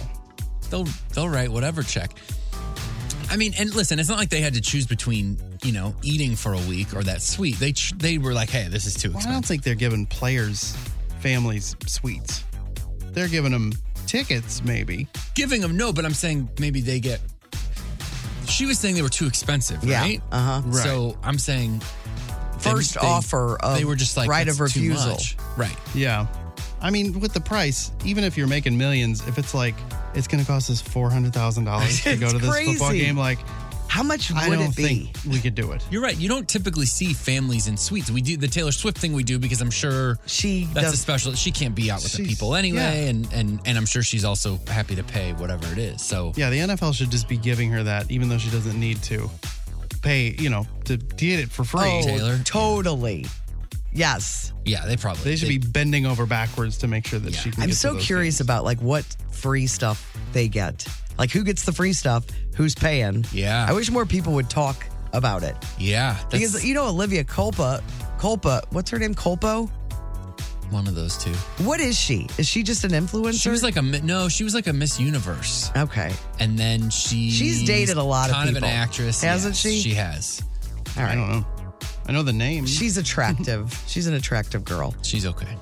[SPEAKER 4] they'll they'll write whatever check. I mean, and listen, it's not like they had to choose between you know eating for a week or that suite. They ch- they were like, hey, this is too
[SPEAKER 5] Well, I don't
[SPEAKER 4] expensive.
[SPEAKER 5] think they're giving players, families suites. They're giving them tickets, maybe.
[SPEAKER 4] Giving them no, but I'm saying maybe they get. She was saying they were too expensive,
[SPEAKER 3] Yeah,
[SPEAKER 4] right?
[SPEAKER 3] uh-huh. Right.
[SPEAKER 4] So I'm saying
[SPEAKER 3] First offer of
[SPEAKER 4] they were just like
[SPEAKER 3] right
[SPEAKER 4] "That's
[SPEAKER 3] of
[SPEAKER 4] too
[SPEAKER 3] refusal."
[SPEAKER 4] much. right?
[SPEAKER 5] Yeah. I mean, with the price, even if you're making millions, if it's like it's going to cost us four hundred thousand dollars to
[SPEAKER 4] It's
[SPEAKER 5] go to this football
[SPEAKER 4] crazy.
[SPEAKER 5] game, like
[SPEAKER 3] how much
[SPEAKER 5] I
[SPEAKER 4] would
[SPEAKER 5] don't
[SPEAKER 4] it be?
[SPEAKER 5] think we could do it.
[SPEAKER 4] You're right. You don't typically see families in suites. We do the Taylor Swift thing. We do because I'm sure
[SPEAKER 3] she
[SPEAKER 4] that's a
[SPEAKER 5] does-
[SPEAKER 4] special. She can't be out with the
[SPEAKER 5] She's-
[SPEAKER 4] people anyway,
[SPEAKER 5] yeah.
[SPEAKER 4] and and and I'm sure she's also happy to pay whatever it is. So
[SPEAKER 5] Yeah, the NFL should just be giving her that, even though she doesn't need to pay. You know, to get it for free.
[SPEAKER 3] Oh, Taylor. totally. Yes.
[SPEAKER 4] Yeah, they probably
[SPEAKER 5] they should be bending over backwards to make sure that she. can
[SPEAKER 3] I'm
[SPEAKER 5] get to
[SPEAKER 3] so
[SPEAKER 5] those
[SPEAKER 3] curious about like what free stuff they get. Like who gets the free stuff, who's paying.
[SPEAKER 4] Yeah.
[SPEAKER 3] I wish more people would talk about it.
[SPEAKER 4] yeah, that's
[SPEAKER 3] because you know Olivia Culpa, Culpa, what's her name? Culpo?
[SPEAKER 4] one of those two.
[SPEAKER 3] What is she? Is she just an influencer?
[SPEAKER 4] She was like a mi- no. She was like a Miss Universe.
[SPEAKER 3] Okay.
[SPEAKER 4] And then she
[SPEAKER 3] She's dated a lot of
[SPEAKER 4] kind of an
[SPEAKER 3] people.
[SPEAKER 4] actress,
[SPEAKER 3] Hasn't
[SPEAKER 4] Yes,
[SPEAKER 3] she?
[SPEAKER 4] She has.
[SPEAKER 3] All right. I don't
[SPEAKER 5] know. I know the name.
[SPEAKER 3] She's attractive. She's an attractive girl.
[SPEAKER 4] She's okay.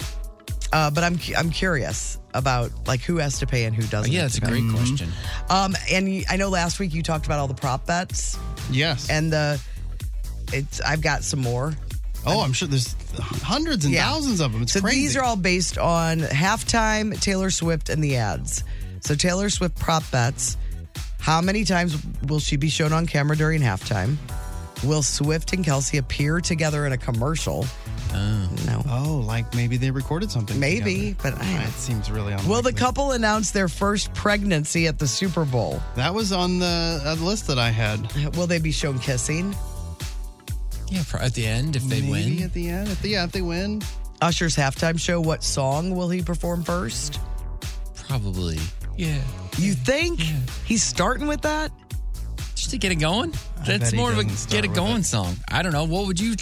[SPEAKER 3] Uh, but I'm cu- I'm curious about like who has to pay and who doesn't.
[SPEAKER 4] Yeah,
[SPEAKER 3] have
[SPEAKER 4] that's a
[SPEAKER 3] to pay.
[SPEAKER 4] great question.
[SPEAKER 3] Um, and you- I know last week you talked about all the prop bets.
[SPEAKER 5] Yes.
[SPEAKER 3] And the it's I've got some more.
[SPEAKER 5] Oh, I'm sure there's hundreds and thousands of them. It's
[SPEAKER 3] so
[SPEAKER 5] crazy.
[SPEAKER 3] these are all based on halftime, Taylor Swift, and the ads. So Taylor Swift prop bets. How many times will she be shown on camera during halftime? Will Swift and Kelsey appear together in a commercial?
[SPEAKER 4] Oh.
[SPEAKER 3] No.
[SPEAKER 5] Oh, like maybe they recorded something.
[SPEAKER 3] Maybe, but I-
[SPEAKER 5] it seems really unlikely.
[SPEAKER 3] Will the couple announce their first pregnancy at the Super Bowl?
[SPEAKER 5] That was on the uh, list that I had.
[SPEAKER 3] Will they be shown kissing?
[SPEAKER 4] Yeah, pro- at the end if they
[SPEAKER 5] Maybe
[SPEAKER 4] win.
[SPEAKER 5] at the end. If they, yeah, if they win.
[SPEAKER 3] Usher's halftime show, what song will he perform first?
[SPEAKER 4] Probably. Yeah.
[SPEAKER 3] You think he's starting with that?
[SPEAKER 4] Just to get it going? That's
[SPEAKER 3] bet he
[SPEAKER 4] more of a
[SPEAKER 3] doesn't
[SPEAKER 4] get
[SPEAKER 3] start
[SPEAKER 4] it
[SPEAKER 3] with
[SPEAKER 4] going song. I don't know. What would you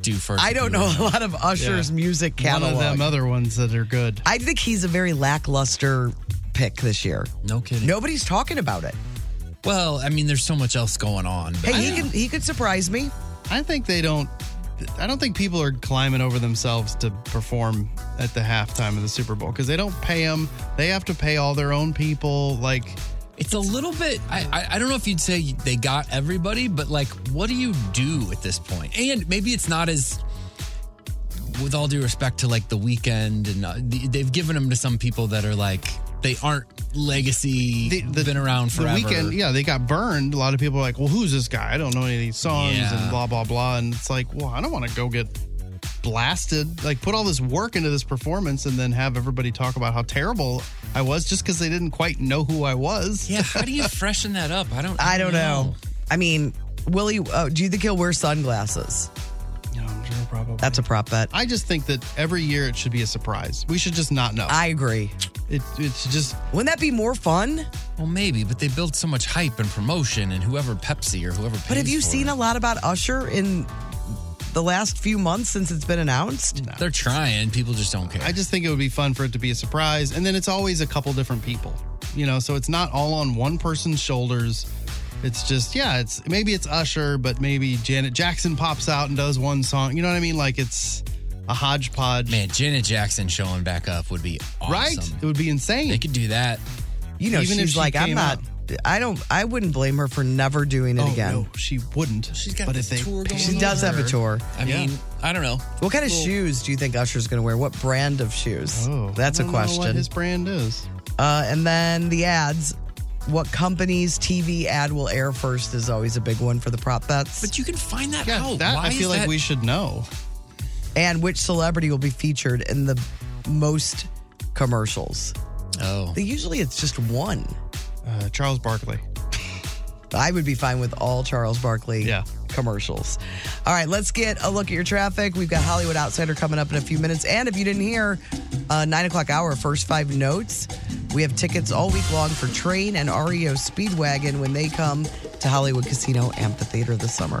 [SPEAKER 4] do first?
[SPEAKER 3] I don't know a lot of Usher's music catalog.
[SPEAKER 5] One of them other ones that are good.
[SPEAKER 3] I think he's a very lackluster pick this year.
[SPEAKER 4] No kidding.
[SPEAKER 3] Nobody's talking about it.
[SPEAKER 4] Well, I mean, there's so much else going on. but-
[SPEAKER 3] Hey, he can he could surprise me.
[SPEAKER 5] I think they don't. I don't think people are climbing over themselves to perform at the halftime of the Super Bowl because they don't pay them. They have to pay all their own people. Like,
[SPEAKER 4] It's a little bit. I, I I don't know if you'd say they got everybody, but like, what do you do at this point? And maybe it's not as. With all due respect to like the weekend, and uh, th- they've given them to some people that are like they aren't legacy, been around
[SPEAKER 5] the
[SPEAKER 4] forever.
[SPEAKER 5] weekend, yeah, they got burned. A lot of people are like, "Well, who's this guy? I don't know any of these songs,"
[SPEAKER 4] Yeah.
[SPEAKER 5] and blah blah blah. And it's like, well, I don't want to go get blasted. Like, put all this work into this performance and then have everybody talk about how terrible I was just because they didn't quite know who I was.
[SPEAKER 4] Yeah, how do you freshen that up? I don't.
[SPEAKER 3] I don't know. I mean, will he? Uh, do you think he'll wear sunglasses?
[SPEAKER 5] probably.
[SPEAKER 3] That's a prop bet.
[SPEAKER 5] I just think that every year it should be a surprise. We should just not know.
[SPEAKER 3] I agree.
[SPEAKER 5] It, it's just.
[SPEAKER 3] Wouldn't that be more fun?
[SPEAKER 4] Well, maybe, but they build so much hype and promotion, and whoever Pepsi or whoever.
[SPEAKER 3] But have
[SPEAKER 4] pays
[SPEAKER 3] you
[SPEAKER 4] for
[SPEAKER 3] seen
[SPEAKER 4] it.
[SPEAKER 3] a lot about Usher in the last few months since it's been announced?
[SPEAKER 4] They're trying. People just don't care.
[SPEAKER 5] I just think it would be fun for it to be a surprise. And then it's always a couple different people, you know, so it's not all on one person's shoulders. It's just, yeah, it's maybe it's Usher, but maybe Janet Jackson pops out and does one song. You know what I mean? Like it's a hodgepodge.
[SPEAKER 4] Man, Janet Jackson showing back up would be awesome.
[SPEAKER 5] Right? It would be insane. They
[SPEAKER 4] could do that.
[SPEAKER 3] You know,
[SPEAKER 5] Even if
[SPEAKER 3] she's
[SPEAKER 5] she
[SPEAKER 3] like, I'm
[SPEAKER 5] came
[SPEAKER 3] not. I don't. I wouldn't blame her for never doing it
[SPEAKER 5] Oh,
[SPEAKER 3] again.
[SPEAKER 5] no, she wouldn't. She's got but if they pay
[SPEAKER 3] She does have a
[SPEAKER 5] her-
[SPEAKER 3] tour.
[SPEAKER 4] I mean, I don't know.
[SPEAKER 3] What kind of
[SPEAKER 5] Well-
[SPEAKER 3] shoes do you think Usher's going to wear? What brand of shoes?
[SPEAKER 5] Oh,
[SPEAKER 3] That's
[SPEAKER 5] I
[SPEAKER 3] a
[SPEAKER 5] don't know what
[SPEAKER 3] question.
[SPEAKER 5] his brand is.
[SPEAKER 3] Uh, and then the ads. What company's TV ad will air first is always a big one for the prop bets.
[SPEAKER 4] But you can find that
[SPEAKER 5] Yeah,
[SPEAKER 4] out.
[SPEAKER 5] that
[SPEAKER 4] Why
[SPEAKER 5] I
[SPEAKER 4] is
[SPEAKER 5] feel like
[SPEAKER 4] that-
[SPEAKER 5] we should know.
[SPEAKER 3] and which celebrity will be featured in the most commercials?
[SPEAKER 4] Oh,
[SPEAKER 3] usually it's just one.
[SPEAKER 5] Uh, Charles Barkley.
[SPEAKER 3] I would be fine with all Charles Barkley commercials. All right, let's get a look at your traffic. We've got Hollywood Outsider coming up in a few minutes. And if you didn't hear, uh, 9 o'clock hour, first five notes. We have tickets all week long for Train and REO Speedwagon when they come to Hollywood Casino Amphitheater this summer.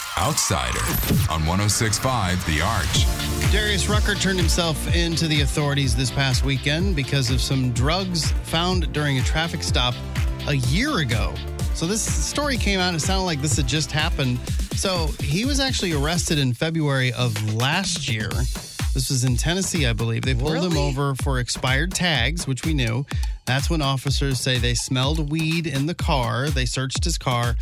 [SPEAKER 6] Outsider on 1065 The Arch.
[SPEAKER 5] Darius Rucker turned himself into the authorities this past weekend because of some drugs found during a traffic stop a year ago. So this story came out and it sounded like this had just happened. So he was actually arrested in February of last year. This was in Tennessee, I believe. They pulled him over for expired tags, which we knew. That's when officers say they smelled weed in the car. They searched his car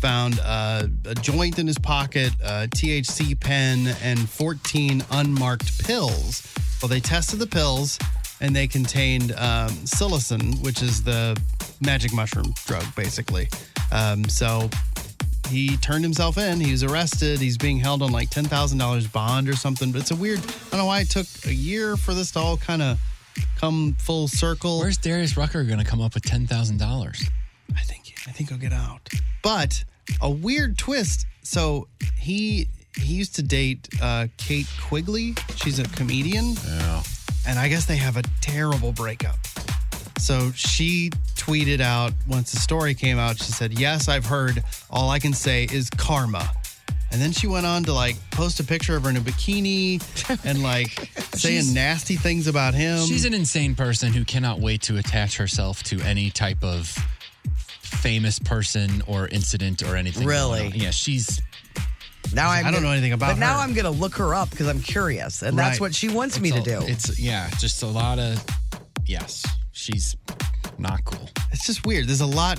[SPEAKER 5] found uh, a joint in his pocket, a THC pen, and 14 unmarked pills. Well, they tested the pills and they contained um, psilocin, which is the magic mushroom drug, basically. Um, so he turned himself in. He was arrested. He's being held on like $10,000 bond or something. But it's a weird, I don't know why it took a year for this to all kind of come full circle.
[SPEAKER 4] Where's Darius Rucker going to come up with ten thousand dollars?
[SPEAKER 5] I think I'll get out. But a weird twist. So he he used to date uh, Kate Quigley. She's a comedian. Yeah. And I guess they have a terrible breakup. So she tweeted out once the story came out. She said, "Yes, I've heard. All I can say is karma." And then she went on to like post a picture of her in a bikini and like
[SPEAKER 4] She's-
[SPEAKER 5] saying nasty things about him.
[SPEAKER 4] She's an insane person who cannot wait to attach herself to any type of famous person or incident or anything.
[SPEAKER 3] Really?
[SPEAKER 4] going on. Yeah, she's.
[SPEAKER 3] Now I'm
[SPEAKER 4] I don't
[SPEAKER 3] gonna-
[SPEAKER 4] know anything about
[SPEAKER 3] But now
[SPEAKER 4] her.
[SPEAKER 3] I'm going to look her up because I'm curious, and that's
[SPEAKER 4] Right.
[SPEAKER 3] what she wants
[SPEAKER 4] It's
[SPEAKER 3] me to
[SPEAKER 4] a-
[SPEAKER 3] do.
[SPEAKER 4] It's yeah, just a lot of yes. She's not cool.
[SPEAKER 5] It's just weird. There's a lot,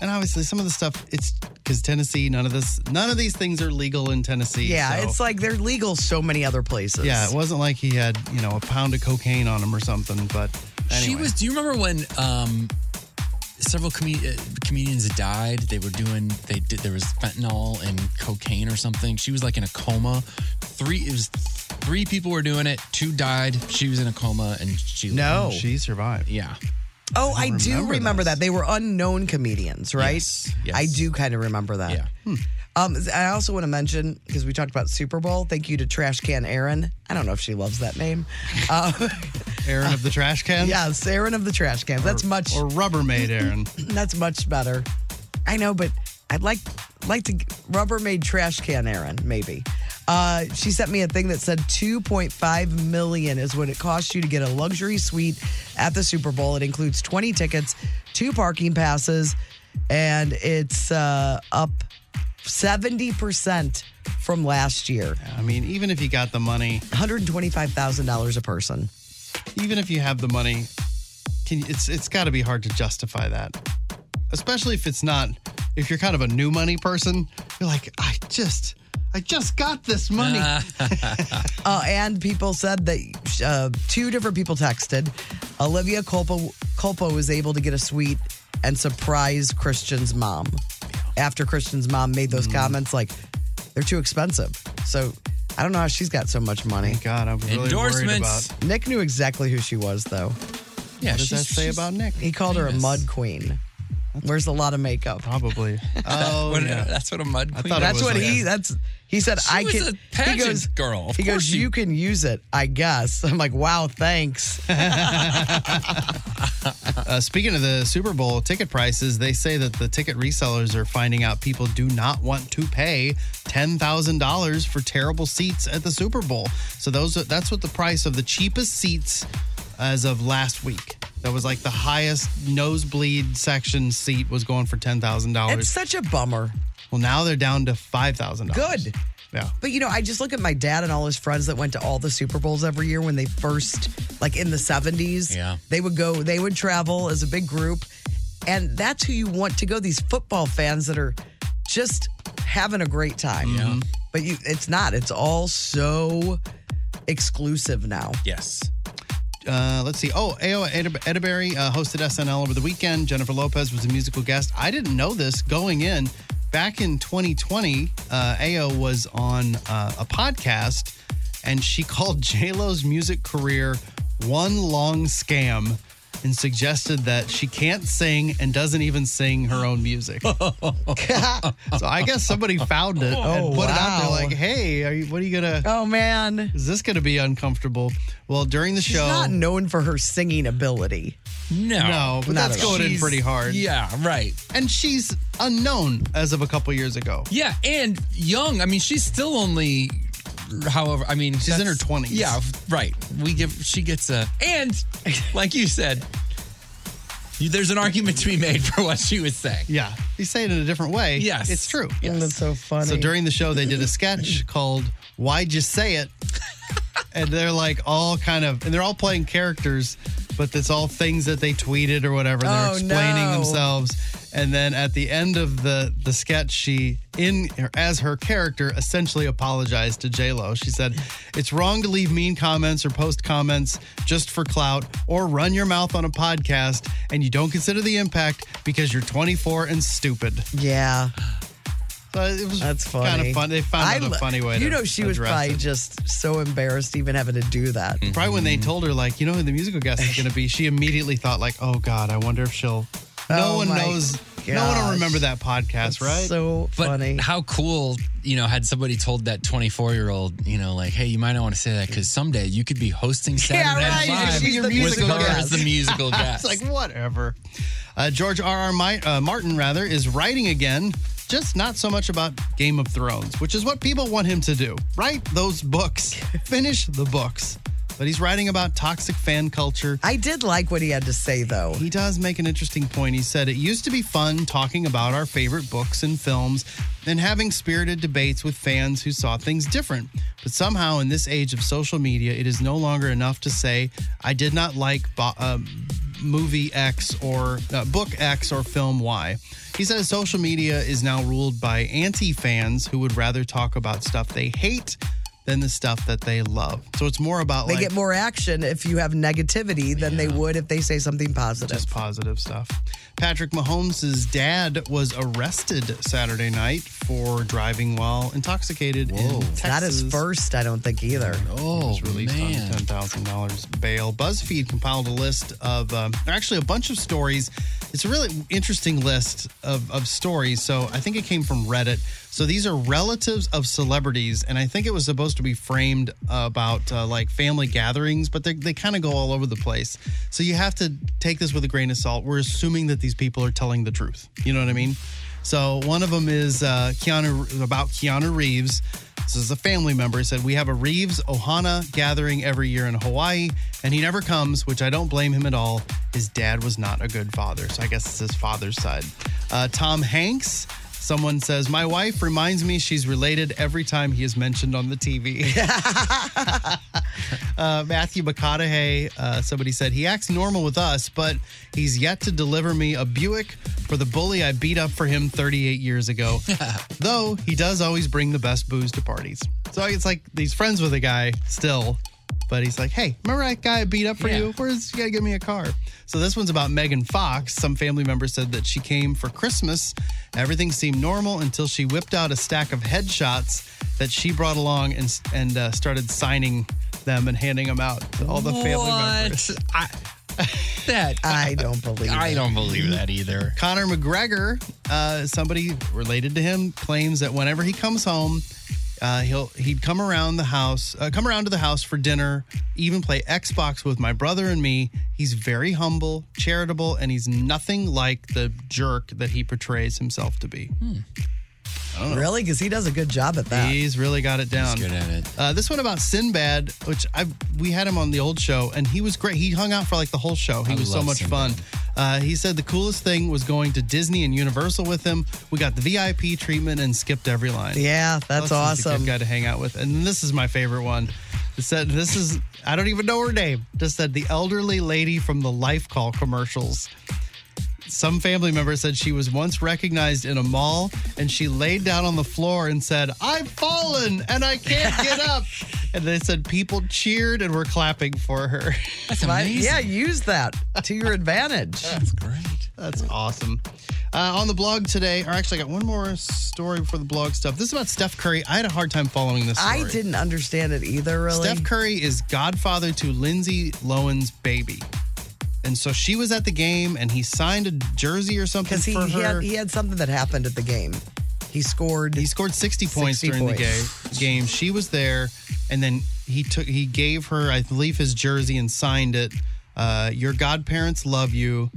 [SPEAKER 5] and obviously some of the stuff it's because Tennessee, none of this, none of these things are legal in Tennessee.
[SPEAKER 3] Yeah,
[SPEAKER 5] so-
[SPEAKER 3] it's like they're legal so many other places.
[SPEAKER 5] yeah, it wasn't like he had you know a pound of cocaine on him or something. But
[SPEAKER 4] She was. Do you remember when um, several com- uh, comedians had died? They were doing. They did. There was fentanyl and cocaine or something. She was like in a coma. Three. It was three people were doing it. Two died. She was in a coma and she.
[SPEAKER 3] No.
[SPEAKER 5] she survived.
[SPEAKER 4] Yeah.
[SPEAKER 3] Oh,
[SPEAKER 4] I
[SPEAKER 3] I, do
[SPEAKER 4] remember
[SPEAKER 3] remember, that. They were unknown comedians, right? I do kind of remember that. Yeah. Um, I also want to mention because we talked about Super Bowl. Thank you to Trash Can Aaron. I don't know if she loves that name. Uh,
[SPEAKER 5] Aaron of the trash can.
[SPEAKER 3] yes, Aaron of the Trash Can. That's much
[SPEAKER 5] or Rubbermaid Aaron.
[SPEAKER 3] That's much better. I know, but I'd like like to Rubbermaid Trash Can Aaron maybe. Uh, she sent me a thing that said 2.5 million is what it costs you to get a luxury suite at the Super Bowl. It includes 20 tickets, two parking passes, and it's uh, up 70% from last year.
[SPEAKER 5] I mean, even if you got the money,
[SPEAKER 3] $125,000 a person.
[SPEAKER 5] even if you have the money, can you, it's it's got to be hard to justify that, especially if it's not if you're kind of a new money person. You're like, I just I just got this money.
[SPEAKER 3] uh, and people said that uh, two different people texted. Olivia Culpo, Culpo was able to get a suite and surprise Christian's mom. After Christian's mom made
[SPEAKER 4] Hmm.
[SPEAKER 3] those comments, like they're too expensive. So I don't know how she's got so much money.
[SPEAKER 5] God, I was
[SPEAKER 4] really worried Endorsements. about-
[SPEAKER 3] Nick knew exactly who she was, though.
[SPEAKER 5] Yeah,
[SPEAKER 3] what does that
[SPEAKER 5] she's-
[SPEAKER 3] say
[SPEAKER 5] she's
[SPEAKER 3] about Nick? He called her a mud queen. Wears a lot of makeup.
[SPEAKER 5] Probably. Um,
[SPEAKER 4] Oh,
[SPEAKER 3] uh,
[SPEAKER 4] that's what a mud queen.
[SPEAKER 3] that's what he. That's he said.
[SPEAKER 4] She
[SPEAKER 3] I
[SPEAKER 4] was
[SPEAKER 3] can.
[SPEAKER 4] a pageant
[SPEAKER 3] he goes,
[SPEAKER 4] girl. Of
[SPEAKER 3] he
[SPEAKER 4] course
[SPEAKER 3] goes. You. can use it, I guess. I'm like, wow, thanks.
[SPEAKER 5] Uh, speaking of the Super Bowl ticket prices, they say that the ticket resellers are finding out people do not want to pay ten thousand dollars for terrible seats at the Super Bowl. So those are- that's what the price of the cheapest seats as of last week. That was like the highest nosebleed section seat was going for ten thousand dollars.
[SPEAKER 3] It's such a bummer.
[SPEAKER 5] Well, now they're down to five thousand dollars.
[SPEAKER 3] Good.
[SPEAKER 5] Yeah.
[SPEAKER 3] But you know, I just look at my dad and all his friends that went to all the Super Bowls every year when they first, like in the 70s.
[SPEAKER 4] Yeah.
[SPEAKER 3] They would go, they would travel as a big group. And that's who you want to go. These football fans that are just having a great time. Yeah. But you, it's not. It's all so exclusive now.
[SPEAKER 4] Yes.
[SPEAKER 5] uh, let's see. Oh, Ayo Edaberry uh, hosted SNL over the weekend. Jennifer Lopez was a musical guest. I didn't know this going in. Back in 2020, uh, Ayo was on uh, a podcast and she called J-Lo's music career one long scam and suggested that she can't sing and doesn't even sing her own music. so I guess somebody found it and
[SPEAKER 3] Oh,
[SPEAKER 5] put it out there
[SPEAKER 3] wow.
[SPEAKER 5] like, hey, are you, what are you going to?
[SPEAKER 3] Oh, man.
[SPEAKER 5] Is this going to be uncomfortable? Well, during the
[SPEAKER 3] She's
[SPEAKER 5] show.
[SPEAKER 3] not known for her singing ability.
[SPEAKER 4] No.
[SPEAKER 5] No, but
[SPEAKER 3] Not
[SPEAKER 5] that's
[SPEAKER 3] at all.
[SPEAKER 5] going in
[SPEAKER 3] She's-
[SPEAKER 5] pretty hard.
[SPEAKER 4] Yeah. Right.
[SPEAKER 5] And she's unknown as of a couple years ago.
[SPEAKER 4] Yeah, and young. I mean, she's still only, however, I mean,
[SPEAKER 5] She's in her
[SPEAKER 4] that's-
[SPEAKER 5] 20s.
[SPEAKER 4] Yeah, right. We give. She gets a and, like you said, you, there's an argument to be made for what she was saying.
[SPEAKER 5] Yeah. He's saying it a different way.
[SPEAKER 4] Yes.
[SPEAKER 5] It's true.
[SPEAKER 3] And that's so funny.
[SPEAKER 5] So during the show, they did a sketch called Why'd You Say It? and they're like all kind of, and they're all playing characters, but it's all things that they tweeted or whatever. They're
[SPEAKER 3] Oh,
[SPEAKER 5] explaining
[SPEAKER 3] no.
[SPEAKER 5] themselves. And then at the end of the the sketch, she in as her character essentially apologized to J Lo. She said, "It's wrong to leave mean comments or post comments just for clout or run your mouth on a podcast, and you don't consider the impact because you're 24 and stupid."
[SPEAKER 3] Yeah.
[SPEAKER 5] So it was
[SPEAKER 3] That's funny.
[SPEAKER 5] kind of fun. They found
[SPEAKER 3] I
[SPEAKER 5] out a
[SPEAKER 3] lo-
[SPEAKER 5] funny way.
[SPEAKER 3] You
[SPEAKER 5] to
[SPEAKER 3] know, she was
[SPEAKER 5] address
[SPEAKER 3] probably
[SPEAKER 5] it.
[SPEAKER 3] just so embarrassed even having to do that.
[SPEAKER 5] Probably when they told her, like, you know who the musical guest is going to be, she immediately thought, like, oh God, I wonder if she'll. No
[SPEAKER 3] Oh,
[SPEAKER 5] one
[SPEAKER 3] my
[SPEAKER 5] knows. No one will
[SPEAKER 3] gosh.
[SPEAKER 5] remember that podcast, right?
[SPEAKER 3] So
[SPEAKER 4] But how cool, you know, had somebody told that 24 year old, you know, like, hey, you might not want to say that because someday you could be hosting Saturday Night
[SPEAKER 5] right,
[SPEAKER 4] Live
[SPEAKER 5] she's the
[SPEAKER 4] with
[SPEAKER 5] musical
[SPEAKER 4] her
[SPEAKER 5] guest.
[SPEAKER 4] as the musical guest.
[SPEAKER 5] it's like whatever. Uh, George R. R. Mi- uh, Martin rather is writing again, just not so much about Game of Thrones, which is what people want him to do. Write those books, finish the books. But he's writing about toxic fan culture.
[SPEAKER 3] I did like what he had to say, though.
[SPEAKER 5] He does make an interesting point. He said, It used to be fun talking about our favorite books and films and having spirited debates with fans who saw things different. But somehow, in this age of social media, it is no longer enough to say, I did not like Bo- um, movie X or uh, book X or film Y. He says social media is now ruled by anti fans who would rather talk about stuff they hate than the stuff that they love. So it's more about
[SPEAKER 3] They
[SPEAKER 5] like
[SPEAKER 3] get more action if you have negativity than they would if they say something positive.
[SPEAKER 5] Just positive stuff. Patrick Mahomes' dad was arrested Saturday night for driving while intoxicated in Texas.
[SPEAKER 3] Not his first, I don't think either.
[SPEAKER 5] Oh, was released on ten thousand dollars bail. BuzzFeed compiled a list of um, actually a bunch of stories. It's a really interesting list of, of stories. So I think it came from Reddit. So these are relatives of celebrities, and I think it was supposed to be framed about uh, like family gatherings, but they they kind of go all over the place. So you have to take this with a grain of salt. We're assuming that these people are telling the truth. You know what I mean? So one of them is uh, Keanu about Keanu Reeves. This is a family member He said we have a Reeves Ohana gathering every year in Hawaii, and he never comes, which I don't blame him at all. His dad was not a good father, so I guess it's his father's side. Uh, Tom Hanks. Someone says, My wife reminds me she's related every time he is mentioned on the TV. uh, Matthew McConaughey, uh, somebody said, He acts normal with us, but he's yet to deliver me a Buick for the bully I beat up for him 38 years ago. Though he does always bring the best booze to parties. So it's like he's friends with a guy still, but he's like, hey, remember that guy I beat up for you? Where's you gotta give me a car? So this one's about Megan Fox. Some family member said that she came for Christmas. Everything seemed normal until she whipped out a stack of headshots that she brought along and and uh, started signing them and handing them out to all the family members. I,
[SPEAKER 4] that
[SPEAKER 3] I don't believe.
[SPEAKER 4] I don't believe that either.
[SPEAKER 5] Conor McGregor, uh, somebody related to him, claims that whenever he comes home, uh, he'll he'd come around the house, uh, come around to the house for dinner, even play Xbox with my brother and me. He's very humble, charitable, and he's nothing like the jerk that he portrays himself to be.
[SPEAKER 3] Really? Because he does a good job at that.
[SPEAKER 5] He's really got it down.
[SPEAKER 4] good at it.
[SPEAKER 5] Uh, this one about Sinbad, which I we had him on the old show, and he was great. He hung out for like the whole show. He
[SPEAKER 4] I
[SPEAKER 5] was so
[SPEAKER 4] love
[SPEAKER 5] much
[SPEAKER 4] Sinbad.
[SPEAKER 5] fun. Uh, he said the coolest thing was going to Disney and Universal with him. We got the VIP treatment and skipped every line.
[SPEAKER 3] Yeah, that's
[SPEAKER 5] Plus, he's a good
[SPEAKER 3] awesome.
[SPEAKER 5] guy to hang out with. And this is my favorite one. It said, "This is I don't even know her name." Just said the elderly lady from the Life Call commercials. Some family member said she was once recognized in a mall and she laid down on the floor and said, I've fallen and I can't get up. And they said people cheered and were clapping for her.
[SPEAKER 3] That's amazing. Yeah, use that to your advantage. That's
[SPEAKER 5] great. That's awesome. Uh, on the blog today, or actually, I got one more story for the blog stuff. This is about Steph Curry. I had a hard time following this story.
[SPEAKER 3] I didn't understand it either, really.
[SPEAKER 5] Steph Curry is godfather to Lindsay Lohan's baby. And so she was at the game and he signed a jersey or something
[SPEAKER 3] Because he,
[SPEAKER 5] for her.
[SPEAKER 3] he, had, he had something that happened at the game. He scored. He
[SPEAKER 5] scored 60 points during the game. Game she was there, and then he took he gave her I believe his jersey and signed it. Uh, Your godparents love you.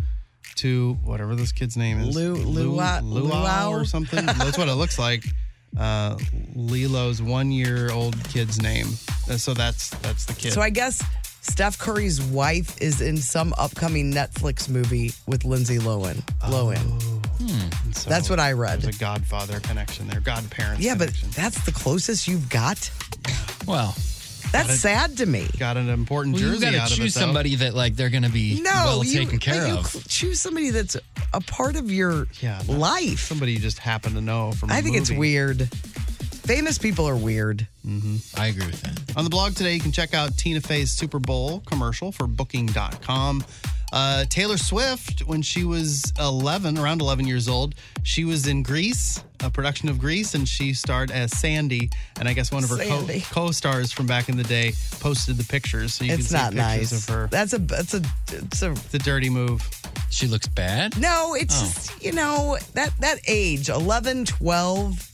[SPEAKER 5] To whatever this kid's name is,
[SPEAKER 3] Lu- Lua-
[SPEAKER 5] Lu-
[SPEAKER 3] Luau?
[SPEAKER 5] or something. That's what it looks like. Uh, Lilo's one-year-old kid's name. Uh, So that's that's the kid.
[SPEAKER 3] So I guess Steph Curry's wife is in some upcoming Netflix movie with Lindsay Lohan. Lohan.
[SPEAKER 5] Oh. So
[SPEAKER 3] That's what I read.
[SPEAKER 5] There's a godfather connection there, godparents.
[SPEAKER 3] Yeah, but that's the closest you've got.
[SPEAKER 4] Well,
[SPEAKER 3] that's
[SPEAKER 5] Got it.
[SPEAKER 3] sad to me.
[SPEAKER 5] Got an important
[SPEAKER 4] Well, you
[SPEAKER 5] jersey
[SPEAKER 4] got
[SPEAKER 5] out
[SPEAKER 4] to
[SPEAKER 5] of it.
[SPEAKER 4] choose
[SPEAKER 5] though.
[SPEAKER 4] somebody that like they're going to be
[SPEAKER 3] No,
[SPEAKER 4] well
[SPEAKER 3] you,
[SPEAKER 4] taken
[SPEAKER 3] but
[SPEAKER 4] care
[SPEAKER 3] you
[SPEAKER 4] of.
[SPEAKER 3] cl- choose somebody that's a part of your
[SPEAKER 5] Yeah, not
[SPEAKER 3] life.
[SPEAKER 5] Somebody you just happen to know from. I
[SPEAKER 3] I think it's weird. Famous people are weird.
[SPEAKER 5] Mm-hmm.
[SPEAKER 4] I agree with that.
[SPEAKER 5] On the blog today, you can check out Tina Fey's Super Bowl commercial for Booking.com. Uh, Taylor Swift, when she was 11, around 11 years old, she was in Greece, a production of Greece, and she starred as Sandy. And I guess one of her co-
[SPEAKER 3] Sandy.
[SPEAKER 5] co-stars from back in the day posted the pictures, so you
[SPEAKER 3] It's not
[SPEAKER 5] can see
[SPEAKER 3] nice.
[SPEAKER 5] pictures of her.
[SPEAKER 3] That's a that's a it's a
[SPEAKER 5] It's a dirty move.
[SPEAKER 4] She looks bad.
[SPEAKER 3] No, it's
[SPEAKER 4] Oh.
[SPEAKER 3] just, you know, that that age, 11, 12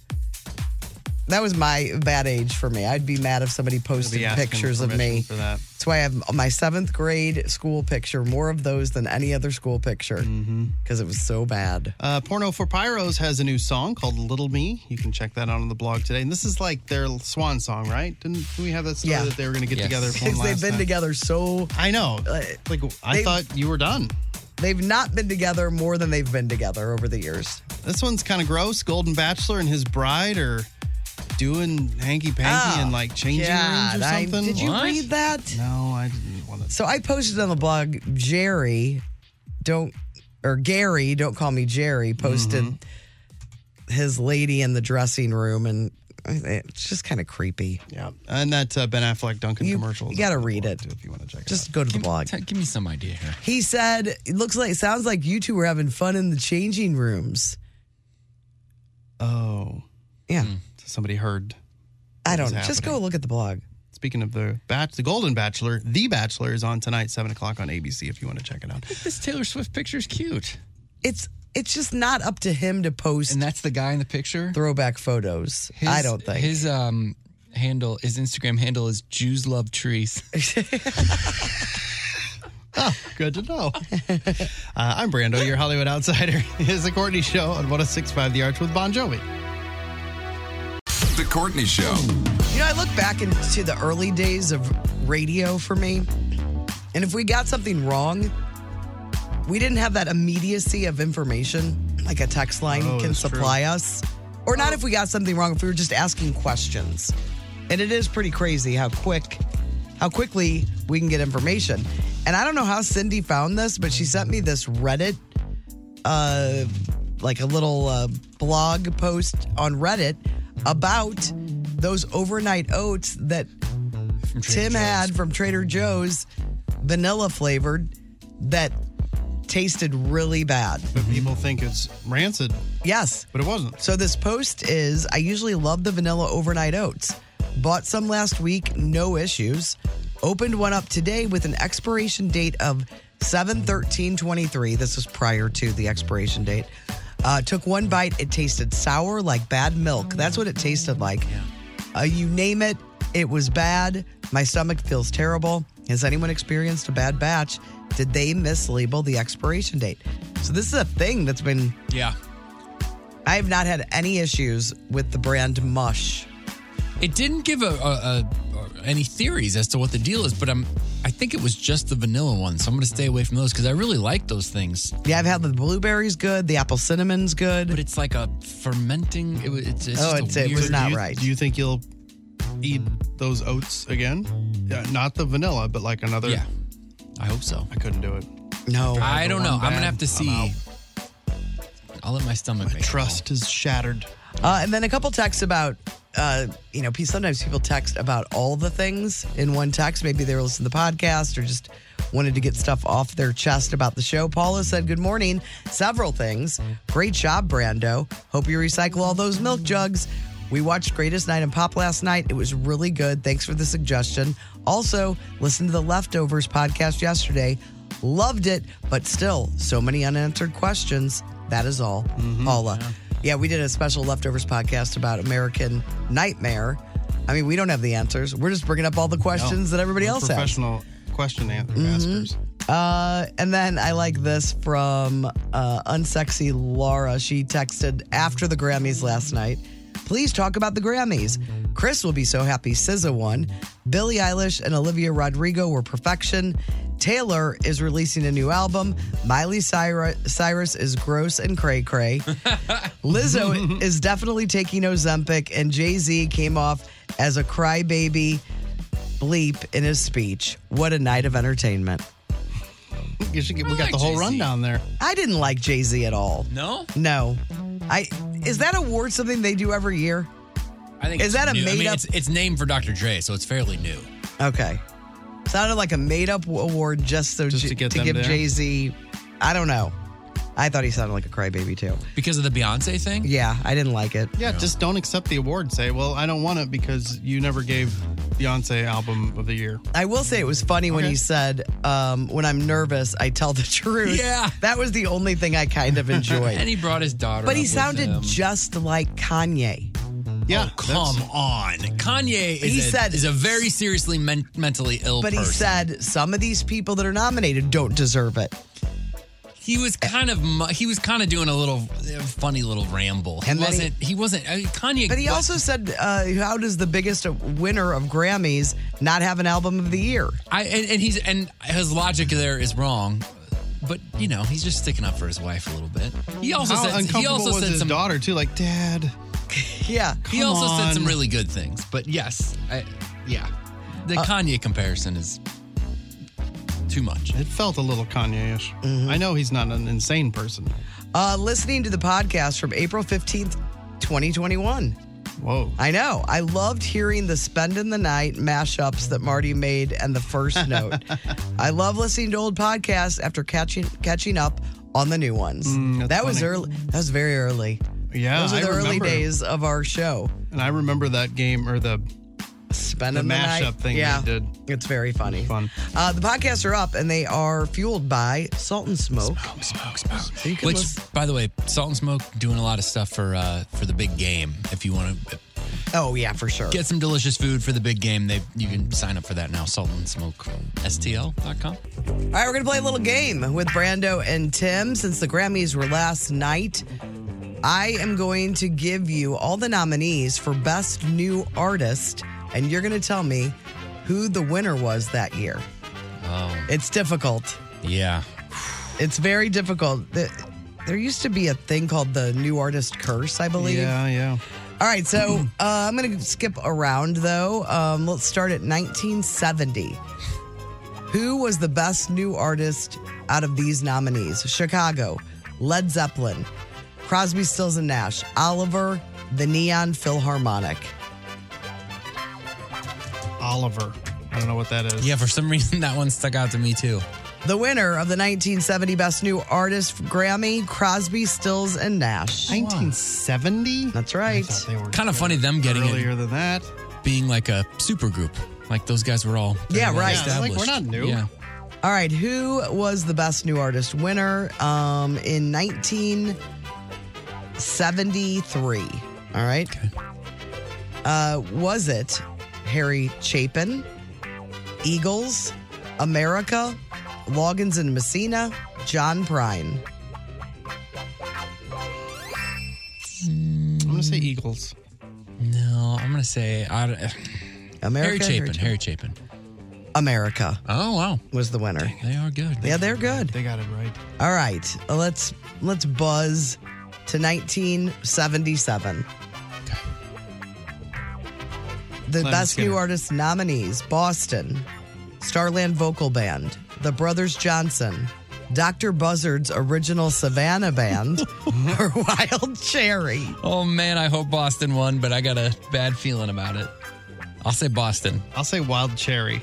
[SPEAKER 3] that was my bad age for me. I'd be mad if somebody posted
[SPEAKER 5] Be asking
[SPEAKER 3] pictures of
[SPEAKER 5] permission
[SPEAKER 3] me.
[SPEAKER 5] for that.
[SPEAKER 3] That's why I have my seventh grade school picture, more of those than any other school picture because
[SPEAKER 5] Mm-hmm.
[SPEAKER 3] it was so bad.
[SPEAKER 5] Uh, Porno for Pyros has a new song called Little Me. You can check that out on the blog today. And this is like their swan song, right? Didn't didn't we have that story
[SPEAKER 3] Yeah.
[SPEAKER 5] that they were going to get
[SPEAKER 3] Yes.
[SPEAKER 5] together for one
[SPEAKER 3] Because
[SPEAKER 5] last
[SPEAKER 3] they've been
[SPEAKER 5] time?
[SPEAKER 3] together so.
[SPEAKER 5] I know. Like I
[SPEAKER 3] they-
[SPEAKER 5] thought you were done.
[SPEAKER 3] They've not been together more than they've been together over the years.
[SPEAKER 5] This one's kind of gross. Golden Bachelor and his bride are doing hanky panky
[SPEAKER 3] Oh,
[SPEAKER 5] and like changing rooms
[SPEAKER 3] God,
[SPEAKER 5] or
[SPEAKER 3] I-
[SPEAKER 5] something.
[SPEAKER 3] did you What? read that?
[SPEAKER 5] No, I didn't want to.
[SPEAKER 3] So I posted on the blog Jerry don't or Gary, don't call me Jerry, posted his lady in the dressing room, and it's just kind of creepy.
[SPEAKER 5] Yeah, and that uh, Ben Affleck Duncan commercial.
[SPEAKER 3] You got to read it. If you want to check just go to the blog.
[SPEAKER 4] give me some idea here.
[SPEAKER 3] He said, "It looks like, sounds like you two were having fun in the changing rooms."
[SPEAKER 5] Oh,
[SPEAKER 3] yeah.
[SPEAKER 5] somebody heard.
[SPEAKER 3] I
[SPEAKER 5] what
[SPEAKER 3] don't.
[SPEAKER 5] was
[SPEAKER 3] know. Just go
[SPEAKER 5] happening.
[SPEAKER 3] look at the blog.
[SPEAKER 5] Speaking of the batch, the Golden Bachelor, The Bachelor is on tonight, seven o'clock on ABC. If you want to check it out.
[SPEAKER 4] This Taylor Swift picture's cute.
[SPEAKER 3] It's it's just not up to him to post. And
[SPEAKER 4] that's the guy in the picture.
[SPEAKER 3] Throwback photos. I don't think.
[SPEAKER 4] his um handle, his Instagram handle is Jews love trees.
[SPEAKER 5] Oh, good to know. uh, I'm Brando, your Hollywood outsider. It's the Courtney Show on 106.5 The Arch with Bon Jovi.
[SPEAKER 6] The Courtney Show.
[SPEAKER 3] You know, I look back into the early days of radio for me, and if we got something wrong, we didn't have that immediacy of information like a text line
[SPEAKER 5] Oh,
[SPEAKER 3] can
[SPEAKER 5] that's true.
[SPEAKER 3] supply us. Or not if we got something wrong, if we were just asking questions. And it is pretty crazy how quick, how quickly we can get information. And I don't know how Cindy found this, but she sent me this Reddit, uh, like a little uh, blog post on Reddit about those overnight oats that Tim had from Trader Joe's, vanilla flavored, that tasted really bad.
[SPEAKER 5] But people think it's rancid.
[SPEAKER 3] Yes.
[SPEAKER 5] But it wasn't.
[SPEAKER 3] So this post is I usually love the vanilla overnight oats. Bought some last week, no issues. Opened one up today with an expiration date of 7-13-23. This was prior to the expiration date. Uh, took one bite. It tasted sour like bad milk. That's what it tasted like. Uh, you name it, it was bad. My stomach feels terrible. Has anyone experienced a bad batch? Did they mislabel the expiration date? So this is a thing that's been
[SPEAKER 4] yeah.
[SPEAKER 3] I have not had any issues with the brand Mush.
[SPEAKER 4] It didn't give a, a, a any theories as to what the deal is, but I'm I think it was just the vanilla one, so I'm going to stay away from those because I really like those things.
[SPEAKER 3] Yeah, I've had the blueberries good, the apple cinnamon's good. But
[SPEAKER 4] it's like a fermenting. It, wa- it's, it's
[SPEAKER 3] oh,
[SPEAKER 4] just a
[SPEAKER 3] it's, it
[SPEAKER 4] weird-
[SPEAKER 3] was not
[SPEAKER 5] you-
[SPEAKER 3] right.
[SPEAKER 5] Do you think you'll eat those oats again? Yeah, not the vanilla, but like another. Yeah,
[SPEAKER 4] I hope so.
[SPEAKER 5] I couldn't do it.
[SPEAKER 3] No,
[SPEAKER 4] I don't know. I'm gonna have to see. I'll let my stomach. My
[SPEAKER 5] trust is shattered.
[SPEAKER 3] Uh, and then a couple texts about, uh, you know, pe- sometimes people text about all the things in one text. Maybe they were listening to the podcast or just wanted to get stuff off their chest about the show. Paula said, Good morning. Several things. Great job, Brando. Hope you recycle all those milk jugs. We watched Greatest Night in Pop last night. It was really good. Thanks for the suggestion. Also, listened to the Leftovers podcast yesterday. Loved it, but still, so many unanswered questions. That is all,
[SPEAKER 5] Mm-hmm.
[SPEAKER 3] Paula. Yeah, we did a special leftovers podcast about American Nightmare. I mean, we don't have the answers. We're just bringing up all the questions
[SPEAKER 5] No,
[SPEAKER 3] that everybody
[SPEAKER 5] we're
[SPEAKER 3] else has.
[SPEAKER 5] Oh, professional question an-
[SPEAKER 3] Mhm.
[SPEAKER 5] askers.
[SPEAKER 3] Uh, and then I like this from uh, unsexy Laura. She texted after the Grammys last night. Please talk about the Grammys. Chris will be so happy SZA won. Billie Eilish and Olivia Rodrigo were perfection. Taylor is releasing a new album. Miley Cyrus, Cyrus is gross and cray cray. Lizzo is definitely taking Ozempic, and Jay Z came off as a crybaby bleep in his speech. What a night of entertainment.
[SPEAKER 5] You should get, we got the whole rundown there.
[SPEAKER 3] I didn't like Jay Z at all.
[SPEAKER 4] No?
[SPEAKER 3] No. I is that award something they do every year?
[SPEAKER 4] I think
[SPEAKER 3] Is
[SPEAKER 4] it's
[SPEAKER 3] that a
[SPEAKER 4] new. I mean,
[SPEAKER 3] made-up-
[SPEAKER 4] It's, it's named for Dr. Dre, so it's fairly new.
[SPEAKER 3] Okay. Sounded like a made up award just so J-
[SPEAKER 4] to get them
[SPEAKER 3] give
[SPEAKER 4] there?
[SPEAKER 3] Jay Z. I don't know. I thought he sounded like a crybaby too.
[SPEAKER 4] Because of the Beyonce thing?
[SPEAKER 3] Yeah, I didn't like it.
[SPEAKER 5] Yeah, just don't accept the award. Say, well, I don't want it because you never gave Beyonce album of the year.
[SPEAKER 3] I will say it was funny when
[SPEAKER 5] Okay.
[SPEAKER 3] he said, um, "When I'm nervous, I tell the truth."
[SPEAKER 4] Yeah.
[SPEAKER 3] that was the only thing I kind of enjoyed.
[SPEAKER 4] and he brought his daughter.
[SPEAKER 3] but he
[SPEAKER 4] up with
[SPEAKER 3] sounded
[SPEAKER 4] him.
[SPEAKER 3] just like Kanye.
[SPEAKER 4] Oh, come on. Kanye is,
[SPEAKER 3] He
[SPEAKER 4] a,
[SPEAKER 3] said-
[SPEAKER 4] is a very seriously men- mentally ill
[SPEAKER 3] But he
[SPEAKER 4] person.
[SPEAKER 3] said some of these people that are nominated don't deserve it.
[SPEAKER 4] He was kind of mu- he was kind of doing a little uh, funny little ramble. He
[SPEAKER 3] And then he-
[SPEAKER 4] wasn't he, wasn't I mean, Kanye.
[SPEAKER 3] But he
[SPEAKER 4] was-
[SPEAKER 3] also said, uh, "How does the biggest winner of Grammys not have an album of the year?"
[SPEAKER 4] I and, and he's and his logic there is wrong. But you know he's just sticking up for his wife a little bit. He also
[SPEAKER 5] How
[SPEAKER 4] said
[SPEAKER 5] uncomfortable
[SPEAKER 4] he also
[SPEAKER 5] was
[SPEAKER 4] said
[SPEAKER 5] his
[SPEAKER 4] some
[SPEAKER 5] daughter too. Like, Dad,
[SPEAKER 3] Yeah.
[SPEAKER 4] he also said some really good things. But yes, I, yeah, the Kanye comparison is Too much.
[SPEAKER 5] It felt a little Kanye ish. I know he's not an insane person.
[SPEAKER 3] Uh, listening to the podcast from April 15th, 2021.
[SPEAKER 5] Whoa.
[SPEAKER 3] I know. I loved hearing the spending the night mashups that Marty made and the first note. I love listening to old podcasts after catching catching up on the new ones. that was
[SPEAKER 5] Mm, funny.
[SPEAKER 3] early. That was very early.
[SPEAKER 5] Yeah,
[SPEAKER 3] Those are
[SPEAKER 5] I
[SPEAKER 3] the early
[SPEAKER 5] remember.
[SPEAKER 3] days of our show.
[SPEAKER 5] And I remember that game or the
[SPEAKER 3] spending
[SPEAKER 5] the
[SPEAKER 3] the night.
[SPEAKER 5] mashup thing
[SPEAKER 3] Yeah.
[SPEAKER 5] they did.
[SPEAKER 3] It's very funny.
[SPEAKER 5] fun.
[SPEAKER 3] Uh, the podcasts are up and they are fueled by Salt and Smoke.
[SPEAKER 4] Smoke, smoke, smoke.
[SPEAKER 3] So you can
[SPEAKER 4] Which,
[SPEAKER 3] listen-
[SPEAKER 4] by the way, Salt and Smoke doing a lot of stuff for uh, for the big game. If you want to
[SPEAKER 3] oh yeah, for sure.
[SPEAKER 4] get some delicious food for the big game, they you can sign up for that now. Salt and Smoke STL.com.
[SPEAKER 3] All right, we're going to play a little game with Brando and Tim. Since the Grammys were last night, I am going to give you all the nominees for Best New Artist, and you're going to tell me who the winner was that year.
[SPEAKER 4] Oh,
[SPEAKER 3] It's difficult.
[SPEAKER 4] yeah.
[SPEAKER 3] It's very difficult. The- There used to be a thing called the New Artist Curse, I believe.
[SPEAKER 5] Yeah, yeah.
[SPEAKER 3] All right, so uh, I'm going to skip around though. Um, let's start at 1970. Who was the best new artist out of these nominees? Chicago, Led Zeppelin, Crosby, Stills and Nash, Oliver, the Neon Philharmonic.
[SPEAKER 5] Oliver. I don't know what that is.
[SPEAKER 4] Yeah, for some reason that one stuck out to me too.
[SPEAKER 3] The winner of the 1970 Best New Artist Grammy, Crosby, Stills and Nash.
[SPEAKER 5] 1970?
[SPEAKER 3] That's right.
[SPEAKER 4] Kind of funny them getting
[SPEAKER 5] earlier
[SPEAKER 4] it,
[SPEAKER 5] than that.
[SPEAKER 4] being like a super group. Like those guys were all very
[SPEAKER 3] Yeah,
[SPEAKER 4] well
[SPEAKER 3] right.
[SPEAKER 5] Yeah, like, we're
[SPEAKER 4] established.
[SPEAKER 5] not new.
[SPEAKER 4] Yeah.
[SPEAKER 3] All right, who was the best new artist winner um, in 1973? All right. Uh, was it Harry Chapin, Eagles, America, Loggins and Messina, John Prine?
[SPEAKER 5] I'm going to say Eagles.
[SPEAKER 4] No, I'm gonna say I don't, Harry
[SPEAKER 3] America,
[SPEAKER 4] Chapin. Harry Chapin.
[SPEAKER 3] America
[SPEAKER 4] Oh wow,
[SPEAKER 3] was the winner.
[SPEAKER 4] they are good.
[SPEAKER 3] Yeah, they're good.
[SPEAKER 5] They got it right.
[SPEAKER 3] All right, let's let's buzz to 1977. The
[SPEAKER 5] Leonard
[SPEAKER 3] best new
[SPEAKER 5] Skinner.
[SPEAKER 3] artist nominees: Boston, Starland Vocal Band, The Brothers Johnson, Dr. Buzzard's original Savannah Band, or Wild Cherry.
[SPEAKER 4] Oh man, I hope Boston won, but I got a bad feeling about it. I'll say Boston.
[SPEAKER 5] I'll say Wild Cherry.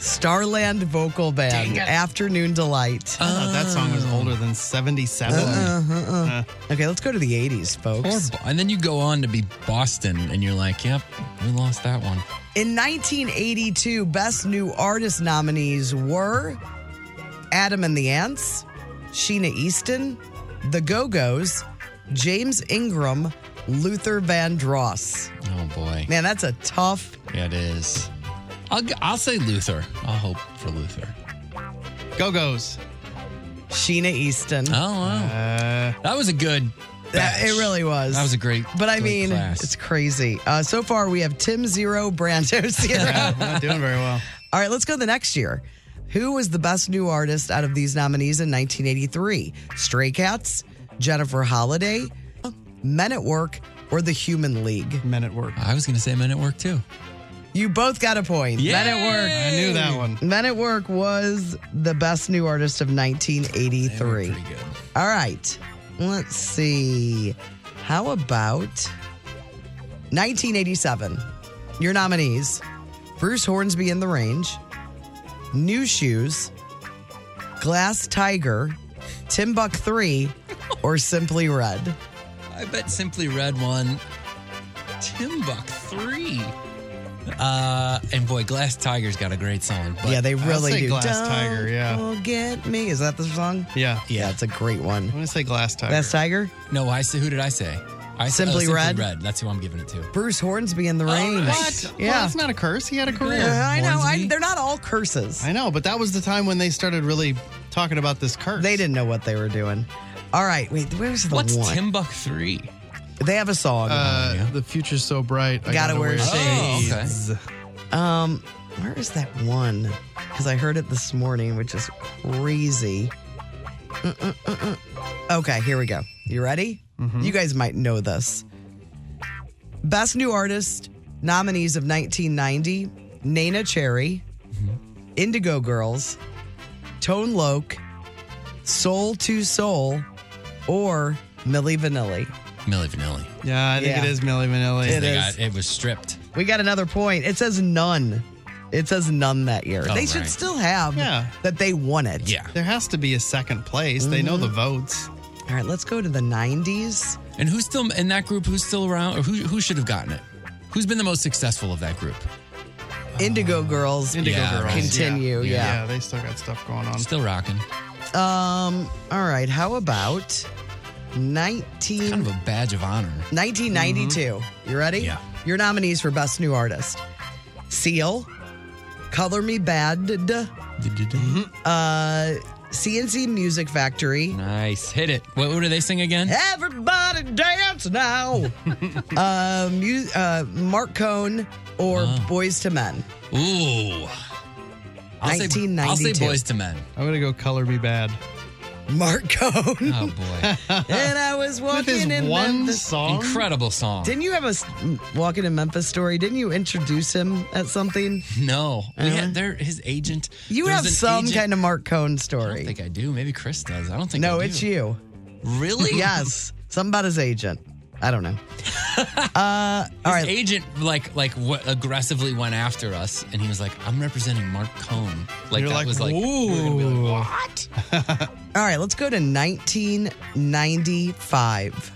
[SPEAKER 3] Starland Vocal Band, Afternoon Delight.
[SPEAKER 5] I thought that song was older than 77.
[SPEAKER 3] Uh, uh, uh. Okay, let's go to the 80s, folks.
[SPEAKER 4] Or Bo- and then you go on to be Boston, and you're like, yep, we lost that one.
[SPEAKER 3] In 1982, Best New Artist nominees were Adam and the Ants, Sheena Easton, The Go Go's, James Ingram, Luther Vandross.
[SPEAKER 4] Oh boy,
[SPEAKER 3] Man, that's a tough.
[SPEAKER 4] yeah, it is. I'll g- I'll say Luther. I'll hope for Luther.
[SPEAKER 5] Go Go's.
[SPEAKER 3] Sheena Easton.
[SPEAKER 4] Oh wow,
[SPEAKER 5] Uh,
[SPEAKER 4] that was a good.
[SPEAKER 3] That- it
[SPEAKER 4] batch.
[SPEAKER 3] really was.
[SPEAKER 4] That was a great.
[SPEAKER 3] But I
[SPEAKER 4] great
[SPEAKER 3] mean,
[SPEAKER 4] class.
[SPEAKER 3] it's crazy. Uh, so far, we have Tim Zero, Brando Zero.
[SPEAKER 5] yeah, we're not doing very well.
[SPEAKER 3] All right, let's go to the next year. Who was the best new artist out of these nominees in 1983? Stray Cats, Jennifer Holliday, Men at Work, or The Human League?
[SPEAKER 5] Men at work.
[SPEAKER 4] I was gonna say men at work too.
[SPEAKER 3] You both got a point. Men at
[SPEAKER 5] I knew that one.
[SPEAKER 3] Work. Men at Work was the best new artist of 1983.
[SPEAKER 4] Pretty good.
[SPEAKER 3] All right, let's see. How about 1987? Your nominees Bruce Hornsby in the Range, New Shoes, Glass Tiger, Timbuk 3, or Simply Red.
[SPEAKER 4] I bet Simply Red won Timbuk 3. Uh, and boy, Glass Tiger's got a great song. But
[SPEAKER 3] yeah, they really
[SPEAKER 5] say
[SPEAKER 3] do.
[SPEAKER 5] Glass
[SPEAKER 3] Don't
[SPEAKER 5] Tiger, yeah.
[SPEAKER 3] Forget me. Is that the song?
[SPEAKER 5] Yeah.
[SPEAKER 3] Yeah, it's a great one.
[SPEAKER 5] I'm going to say Glass Tiger.
[SPEAKER 3] Glass Tiger?
[SPEAKER 4] No, I say, who did I say? I said- oh,
[SPEAKER 3] Simply Red?
[SPEAKER 4] That's who I'm giving it to.
[SPEAKER 3] Bruce Hornsby in the Range.
[SPEAKER 5] Oh, What? Yeah.
[SPEAKER 3] Yeah.
[SPEAKER 5] that's not a curse. He had a career.
[SPEAKER 3] Uh, I know. I,
[SPEAKER 4] Hornsby?
[SPEAKER 3] they're not all curses.
[SPEAKER 5] I know, but that was the time when they started really talking about this curse.
[SPEAKER 3] They didn't know what they were doing. All right, wait, where's the
[SPEAKER 4] What's
[SPEAKER 3] one?
[SPEAKER 4] Timbuk 3?
[SPEAKER 3] they have a song.
[SPEAKER 5] Uh, The future's so bright. I
[SPEAKER 3] Gotta wear
[SPEAKER 4] shades. Oh, okay.
[SPEAKER 3] um, where is that one? Because I heard it this morning, which is crazy. Uh-uh-uh-uh. Okay, here we go. You ready? You guys might know this. Best New Artist nominees of 1990: Nana Cherry, Indigo Girls, Tone Loc, Soul to Soul, or Milli Vanilli.
[SPEAKER 4] Millie Vanilli.
[SPEAKER 5] Yeah, I think
[SPEAKER 3] Yeah.
[SPEAKER 5] it is Millie Vanilli.
[SPEAKER 3] It
[SPEAKER 4] They
[SPEAKER 3] is.
[SPEAKER 4] got- it was stripped.
[SPEAKER 3] We got another point. It says none. It says none that year.
[SPEAKER 5] Oh,
[SPEAKER 3] they should
[SPEAKER 5] right.
[SPEAKER 3] still have that they won it.
[SPEAKER 4] Yeah.
[SPEAKER 5] There has to be a second place. They know
[SPEAKER 3] Mm-hmm.
[SPEAKER 5] the votes.
[SPEAKER 3] All right, let's go to the 90s.
[SPEAKER 4] And who's still in that group? Who's still around? Or who who should have gotten it? Who's been the most successful of that group?
[SPEAKER 3] Indigo Girls.
[SPEAKER 4] Oh. Indigo Yeah, Girls.
[SPEAKER 3] Continue,
[SPEAKER 4] Yeah.
[SPEAKER 3] yeah.
[SPEAKER 5] Yeah, they still got stuff going on.
[SPEAKER 4] Still rocking.
[SPEAKER 3] Um. All right. How about 19. Kind
[SPEAKER 4] of a badge of honor.
[SPEAKER 3] 1992. You ready?
[SPEAKER 4] Yeah.
[SPEAKER 3] Your nominees for Best New Artist Seal, Color Me Bad, uh, Mm-hmm. CNC Music Factory.
[SPEAKER 4] Nice. Hit it. What, what do they sing again?
[SPEAKER 3] Everybody dance now. uh, mu- uh, Mark Cohn or
[SPEAKER 4] Ah.
[SPEAKER 3] Boys to Men.
[SPEAKER 4] Ooh. I'll say- I'll say
[SPEAKER 3] 1992.
[SPEAKER 4] Boys to Men.
[SPEAKER 5] I'm going to go Color Me Bad.
[SPEAKER 3] Mark Cohn.
[SPEAKER 4] Oh, boy.
[SPEAKER 3] and I was walking in Memphis.
[SPEAKER 4] Incredible song.
[SPEAKER 3] Didn't you have a s- walking in Memphis story? Didn't you introduce him at something?
[SPEAKER 4] No. We
[SPEAKER 3] Uh-huh.
[SPEAKER 4] had their his agent.
[SPEAKER 3] You
[SPEAKER 4] there
[SPEAKER 3] have
[SPEAKER 4] was an
[SPEAKER 3] some
[SPEAKER 4] agent-
[SPEAKER 3] kind of Mark Cohn story.
[SPEAKER 4] I don't think I do. Maybe Chris does. I don't think
[SPEAKER 3] no,
[SPEAKER 4] I do.
[SPEAKER 3] it's you.
[SPEAKER 4] Really?
[SPEAKER 3] yes. Something about his agent. I don't know. uh,
[SPEAKER 4] His agent like like what aggressively went after us, and he was like, "I'm representing Mark Cohn." Like
[SPEAKER 3] You're
[SPEAKER 4] that
[SPEAKER 3] like,
[SPEAKER 4] was like, we were gonna be like, "What?"
[SPEAKER 3] All right, let's go to 1995.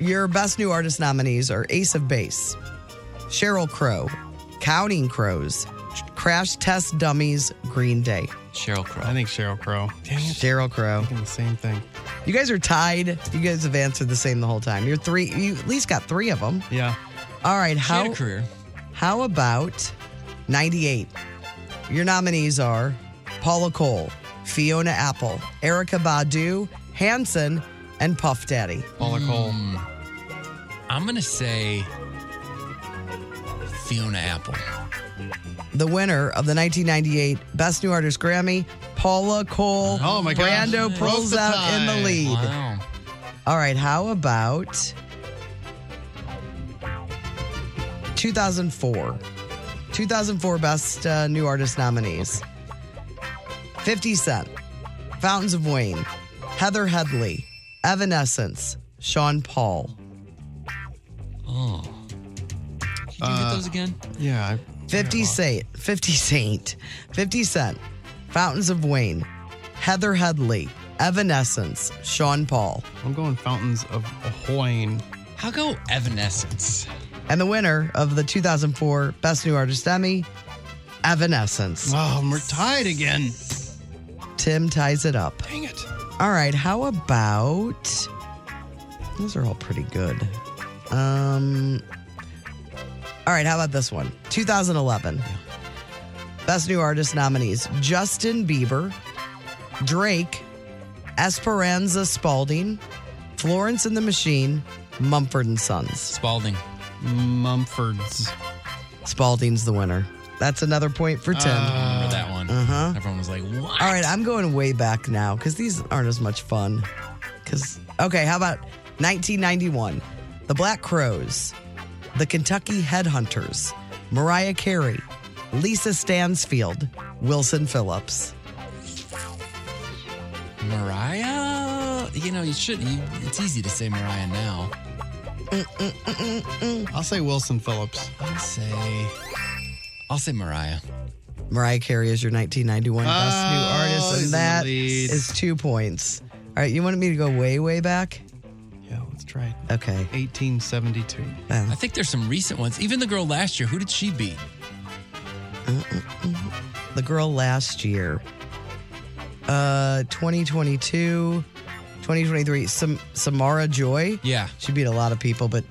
[SPEAKER 3] Your best new artist nominees are Ace of Base, Cheryl Crow, Counting Crows, Crash Test Dummies, Green Day.
[SPEAKER 4] Cheryl Crow.
[SPEAKER 5] I think Cheryl Crow.
[SPEAKER 3] Cheryl Crow.
[SPEAKER 5] Thinking the same thing.
[SPEAKER 3] You guys are tied. You guys have answered the same the whole time. You're three. You at least got three of them.
[SPEAKER 5] Yeah.
[SPEAKER 3] All right. How
[SPEAKER 4] had a career.
[SPEAKER 3] How about '98? Your nominees are Paula Cole, Fiona Apple, Erica Badu, Hanson, and Puff Daddy.
[SPEAKER 5] Paula
[SPEAKER 4] Mm.
[SPEAKER 5] Cole.
[SPEAKER 4] I'm gonna say Fiona Apple.
[SPEAKER 3] The winner of the 1998 Best New Artist Grammy, Paula Cole.
[SPEAKER 5] Oh my gosh.
[SPEAKER 3] Brando
[SPEAKER 5] Broke
[SPEAKER 3] pulls
[SPEAKER 5] the
[SPEAKER 3] out in the
[SPEAKER 5] tie.
[SPEAKER 3] lead.
[SPEAKER 4] Wow.
[SPEAKER 3] All right. How about 2004? 2004 Best uh, New Artist nominees 50 Cent, Fountains of Wayne, Heather Headley, Evanescence, Sean Paul.
[SPEAKER 4] Oh. Can you
[SPEAKER 3] Uh,
[SPEAKER 4] get those again?
[SPEAKER 5] Yeah.
[SPEAKER 3] 50 Cent, 50 Cent, 50 Cent, Fountains of Wayne, Heather Headley, Evanescence, Sean Paul.
[SPEAKER 5] I'm going Fountains of Wayne.
[SPEAKER 4] How go Evanescence?
[SPEAKER 3] And the winner of the 2004 Best New Artist Emmy, Evanescence.
[SPEAKER 5] Oh, and we're tied again.
[SPEAKER 3] Tim ties it up.
[SPEAKER 5] Dang it.
[SPEAKER 3] All right, how about those are all pretty good. Um All right, how about this one? 2011. Best New Artist nominees: Justin Bieber, Drake, Esperanza Spalding, Florence and the Machine, Mumford and Sons.
[SPEAKER 4] Spalding.
[SPEAKER 5] Mumfords.
[SPEAKER 3] Spalding's the winner. That's another point for Tim.
[SPEAKER 5] Uh,
[SPEAKER 4] Remember that one?
[SPEAKER 3] Uh-huh.
[SPEAKER 4] Everyone was like, "What?"
[SPEAKER 3] All right, I'm going way back now because these aren't as much fun. Because okay, how about 1991? The Black Crows, the Kentucky Headhunters, Mariah Carey, Lisa Stansfield, Wilson Phillips.
[SPEAKER 4] Mariah. You know, you should. You, it's easy to say Mariah now.
[SPEAKER 5] I'll say Wilson Phillips.
[SPEAKER 4] I'll say. I'll say Mariah.
[SPEAKER 3] Mariah Carey is your 1991 best new
[SPEAKER 5] Oh,
[SPEAKER 3] artist,
[SPEAKER 5] she's in
[SPEAKER 3] and that
[SPEAKER 5] the
[SPEAKER 3] is
[SPEAKER 5] lead.
[SPEAKER 3] two points. All right, you wanted me to go way, way back?
[SPEAKER 5] Yeah, let's try it.
[SPEAKER 3] Okay.
[SPEAKER 5] 1872.
[SPEAKER 4] I think there's some recent ones. Even the girl last year. Who did she beat?
[SPEAKER 3] the girl last year uh 2022 2023 Sam- samara joy
[SPEAKER 4] Yeah.
[SPEAKER 3] she beat a lot of people but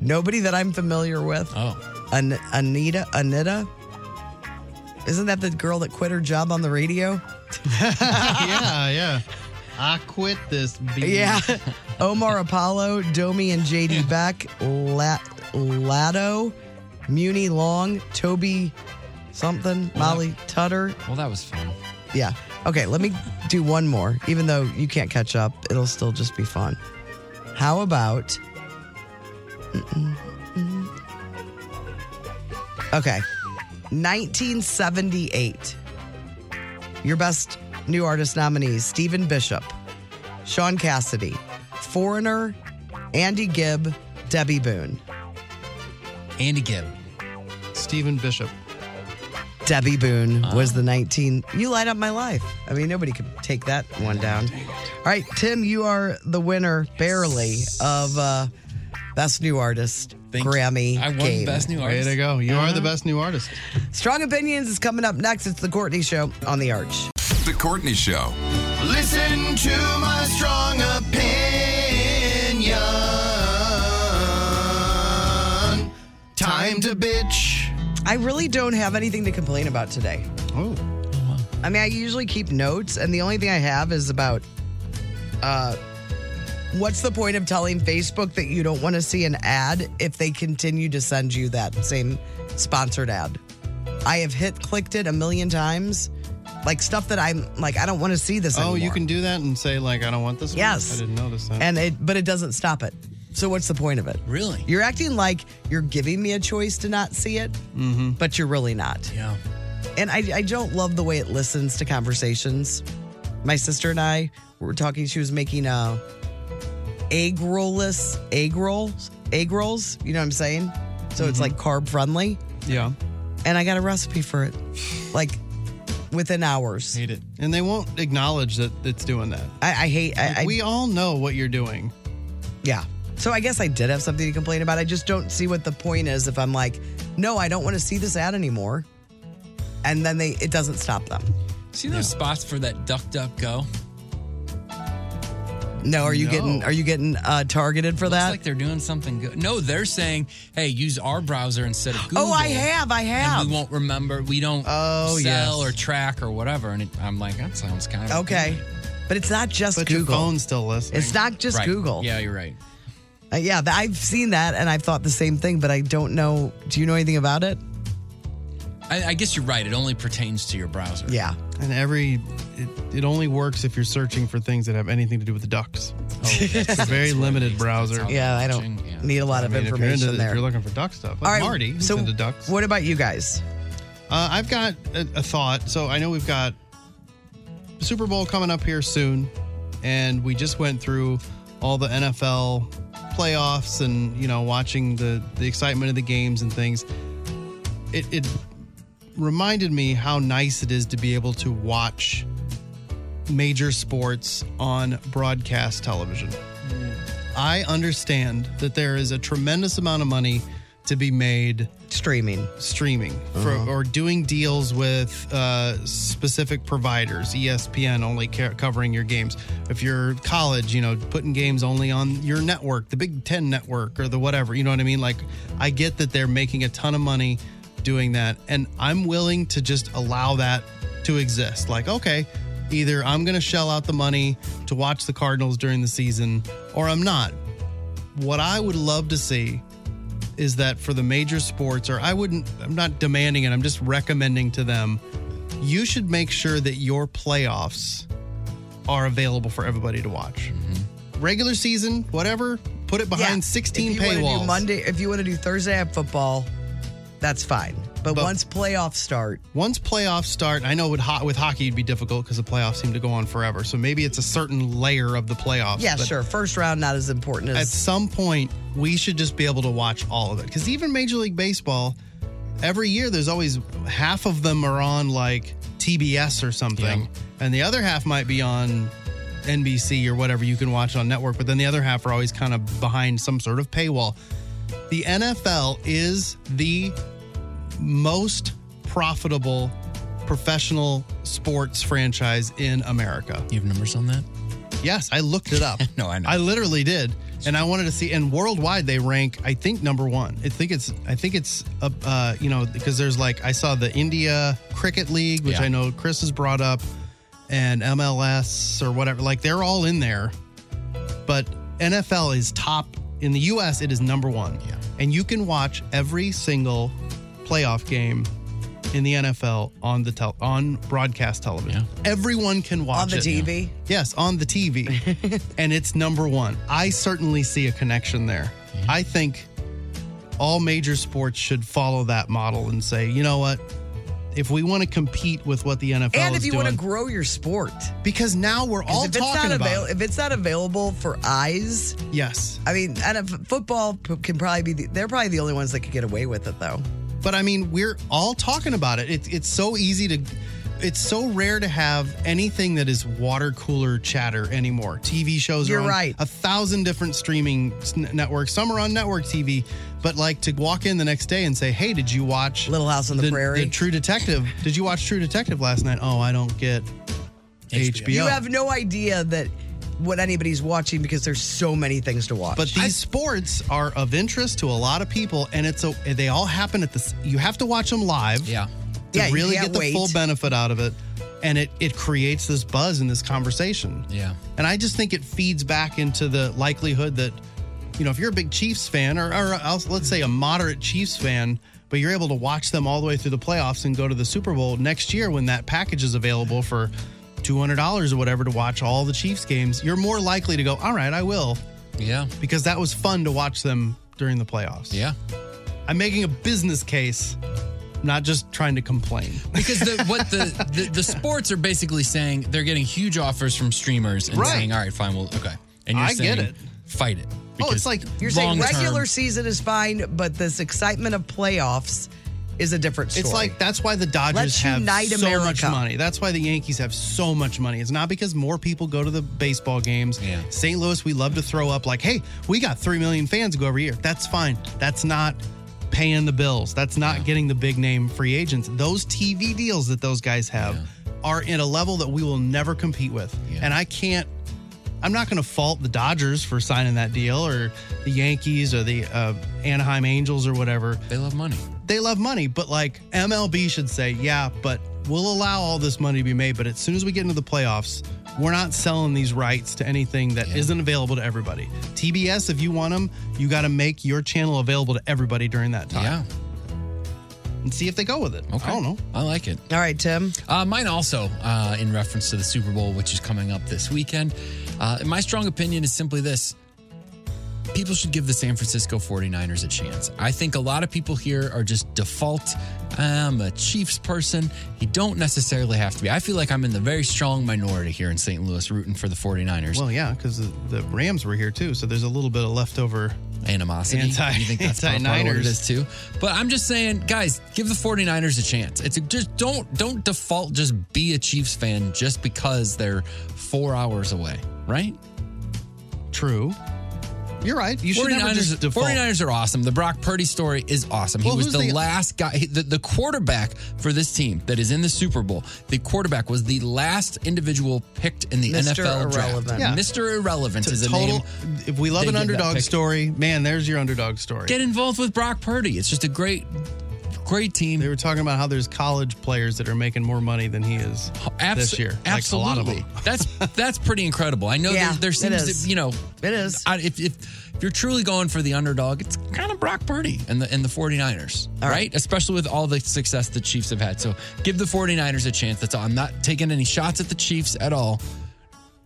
[SPEAKER 3] nobody that i'm familiar with
[SPEAKER 4] Oh.
[SPEAKER 3] An- anita anita isn't that the girl that quit her job on the radio
[SPEAKER 5] yeah, yeah. I quit this beat.
[SPEAKER 3] yeah omar apollo domi and jd beck La- lato muni long toby something molly tutter
[SPEAKER 4] Well, that was fun.
[SPEAKER 3] Yeah. Okay, let me do one more. Even though you can't catch up, it'll still just be fun. How about. Mm-mm-mm. Okay. 1978. Your best new artist nominees Stephen Bishop, Sean Cassidy, Foreigner, Andy Gibb, Debbie Boone.
[SPEAKER 4] Andy Gibb.
[SPEAKER 5] Stephen Bishop.
[SPEAKER 3] Debbie Boone
[SPEAKER 5] Uh-huh.
[SPEAKER 3] was the 19. You light up my life. I mean, nobody could take that one down. All right, Tim, you are the winner, barely, of uh, Best New Artist Grammy.
[SPEAKER 5] I won
[SPEAKER 3] game.
[SPEAKER 5] Best New Artist. Way to go. You are the Best New Artist.
[SPEAKER 3] Strong Opinions is coming up next. It's The Courtney Show on The Arch.
[SPEAKER 6] The Courtney Show.
[SPEAKER 2] Listen to my strong opinion. Time to bitch.
[SPEAKER 3] I really don't have anything to complain about today.
[SPEAKER 5] Oh.
[SPEAKER 3] I mean, I usually keep notes, and the only thing I have is about uh, what's the point of telling Facebook that you don't want to see an ad if they continue to send you that same sponsored ad? I have hit clicked it a million times, like stuff that I'm like, I don't want to see this.
[SPEAKER 5] Oh, you
[SPEAKER 3] anymore.
[SPEAKER 5] can do that and say, like, I don't want this one?
[SPEAKER 3] Yes.
[SPEAKER 5] I didn't notice that.
[SPEAKER 3] and it, but it doesn't stop it. So what's the point of it?
[SPEAKER 4] Really?
[SPEAKER 3] You're acting like you're giving me a choice to not see it,
[SPEAKER 5] Mm-hmm.
[SPEAKER 3] but you're really not.
[SPEAKER 4] Yeah.
[SPEAKER 3] And I, I don't love the way it listens to conversations. My sister and I were talking. She was making a egg rollless egg rolls, egg rolls. You know what I'm saying? So
[SPEAKER 4] Mm-hmm.
[SPEAKER 3] it's like carb friendly.
[SPEAKER 5] Yeah.
[SPEAKER 3] And I got a recipe for it, like within hours.
[SPEAKER 5] Hate it. And they won't acknowledge that it's doing that.
[SPEAKER 3] I, I hate. I, I-
[SPEAKER 5] we all know what you're doing.
[SPEAKER 3] Yeah. So I guess I did have something to complain about. I just don't see what the point is if I'm like, no, I don't want to see this ad anymore. And then they it doesn't stop them.
[SPEAKER 4] Seen those spots for that Duck Duck Go?
[SPEAKER 3] No, are you
[SPEAKER 4] No.
[SPEAKER 3] getting are you getting uh, targeted for
[SPEAKER 4] Looks
[SPEAKER 3] that?
[SPEAKER 4] like they're doing something good. No, they're saying, "Hey, use our browser instead of Google."
[SPEAKER 3] Oh, I have, I have.
[SPEAKER 4] And we won't remember. We don't
[SPEAKER 3] Oh,
[SPEAKER 4] sell
[SPEAKER 3] yes.
[SPEAKER 4] or track or whatever. And it, I'm like, that sounds kind of
[SPEAKER 3] okay. But it's not just
[SPEAKER 5] But your
[SPEAKER 3] Google.
[SPEAKER 5] phone's still listening.
[SPEAKER 3] It's not just
[SPEAKER 4] Right.
[SPEAKER 3] Google.
[SPEAKER 4] Yeah, you're right.
[SPEAKER 3] Uh, yeah, th- I've seen that and I've thought the same thing, but I don't know. Do you know anything about it?
[SPEAKER 4] I, I guess you're right. It only pertains to your browser.
[SPEAKER 3] Yeah.
[SPEAKER 5] And every, it, it only works if you're searching for things that have anything to do with the ducks. it's a very limited browser.
[SPEAKER 3] Yeah, I don't need a lot of
[SPEAKER 5] mean, if you're
[SPEAKER 3] information
[SPEAKER 5] into- if
[SPEAKER 3] there.
[SPEAKER 5] you're looking for duck stuff, like
[SPEAKER 3] All right,
[SPEAKER 5] Marty, he's
[SPEAKER 3] so
[SPEAKER 5] into ducks.
[SPEAKER 3] What about you guys?
[SPEAKER 5] Uh, I've got a, a thought. So I know we've got Super Bowl coming up here soon, and we just went through all the NFL playoffs and you know watching the the excitement of the games and things. It it reminded me how nice it is to be able to watch major sports on broadcast television. I understand that there is a tremendous amount of money to be made
[SPEAKER 3] streaming,
[SPEAKER 5] streaming, for, or doing deals with uh, specific providers. E ESPN only ca- covering your games. If you're college, you know, putting games only on your network, the Big Ten network, or the whatever. You know what I mean? Like, I get that they're making a ton of money doing that, and I'm willing to just allow that to exist. Like, okay. Either I'm going to shell out the money to watch the Cardinals during the season, or I'm not what I would love to see is that for the major sports, or I wouldn't, I'm not demanding it, I'm just recommending to them, you should make sure that your playoffs are available for everybody to watch. Regular season, whatever, put it behind
[SPEAKER 3] Yeah.
[SPEAKER 5] 16
[SPEAKER 3] if you wanna
[SPEAKER 5] paywalls.
[SPEAKER 3] Do Monday, if you want to do Thursday night football, that's fine. But,
[SPEAKER 5] But-
[SPEAKER 3] once playoffs start,
[SPEAKER 5] Once playoffs start, I know with, ho- with hockey it'd be difficult because the playoffs seem to go on forever. So maybe it's a certain layer of the playoffs.
[SPEAKER 3] yeah,
[SPEAKER 5] but
[SPEAKER 3] sure. First round not as important
[SPEAKER 5] at
[SPEAKER 3] as
[SPEAKER 5] some point we should just be able to watch all of it because even major league baseball every year there's always half of them are on like tbs or something and the other half might be on nbc or whatever you can watch on network but then the other half are always kind of behind some sort of paywall the nfl is the most profitable professional sports franchise in america
[SPEAKER 4] You have numbers on that?
[SPEAKER 5] Yes, I looked it up.
[SPEAKER 4] No, I know.
[SPEAKER 5] I literally did, and I wanted to see. And worldwide, they rank, I think, number one. I think it's, I think it's, uh, uh, you know, because there's like I saw the India Cricket League, which
[SPEAKER 4] Yeah.
[SPEAKER 5] I know Chris has brought up, and MLS or whatever. Like they're all in there, but NFL is top in the U.S. It is number one, yeah. and you can watch every single playoff game in the NFL on the tel- on broadcast television. Everyone can watch
[SPEAKER 3] on the
[SPEAKER 5] it.
[SPEAKER 3] TV.
[SPEAKER 5] Yes, on the TV. and it's number one. I certainly see a connection there.
[SPEAKER 3] Mm-hmm.
[SPEAKER 5] I think all major sports should follow that model and say, you know what? if we want to compete with what the NFL
[SPEAKER 3] and
[SPEAKER 5] is
[SPEAKER 3] if you
[SPEAKER 5] doing.
[SPEAKER 3] want to grow your sport,
[SPEAKER 5] because now we're all
[SPEAKER 3] if it's
[SPEAKER 5] talking
[SPEAKER 3] not
[SPEAKER 5] about
[SPEAKER 3] avail-
[SPEAKER 5] it.
[SPEAKER 3] if it's not available for eyes.
[SPEAKER 5] Yes,
[SPEAKER 3] I mean, and if football p- can probably be. The, they're probably the only ones that could get away with it, though.
[SPEAKER 5] But I mean, we're all talking about it. it. It's so easy to, it's so rare to have anything that is water cooler chatter anymore. TV shows
[SPEAKER 3] You're
[SPEAKER 5] are on
[SPEAKER 3] right.
[SPEAKER 5] a thousand different streaming s- networks. Some are on network TV, but like to walk in the next day and say, "Hey, did you watch Little House on the, Prairie? The True Detective? Did you watch True Detective last night? Oh, I don't get HBO.
[SPEAKER 3] You have no idea that what anybody's watching because there's so many things to watch.
[SPEAKER 5] But these sports are of interest to a lot of people, and it's a they all happen at this. You have to watch them live, yeah, to
[SPEAKER 3] Yeah, you
[SPEAKER 5] really
[SPEAKER 3] can't
[SPEAKER 5] get the
[SPEAKER 3] wait.
[SPEAKER 5] full benefit out of it, and it it creates this buzz and this conversation.
[SPEAKER 4] Yeah.
[SPEAKER 5] And I just think it feeds back into the likelihood that, you know, if you're a big Chiefs fan or, or else, let's say a moderate Chiefs fan, but you're able to watch them all the way through the playoffs and go to the Super Bowl next year when that package is available for $200 or whatever to watch all the Chiefs games, you're more likely to go, all right, I will.
[SPEAKER 4] Yeah.
[SPEAKER 5] Because that was fun to watch them during the playoffs.
[SPEAKER 4] Yeah.
[SPEAKER 5] I'm making a business case, not just trying to complain.
[SPEAKER 4] because the, what the, the the sports are basically saying they're getting huge offers from streamers and
[SPEAKER 5] Right.
[SPEAKER 4] saying, "All right, fine, well, okay." And
[SPEAKER 5] I get
[SPEAKER 4] saying,
[SPEAKER 5] it.
[SPEAKER 4] Fight it.
[SPEAKER 3] oh, it's
[SPEAKER 4] because
[SPEAKER 3] like you're saying
[SPEAKER 4] long-term-
[SPEAKER 3] regular season is fine, but this excitement of playoffs is a different story.
[SPEAKER 5] It's like that's why the Dodgers
[SPEAKER 3] Let's
[SPEAKER 5] have
[SPEAKER 3] unite
[SPEAKER 5] so
[SPEAKER 3] America.
[SPEAKER 5] much money. That's why the Yankees have so much money. It's not because more people go to the baseball games. St. Louis, we love to throw up like, hey, we got three million fans go every year. That's fine. That's not paying the bills. That's not getting the big name free agents. Those TV deals that those guys have are in a level that we will never compete with. And I can't I'm not going to fault the Dodgers for signing that deal or the Yankees or the uh, Anaheim Angels or whatever.
[SPEAKER 4] They love money.
[SPEAKER 5] They love money, but like MLB should say, yeah, but we'll allow all this money to be made. But as soon as we get into the playoffs, we're not selling these rights to anything that not available to everybody. TBS, if you want them, you got to make your channel available to everybody during that time.
[SPEAKER 4] Yeah.
[SPEAKER 5] And see if they go with it.
[SPEAKER 4] Okay.
[SPEAKER 5] I don't know.
[SPEAKER 4] I like it.
[SPEAKER 3] All right, Tim.
[SPEAKER 4] Uh, mine also, uh, in reference to the Super Bowl, which is coming up this weekend. Uh, my strong opinion is simply this people should give the San Francisco 49ers a chance. I think a lot of people here are just default. I'm a Chiefs person. You don't necessarily have to be. I feel like I'm in the very strong minority here in St. Louis rooting for the 49ers.
[SPEAKER 5] Well, yeah, because the, the Rams were here too, so there's a little bit of leftover
[SPEAKER 4] animosity.
[SPEAKER 5] Anti,
[SPEAKER 4] you think that's probably part of what it is
[SPEAKER 5] anti-Niners.
[SPEAKER 4] too. But I'm just saying, guys, give the 49ers a chance. It's a, just don't don't default just be a Chiefs fan just because they're 4 hours away, right?
[SPEAKER 5] True. You're right. You should never just default.
[SPEAKER 4] 49ers are awesome. The Brock Purdy story is awesome.
[SPEAKER 5] Well,
[SPEAKER 4] he was
[SPEAKER 5] who's
[SPEAKER 4] the,
[SPEAKER 5] the-
[SPEAKER 4] last guy, he- the, the quarterback for this team that is in the Super Bowl. The quarterback was the last individual picked in the
[SPEAKER 5] Mr.
[SPEAKER 4] NFL draft.
[SPEAKER 5] Irrelevant. Yeah.
[SPEAKER 4] Mr. Irrelevant
[SPEAKER 5] It's
[SPEAKER 4] is
[SPEAKER 5] a
[SPEAKER 4] a
[SPEAKER 5] total-
[SPEAKER 4] name.
[SPEAKER 5] If we love
[SPEAKER 4] they
[SPEAKER 5] an
[SPEAKER 4] give that
[SPEAKER 5] underdog
[SPEAKER 4] pick.
[SPEAKER 5] story, man, there's your underdog story.
[SPEAKER 4] Get involved with Brock Purdy. It's just a great, great team.
[SPEAKER 5] They were talking about how there's college players that are making more money than he is
[SPEAKER 4] Abs-
[SPEAKER 5] this year. Like,
[SPEAKER 4] Absolutely.
[SPEAKER 5] a lot of them.
[SPEAKER 4] that's that's pretty incredible. I know
[SPEAKER 5] Yeah,
[SPEAKER 4] there, there
[SPEAKER 5] it
[SPEAKER 4] seems
[SPEAKER 5] is.
[SPEAKER 4] to you know
[SPEAKER 3] it is.
[SPEAKER 4] I, if, if if you're truly going for the underdog, it's kind of Brock Purdy and the and the 49ers, right? Especially with all the success the Chiefs have had. So give the 49ers a chance. That's all. I'm not taking any shots at the Chiefs at all,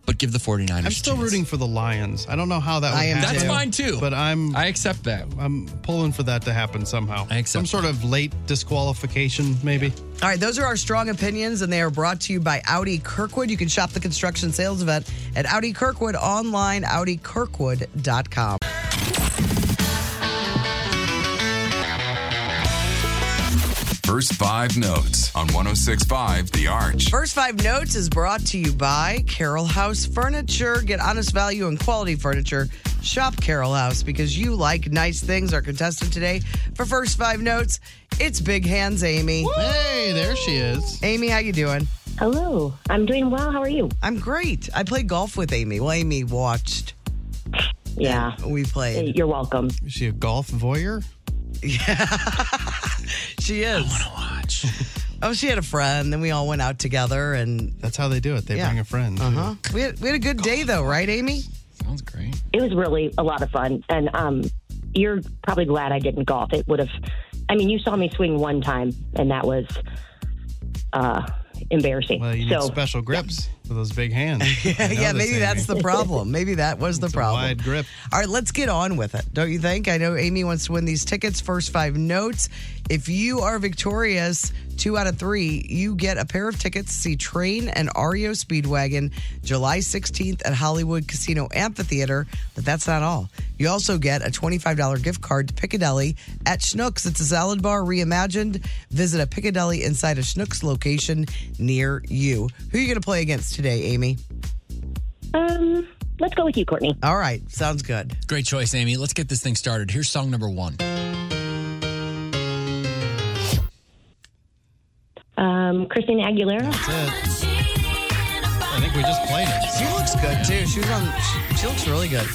[SPEAKER 4] but give the 49ers.
[SPEAKER 5] I'm
[SPEAKER 4] a
[SPEAKER 5] still
[SPEAKER 4] chance.
[SPEAKER 5] rooting for the Lions. I don't know how that would
[SPEAKER 4] I am
[SPEAKER 5] happen.
[SPEAKER 4] That's too. fine too.
[SPEAKER 5] But I'm
[SPEAKER 4] I accept that.
[SPEAKER 5] I'm pulling for that to happen somehow. I accept some sort of late disqualification, maybe.
[SPEAKER 3] All right, those are our strong opinions, and they are brought to you by Audi Kirkwood. You can shop the construction sales event at Audi Kirkwood online, audikirkwood.com.
[SPEAKER 6] First five notes on 1065 The Arch.
[SPEAKER 3] First Five Notes is brought to you by Carroll House Furniture. Get honest value and quality furniture. Shop Carroll House because you like nice things. Our contestant today for First Five Notes, it's Big Hands Amy.
[SPEAKER 5] Hey, there she is.
[SPEAKER 3] Amy, how you doing?
[SPEAKER 16] Hello. I'm doing well. How are you?
[SPEAKER 3] I'm great. I played golf with Amy. Well, Amy watched.
[SPEAKER 16] Yeah.
[SPEAKER 3] We played.
[SPEAKER 16] You're welcome.
[SPEAKER 5] Is she a golf voyeur?
[SPEAKER 3] She is. I want to
[SPEAKER 4] watch.
[SPEAKER 3] oh, she had a friend. Then we all went out together, and
[SPEAKER 5] that's how they do it. They bring a friend.
[SPEAKER 3] Uh huh. We had, we had a good day though, right, Amy?
[SPEAKER 4] Sounds great.
[SPEAKER 16] It was really a lot of fun. And um, you're probably glad I didn't golf. It would have, I mean, you saw me swing one time, and that was uh, embarrassing.
[SPEAKER 5] Well, you need
[SPEAKER 16] so,
[SPEAKER 5] special grips for those big hands. I know
[SPEAKER 3] yeah,
[SPEAKER 5] this,
[SPEAKER 3] maybe that's the
[SPEAKER 5] Amy.
[SPEAKER 3] problem. Maybe that was the problem.
[SPEAKER 5] wide grip.
[SPEAKER 3] All right, let's get on with it, don't you think? I know Amy wants to win these tickets. First five notes. If you are victorious, two out of three, you get a pair of tickets to see Train and REO Speedwagon July 16th at Hollywood Casino Amphitheater. But that's not all. You also get a $25 gift card to Piccadilly at Schnucks. It's a salad bar reimagined. Visit a Piccadilly inside a Schnucks location near you. Who are you going to play against today, Amy?
[SPEAKER 16] Um, let's go with you, Courtney.
[SPEAKER 3] All right, sounds good.
[SPEAKER 4] Great choice, Amy. Let's get this thing started. Here's song number one.
[SPEAKER 16] Um, Christina Aguilera.
[SPEAKER 5] I think we just played it.
[SPEAKER 3] She looks good too. She was on. She, she looks really good.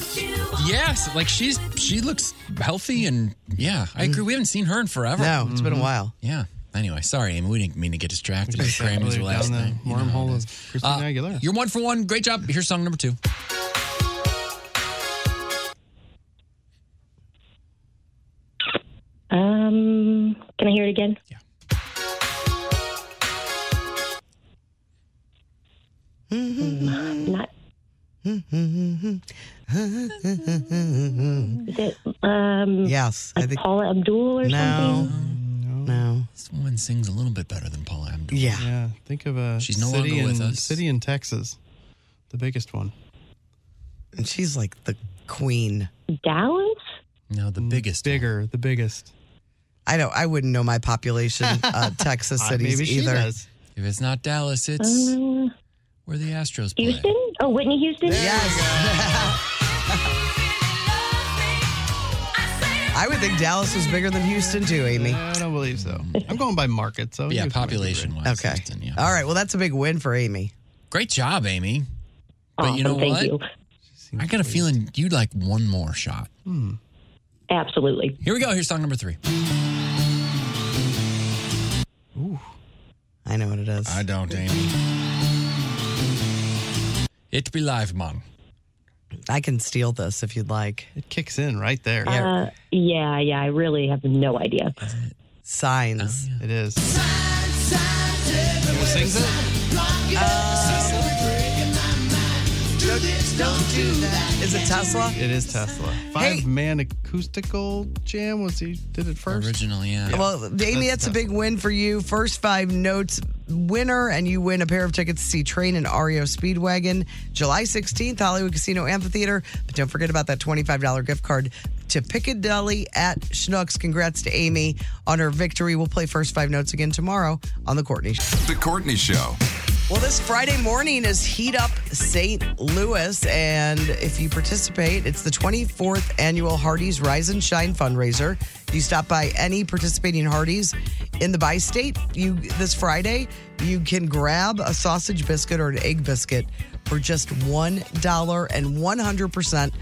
[SPEAKER 4] Yes, like she's she looks healthy and yeah, I
[SPEAKER 5] Mm.
[SPEAKER 4] agree. We haven't seen her in forever.
[SPEAKER 3] No, it's
[SPEAKER 5] Mm-hmm.
[SPEAKER 3] been a while.
[SPEAKER 4] Yeah. Anyway, sorry, Amy. We didn't mean to get distracted. The Grammys were last
[SPEAKER 5] uh, down the
[SPEAKER 4] night. you know how
[SPEAKER 5] wormhole
[SPEAKER 4] it
[SPEAKER 5] of
[SPEAKER 4] is.
[SPEAKER 5] Christina
[SPEAKER 4] Uh,
[SPEAKER 5] Aguilera.
[SPEAKER 4] You're one for one. Great job. Here's song number two.
[SPEAKER 16] Um, can I hear it again? Yeah. Mm-hmm. Not.
[SPEAKER 5] Mm-hmm.
[SPEAKER 16] Is it? Um,
[SPEAKER 3] yes.
[SPEAKER 16] Like Paula Abdul or something.
[SPEAKER 3] No.
[SPEAKER 4] This woman sings a little bit better than Paula Abdul.
[SPEAKER 3] Yeah.
[SPEAKER 5] Yeah. Think of a
[SPEAKER 4] She's no
[SPEAKER 5] city
[SPEAKER 4] longer
[SPEAKER 5] in,
[SPEAKER 4] with us.
[SPEAKER 5] City in Texas, the biggest one.
[SPEAKER 3] And she's like the queen.
[SPEAKER 16] Dallas.
[SPEAKER 4] No,
[SPEAKER 5] Mm,
[SPEAKER 4] the biggest.
[SPEAKER 5] Bigger, the biggest.
[SPEAKER 3] I don't. I wouldn't know my population, uh, Texas
[SPEAKER 5] Uh,
[SPEAKER 3] cities
[SPEAKER 5] maybe she
[SPEAKER 3] either.
[SPEAKER 5] does.
[SPEAKER 4] If it's not Dallas, it's
[SPEAKER 16] Uh,
[SPEAKER 4] where the Astros play.
[SPEAKER 16] Houston. Oh, Whitney Houston.
[SPEAKER 3] I would think Dallas was bigger than Houston too, Amy.
[SPEAKER 5] I don't believe so. I'm going by market,
[SPEAKER 4] Yeah,
[SPEAKER 5] so Oh, you're probably
[SPEAKER 4] population wise.
[SPEAKER 3] Okay. All right. Well, that's a big win for Amy.
[SPEAKER 4] Great job, Amy. But you
[SPEAKER 16] Awesome,
[SPEAKER 4] know
[SPEAKER 16] thank
[SPEAKER 4] what?
[SPEAKER 16] you.
[SPEAKER 4] I got a feeling you'd like one more shot.
[SPEAKER 16] Absolutely.
[SPEAKER 4] Here we go. Here's song number three.
[SPEAKER 3] I know what it is.
[SPEAKER 4] I don't, Amy. It be live, man.
[SPEAKER 3] I can steal this if you'd like.
[SPEAKER 5] It kicks in right there.
[SPEAKER 3] Yeah.
[SPEAKER 16] Uh, yeah, yeah. I really have no idea.
[SPEAKER 3] Signs.
[SPEAKER 5] It is. Who sings it?
[SPEAKER 3] Is it Tesla?
[SPEAKER 5] It is Tesla. Five man acoustical jam was he did it first?
[SPEAKER 4] Originally, yeah.
[SPEAKER 3] Well, Amy, that's, a big win for you. First five notes winner, and you win a pair of tickets to see Train and REO Speedwagon July 16th, Hollywood Casino Amphitheater. But don't forget about that $25 gift card to Piccadilly at Schnucks. Congrats to Amy on her victory. We'll play first five notes again tomorrow on The Courtney Show.
[SPEAKER 6] The Courtney Show.
[SPEAKER 3] Well, this Friday morning is Heat Up St. Louis, and if you participate, it's the 24th annual Hardee's Rise and Shine fundraiser. You stop by any participating Hardee's in the bi-state. You this Friday, you can grab a sausage biscuit or an egg biscuit for just one dollar, and 100 percent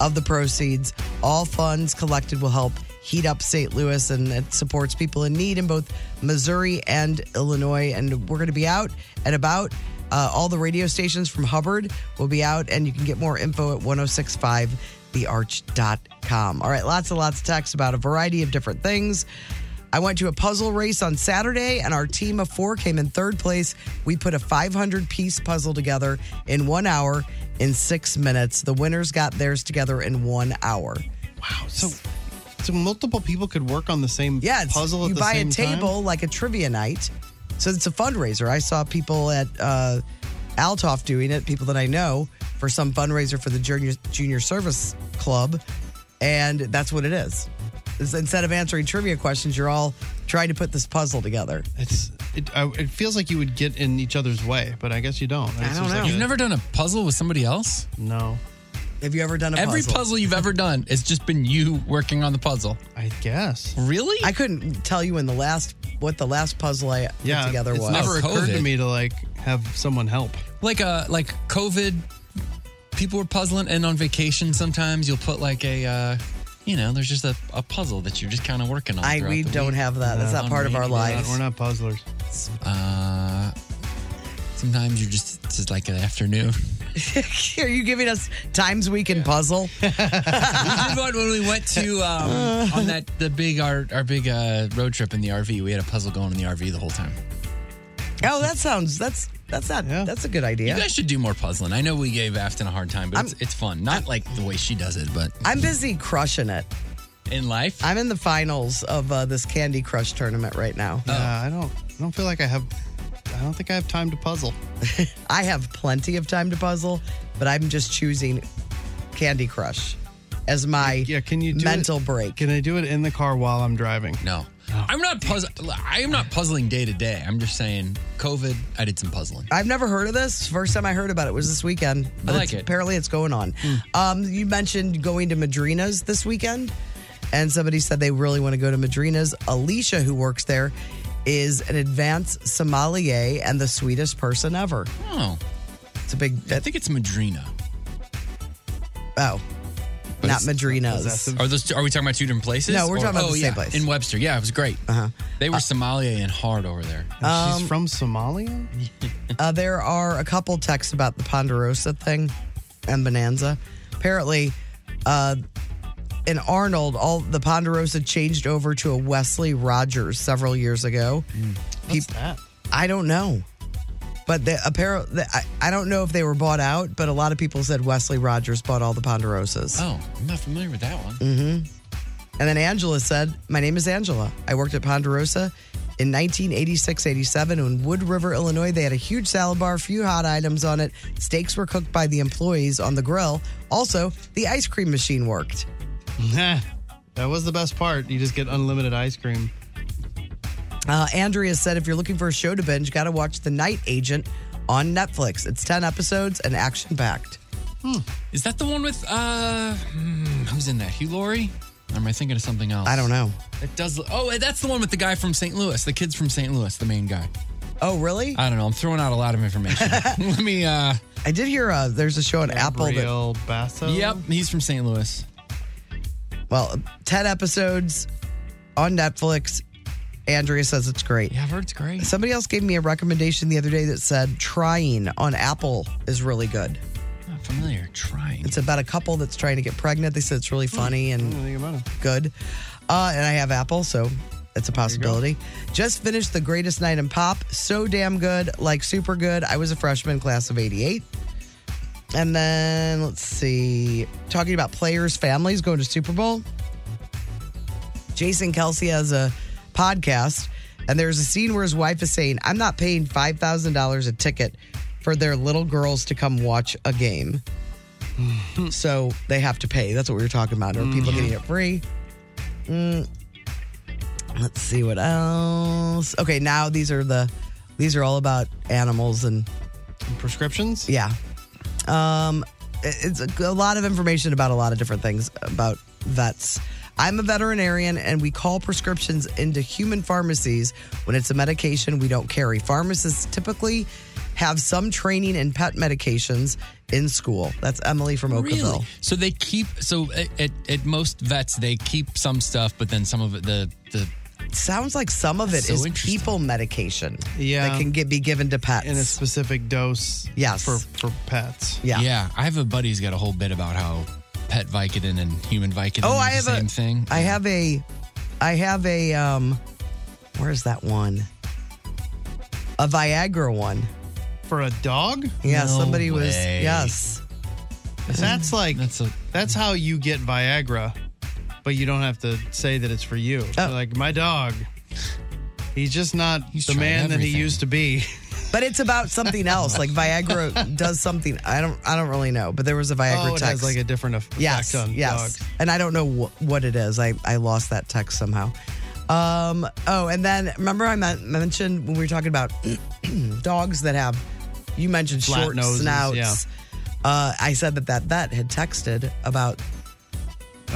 [SPEAKER 3] of the proceeds, all funds collected, will help Heat Up St. Louis, and it supports people in need in both Missouri and Illinois. And we're going to be out and about. Uh, all the radio stations from Hubbard will be out, and you can get more info at 1065thearch.com. All right, lots and lots of text about a variety of different things. I went to a puzzle race on Saturday, and our team of four came in third place. We put a 500 piece puzzle together in one hour in six minutes. The winners got theirs together in one hour.
[SPEAKER 5] Wow. So so multiple people could work on the same
[SPEAKER 3] Yeah, it's,
[SPEAKER 5] puzzle at
[SPEAKER 3] you
[SPEAKER 5] the
[SPEAKER 3] buy
[SPEAKER 5] same
[SPEAKER 3] a table
[SPEAKER 5] time?
[SPEAKER 3] like a trivia night. So it's a fundraiser. I saw people at uh, Altoff doing it, people that I know for some fundraiser for the junior junior service club, and that's what it is. It's instead of answering trivia questions, you're all trying to put this puzzle together.
[SPEAKER 5] It's it, I, it feels like you would get in each other's way, but I guess you don't. It's just like
[SPEAKER 4] You've
[SPEAKER 5] a-
[SPEAKER 4] never done a puzzle with somebody else?
[SPEAKER 5] No.
[SPEAKER 3] Have you ever done a
[SPEAKER 4] Every puzzle you've ever done, it's just been you working on the puzzle.
[SPEAKER 5] I guess.
[SPEAKER 4] Really?
[SPEAKER 3] I couldn't tell you in the last what the last puzzle I put
[SPEAKER 5] Yeah.
[SPEAKER 3] together
[SPEAKER 5] it's
[SPEAKER 3] was.
[SPEAKER 5] never occurred to
[SPEAKER 4] Oh, COVID.
[SPEAKER 5] me to like have someone help.
[SPEAKER 4] Like a like COVID, people were puzzling, and on vacation sometimes you'll put like a, uh, you know, there's just a, a puzzle that you're just kind of working on.
[SPEAKER 3] I
[SPEAKER 4] throughout
[SPEAKER 3] we
[SPEAKER 4] the
[SPEAKER 3] don't
[SPEAKER 4] week.
[SPEAKER 3] have that. That's not part of our
[SPEAKER 4] Unreadable.
[SPEAKER 3] lives.
[SPEAKER 5] We're not puzzlers.
[SPEAKER 4] Uh, sometimes you're just it's just like an afternoon.
[SPEAKER 3] Are you giving us times we can puzzle?
[SPEAKER 4] But when we went to um, on that the big our our big uh, road trip in the RV, we had a puzzle going in the RV the whole time.
[SPEAKER 3] Oh, that sounds that's that's not that's a good idea.
[SPEAKER 4] You guys should do more puzzling. I know we gave Afton a hard time, but it's, it's fun. Not like the way she does it, but
[SPEAKER 3] I'm busy crushing it.
[SPEAKER 4] in life?
[SPEAKER 3] I'm in the finals of uh, this Candy Crush tournament right now.
[SPEAKER 4] Oh.
[SPEAKER 5] Yeah, I don't. I don't feel like I have. I don't think I have time to puzzle.
[SPEAKER 3] I have plenty of time to puzzle, but I'm just choosing Candy Crush as my yeah. Can you mental break?
[SPEAKER 5] Can I do it in the car while I'm driving?
[SPEAKER 4] No. I'm not puzzle. I am not puzzling day to day. I'm just saying, COVID. I did some puzzling.
[SPEAKER 3] I've never heard of this. First time I heard about it was this weekend. But
[SPEAKER 4] like
[SPEAKER 3] it's-
[SPEAKER 4] it. Hmm.
[SPEAKER 3] Apparently, it's going on. Um, you mentioned going to Madrina's this weekend, and somebody said they really want to go to Madrina's. Alicia, who works there, is an advanced sommelier and the sweetest person ever.
[SPEAKER 4] Oh,
[SPEAKER 3] it's a big. I
[SPEAKER 4] think it's Madrina.
[SPEAKER 3] Oh,
[SPEAKER 4] But
[SPEAKER 3] not
[SPEAKER 4] it's-
[SPEAKER 3] Madrina's.
[SPEAKER 4] Are those? Are we talking about two different places?
[SPEAKER 3] No, we're
[SPEAKER 4] Or-
[SPEAKER 3] talking about
[SPEAKER 4] oh,
[SPEAKER 3] the same
[SPEAKER 4] yeah,
[SPEAKER 3] place.
[SPEAKER 4] in Webster. Yeah, it was great.
[SPEAKER 3] Uh-huh.
[SPEAKER 4] They were Somalia and hard over there.
[SPEAKER 3] Um,
[SPEAKER 5] She's from Somalia.
[SPEAKER 3] uh, there are a couple texts about the Ponderosa thing and Bonanza. Apparently, uh, in Arnold, all the Ponderosa changed over to a Wesley Rogers several years ago. What's
[SPEAKER 5] that?
[SPEAKER 3] I don't know. But the apparel, the, I, I don't know if they were bought out, but a lot of people said Wesley Rogers bought all the Ponderosas.
[SPEAKER 4] Oh, I'm not familiar with that one.
[SPEAKER 3] Mm-hmm. And then Angela said, My name is Angela. I worked at Ponderosa in 1986 87 in Wood River, Illinois. They had a huge salad bar, few hot items on it. Steaks were cooked by the employees on the grill. Also, the ice cream machine worked.
[SPEAKER 5] that was the best part. You just get unlimited ice cream.
[SPEAKER 3] Uh, Andrea said, If you're looking for a show to binge, got to watch The Night Agent on Netflix. It's 10 episodes and action packed.
[SPEAKER 4] Is that the one with uh hmm, who's in that? Hugh Laurie? Or am I thinking of something else? I don't
[SPEAKER 3] know.
[SPEAKER 4] It does Oh, that's the one with the guy from St. Louis. The kid's from St. Louis, the main guy.
[SPEAKER 3] Oh, really?
[SPEAKER 4] I don't know. I'm throwing out a lot of information. Let me uh
[SPEAKER 3] I did hear uh, there's a show on Apple that
[SPEAKER 5] Real
[SPEAKER 3] Oh.
[SPEAKER 5] Basso.
[SPEAKER 4] Yep, he's from St. Louis.
[SPEAKER 3] Well, 10 episodes on Netflix. Andrea says it's great. Yeah,
[SPEAKER 4] I've heard it's great.
[SPEAKER 3] Somebody else gave me a recommendation the other day that said Trying on Apple is really good.
[SPEAKER 4] Not familiar. Trying.
[SPEAKER 3] It's about a couple that's trying to get pregnant. They said it's really funny and good. Uh, and I have Apple, so it's a possibility. Just finished The Greatest Night in Pop. So damn good, like super good. I was a freshman, class of 88. And then let's see, talking about players' families going to Super Bowl. Jason Kelsey has a podcast, and there's a scene where his wife is saying, I'm not paying $5,000 a ticket for their little girls to come watch a game. so they have to pay. That's what we were talking about. Are people getting it free? Mm. Let's see what else. Okay, now these are the these are all about animals and
[SPEAKER 5] prescriptions.
[SPEAKER 3] Yeah. Um, it- it's a, a lot of information about a lot of different things about vets. I'm a veterinarian and we call prescriptions into human pharmacies when it's a medication we don't carry. Pharmacists typically have some training in pet medications in school. That's Emily from Oakville.
[SPEAKER 4] Really? So they keep so at, at, at most vets they keep some stuff, but then some of it the the
[SPEAKER 3] Sounds like some of it
[SPEAKER 4] That's so
[SPEAKER 3] is people medication.
[SPEAKER 5] Yeah.
[SPEAKER 3] That can get, be given to pets.
[SPEAKER 5] In a specific dose.
[SPEAKER 3] Yes.
[SPEAKER 5] For for pets.
[SPEAKER 4] Yeah. I have a buddy who's got a whole bit about how pet Vicodin and human Vicodin
[SPEAKER 3] Oh,
[SPEAKER 4] are
[SPEAKER 3] I
[SPEAKER 4] the
[SPEAKER 3] have
[SPEAKER 4] same
[SPEAKER 3] a
[SPEAKER 4] thing.
[SPEAKER 3] I have a I have a um where's that one? A Viagra one.
[SPEAKER 5] For a dog?
[SPEAKER 3] Yeah,
[SPEAKER 5] No
[SPEAKER 3] somebody was
[SPEAKER 5] way.
[SPEAKER 3] yes.
[SPEAKER 5] That's like
[SPEAKER 4] that's
[SPEAKER 3] Uh,
[SPEAKER 5] that's how you get Viagra, but you don't have to say that it's for you.
[SPEAKER 3] Oh.
[SPEAKER 5] So, Like my dog, he's just not the
[SPEAKER 3] tried
[SPEAKER 5] man that he
[SPEAKER 3] everything.
[SPEAKER 5] used to be.
[SPEAKER 3] But it's about something else. Like Viagra does something. I don't I don't really know, but there was a Viagra
[SPEAKER 5] oh, it
[SPEAKER 3] text.
[SPEAKER 5] has like a different effect
[SPEAKER 3] yes,
[SPEAKER 5] on
[SPEAKER 3] yes.
[SPEAKER 5] dogs.
[SPEAKER 3] And I don't know wh- what it is. I, I lost that text somehow. Um, oh, and then remember I men- mentioned when we were talking about dogs that have, you mentioned
[SPEAKER 5] Flat
[SPEAKER 3] short
[SPEAKER 5] noses,
[SPEAKER 3] snouts.
[SPEAKER 5] yeah.
[SPEAKER 3] Uh, I said that that vet had texted about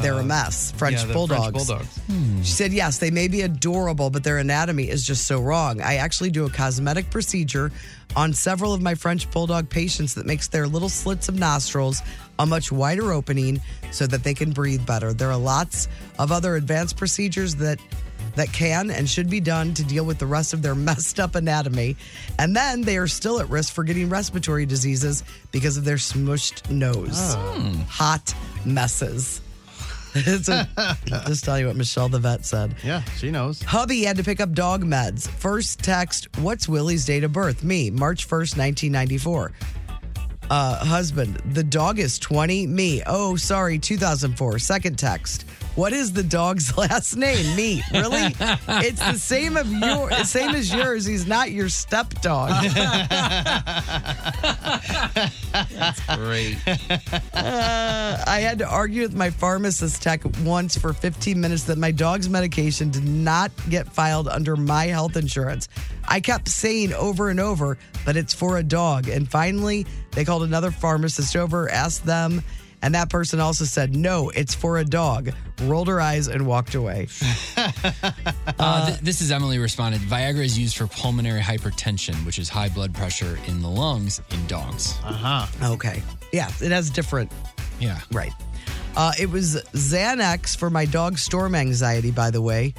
[SPEAKER 3] they're
[SPEAKER 5] Uh,
[SPEAKER 3] a mess, French
[SPEAKER 5] yeah, the French
[SPEAKER 3] bulldogs. Hmm.
[SPEAKER 5] bulldogs.
[SPEAKER 3] She said, yes, they may be adorable, but their anatomy is just so wrong. I actually do a cosmetic procedure on several of my French bulldog patients that makes their little slits of nostrils a much wider opening so that they can breathe better. There are lots of other advanced procedures that that can and should be done to deal with the rest of their messed up anatomy. And then they are still at risk for getting respiratory diseases because of their smushed nose. Hot messes. so, just tell you what Michelle the vet said.
[SPEAKER 5] Yeah, she knows.
[SPEAKER 3] Hubby had to pick up dog meds. First text, what's Willie's date of birth? Me, March 1st, 1994. uh, husband, the dog is 20. Me, oh, sorry, 2004. Second text. What is the dog's last name? Me, really? it's the same of your, same as yours. He's not your stepdog.
[SPEAKER 4] Great.
[SPEAKER 3] Uh, I had to argue with my pharmacist tech once for 15 minutes that my dog's medication did not get filed under my health insurance. I kept saying over and over, but it's for a dog. And finally, they called another pharmacist over, asked them, and that person also said, no, it's for a dog, rolled her eyes and walked away.
[SPEAKER 4] Uh, th- this is Emily responded. Viagra is used for pulmonary hypertension, which is high blood pressure in the lungs in dogs. Uh
[SPEAKER 3] huh. Okay. Yeah, it has different.
[SPEAKER 4] Yeah.
[SPEAKER 3] Right. Uh, it was Xanax for my dog's storm anxiety, by the way.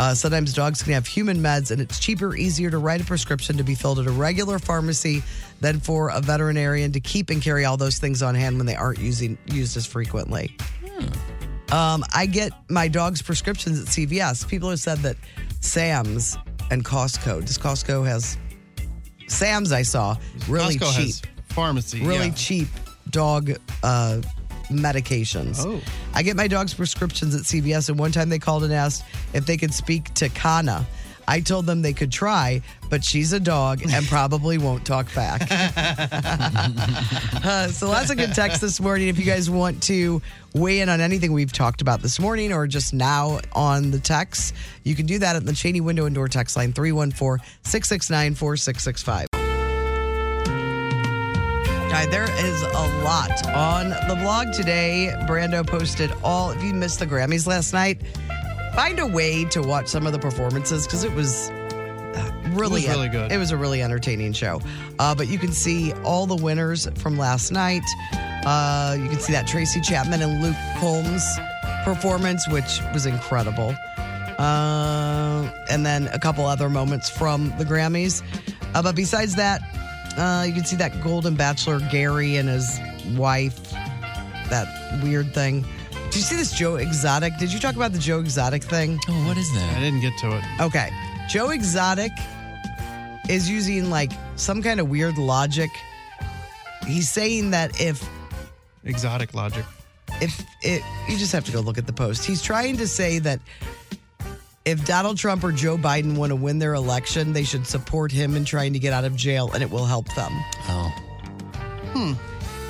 [SPEAKER 3] Uh, sometimes dogs can have human meds, and it's cheaper, easier to write a prescription to be filled at a regular pharmacy than for a veterinarian to keep and carry all those things on hand when they aren't using used as frequently.
[SPEAKER 5] Hmm.
[SPEAKER 3] Um, I get my dog's prescriptions at CVS. People have said that Sam's and Costco. Does Costco has Sam's? I saw really
[SPEAKER 5] Costco
[SPEAKER 3] cheap
[SPEAKER 5] has pharmacy.
[SPEAKER 3] really
[SPEAKER 5] yeah.
[SPEAKER 3] cheap dog uh, medications.
[SPEAKER 5] Oh.
[SPEAKER 3] I get my dog's prescriptions at CVS, and one time they called and asked if they could speak to Kana. I told them they could try, but she's a dog and probably won't talk back. Uh, so lots of good text this morning. If you guys want to weigh in on anything we've talked about this morning or just now on the text, you can do that at the Cheney Window and Door text line 314 669 4665. All right, there is a lot on the blog today. Brando posted all. If you missed the Grammys last night, find a way to watch some of the performances because it was uh, really,
[SPEAKER 5] It was really good.
[SPEAKER 3] It was a really entertaining show. Uh, but you can see all the winners from last night. Uh, you can see that Tracy Chapman and Luke Combs performance, which was incredible. Uh, and then a couple other moments from the Grammys. Uh, but besides that, uh, you can see that Golden Bachelor Gary and his wife, that weird thing. Did you see this Joe Exotic? Did you talk about the Joe Exotic thing?
[SPEAKER 4] Oh, what is that?
[SPEAKER 5] I didn't get to it.
[SPEAKER 3] Okay. Joe Exotic is using like some kind of weird logic. He's saying that if
[SPEAKER 5] Exotic logic.
[SPEAKER 3] if it you just have to go look at the post. He's trying to say that if Donald Trump or Joe Biden want to win their election, they should support him in trying to get out of jail and it will help them.
[SPEAKER 4] Oh.
[SPEAKER 3] Hmm.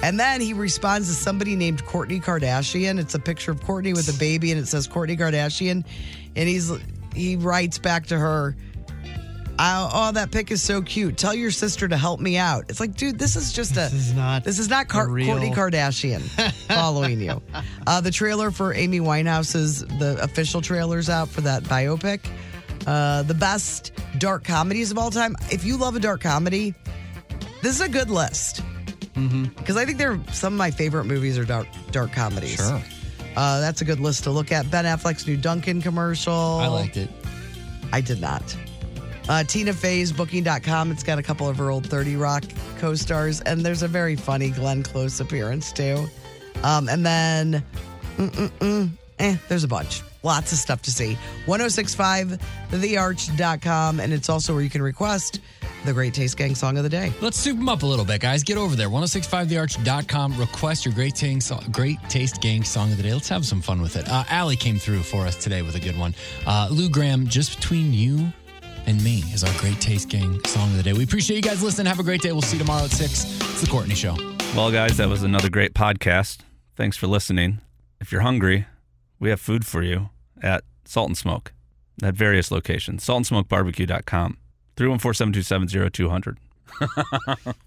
[SPEAKER 3] And then he responds to somebody named Courtney Kardashian. It's a picture of Courtney with a baby and it says Courtney Kardashian and he's he writes back to her "Oh, oh, that pic is so cute. Tell your sister to help me out. It's like, dude, this is just a. This is not. This is not Car-
[SPEAKER 5] real-
[SPEAKER 3] Courtney Kardashian following you. Uh, the trailer for Amy Winehouse's the official trailer's out for that biopic. Uh, the best dark comedies of all time. If you love a dark comedy, this is a good list because I think they're some of my favorite movies are dark dark comedies.
[SPEAKER 4] Sure.
[SPEAKER 3] Uh, that's a good list to look at. Ben Affleck's new Duncan commercial. I
[SPEAKER 4] liked it.
[SPEAKER 3] I did not. Uh, Tina Fey's Booking.com. It's got a couple of her old 30 Rock co stars, and there's a very funny Glenn Close appearance, too. Um, and then, mm, mm, mm, eh, there's a bunch. Lots of stuff to see. 1065thearch.com, and it's also where you can request the Great Taste Gang Song of the Day.
[SPEAKER 4] Let's soup them up a little bit, guys. Get over there. 1065thearch.com. Request your great, ting, so- great taste gang song of the day. Let's have some fun with it. Uh, Allie came through for us today with a good one. Uh, Lou Graham, just between you and me is our great taste gang song of the day. We appreciate you guys listening. Have a great day. We'll see you tomorrow at 6. It's The Courtney Show.
[SPEAKER 1] Well, guys, that was another great podcast. Thanks for listening. If you're hungry, we have food for you at Salt and Smoke at various locations. Saltandsmokebarbecue.com. 314 727 0200.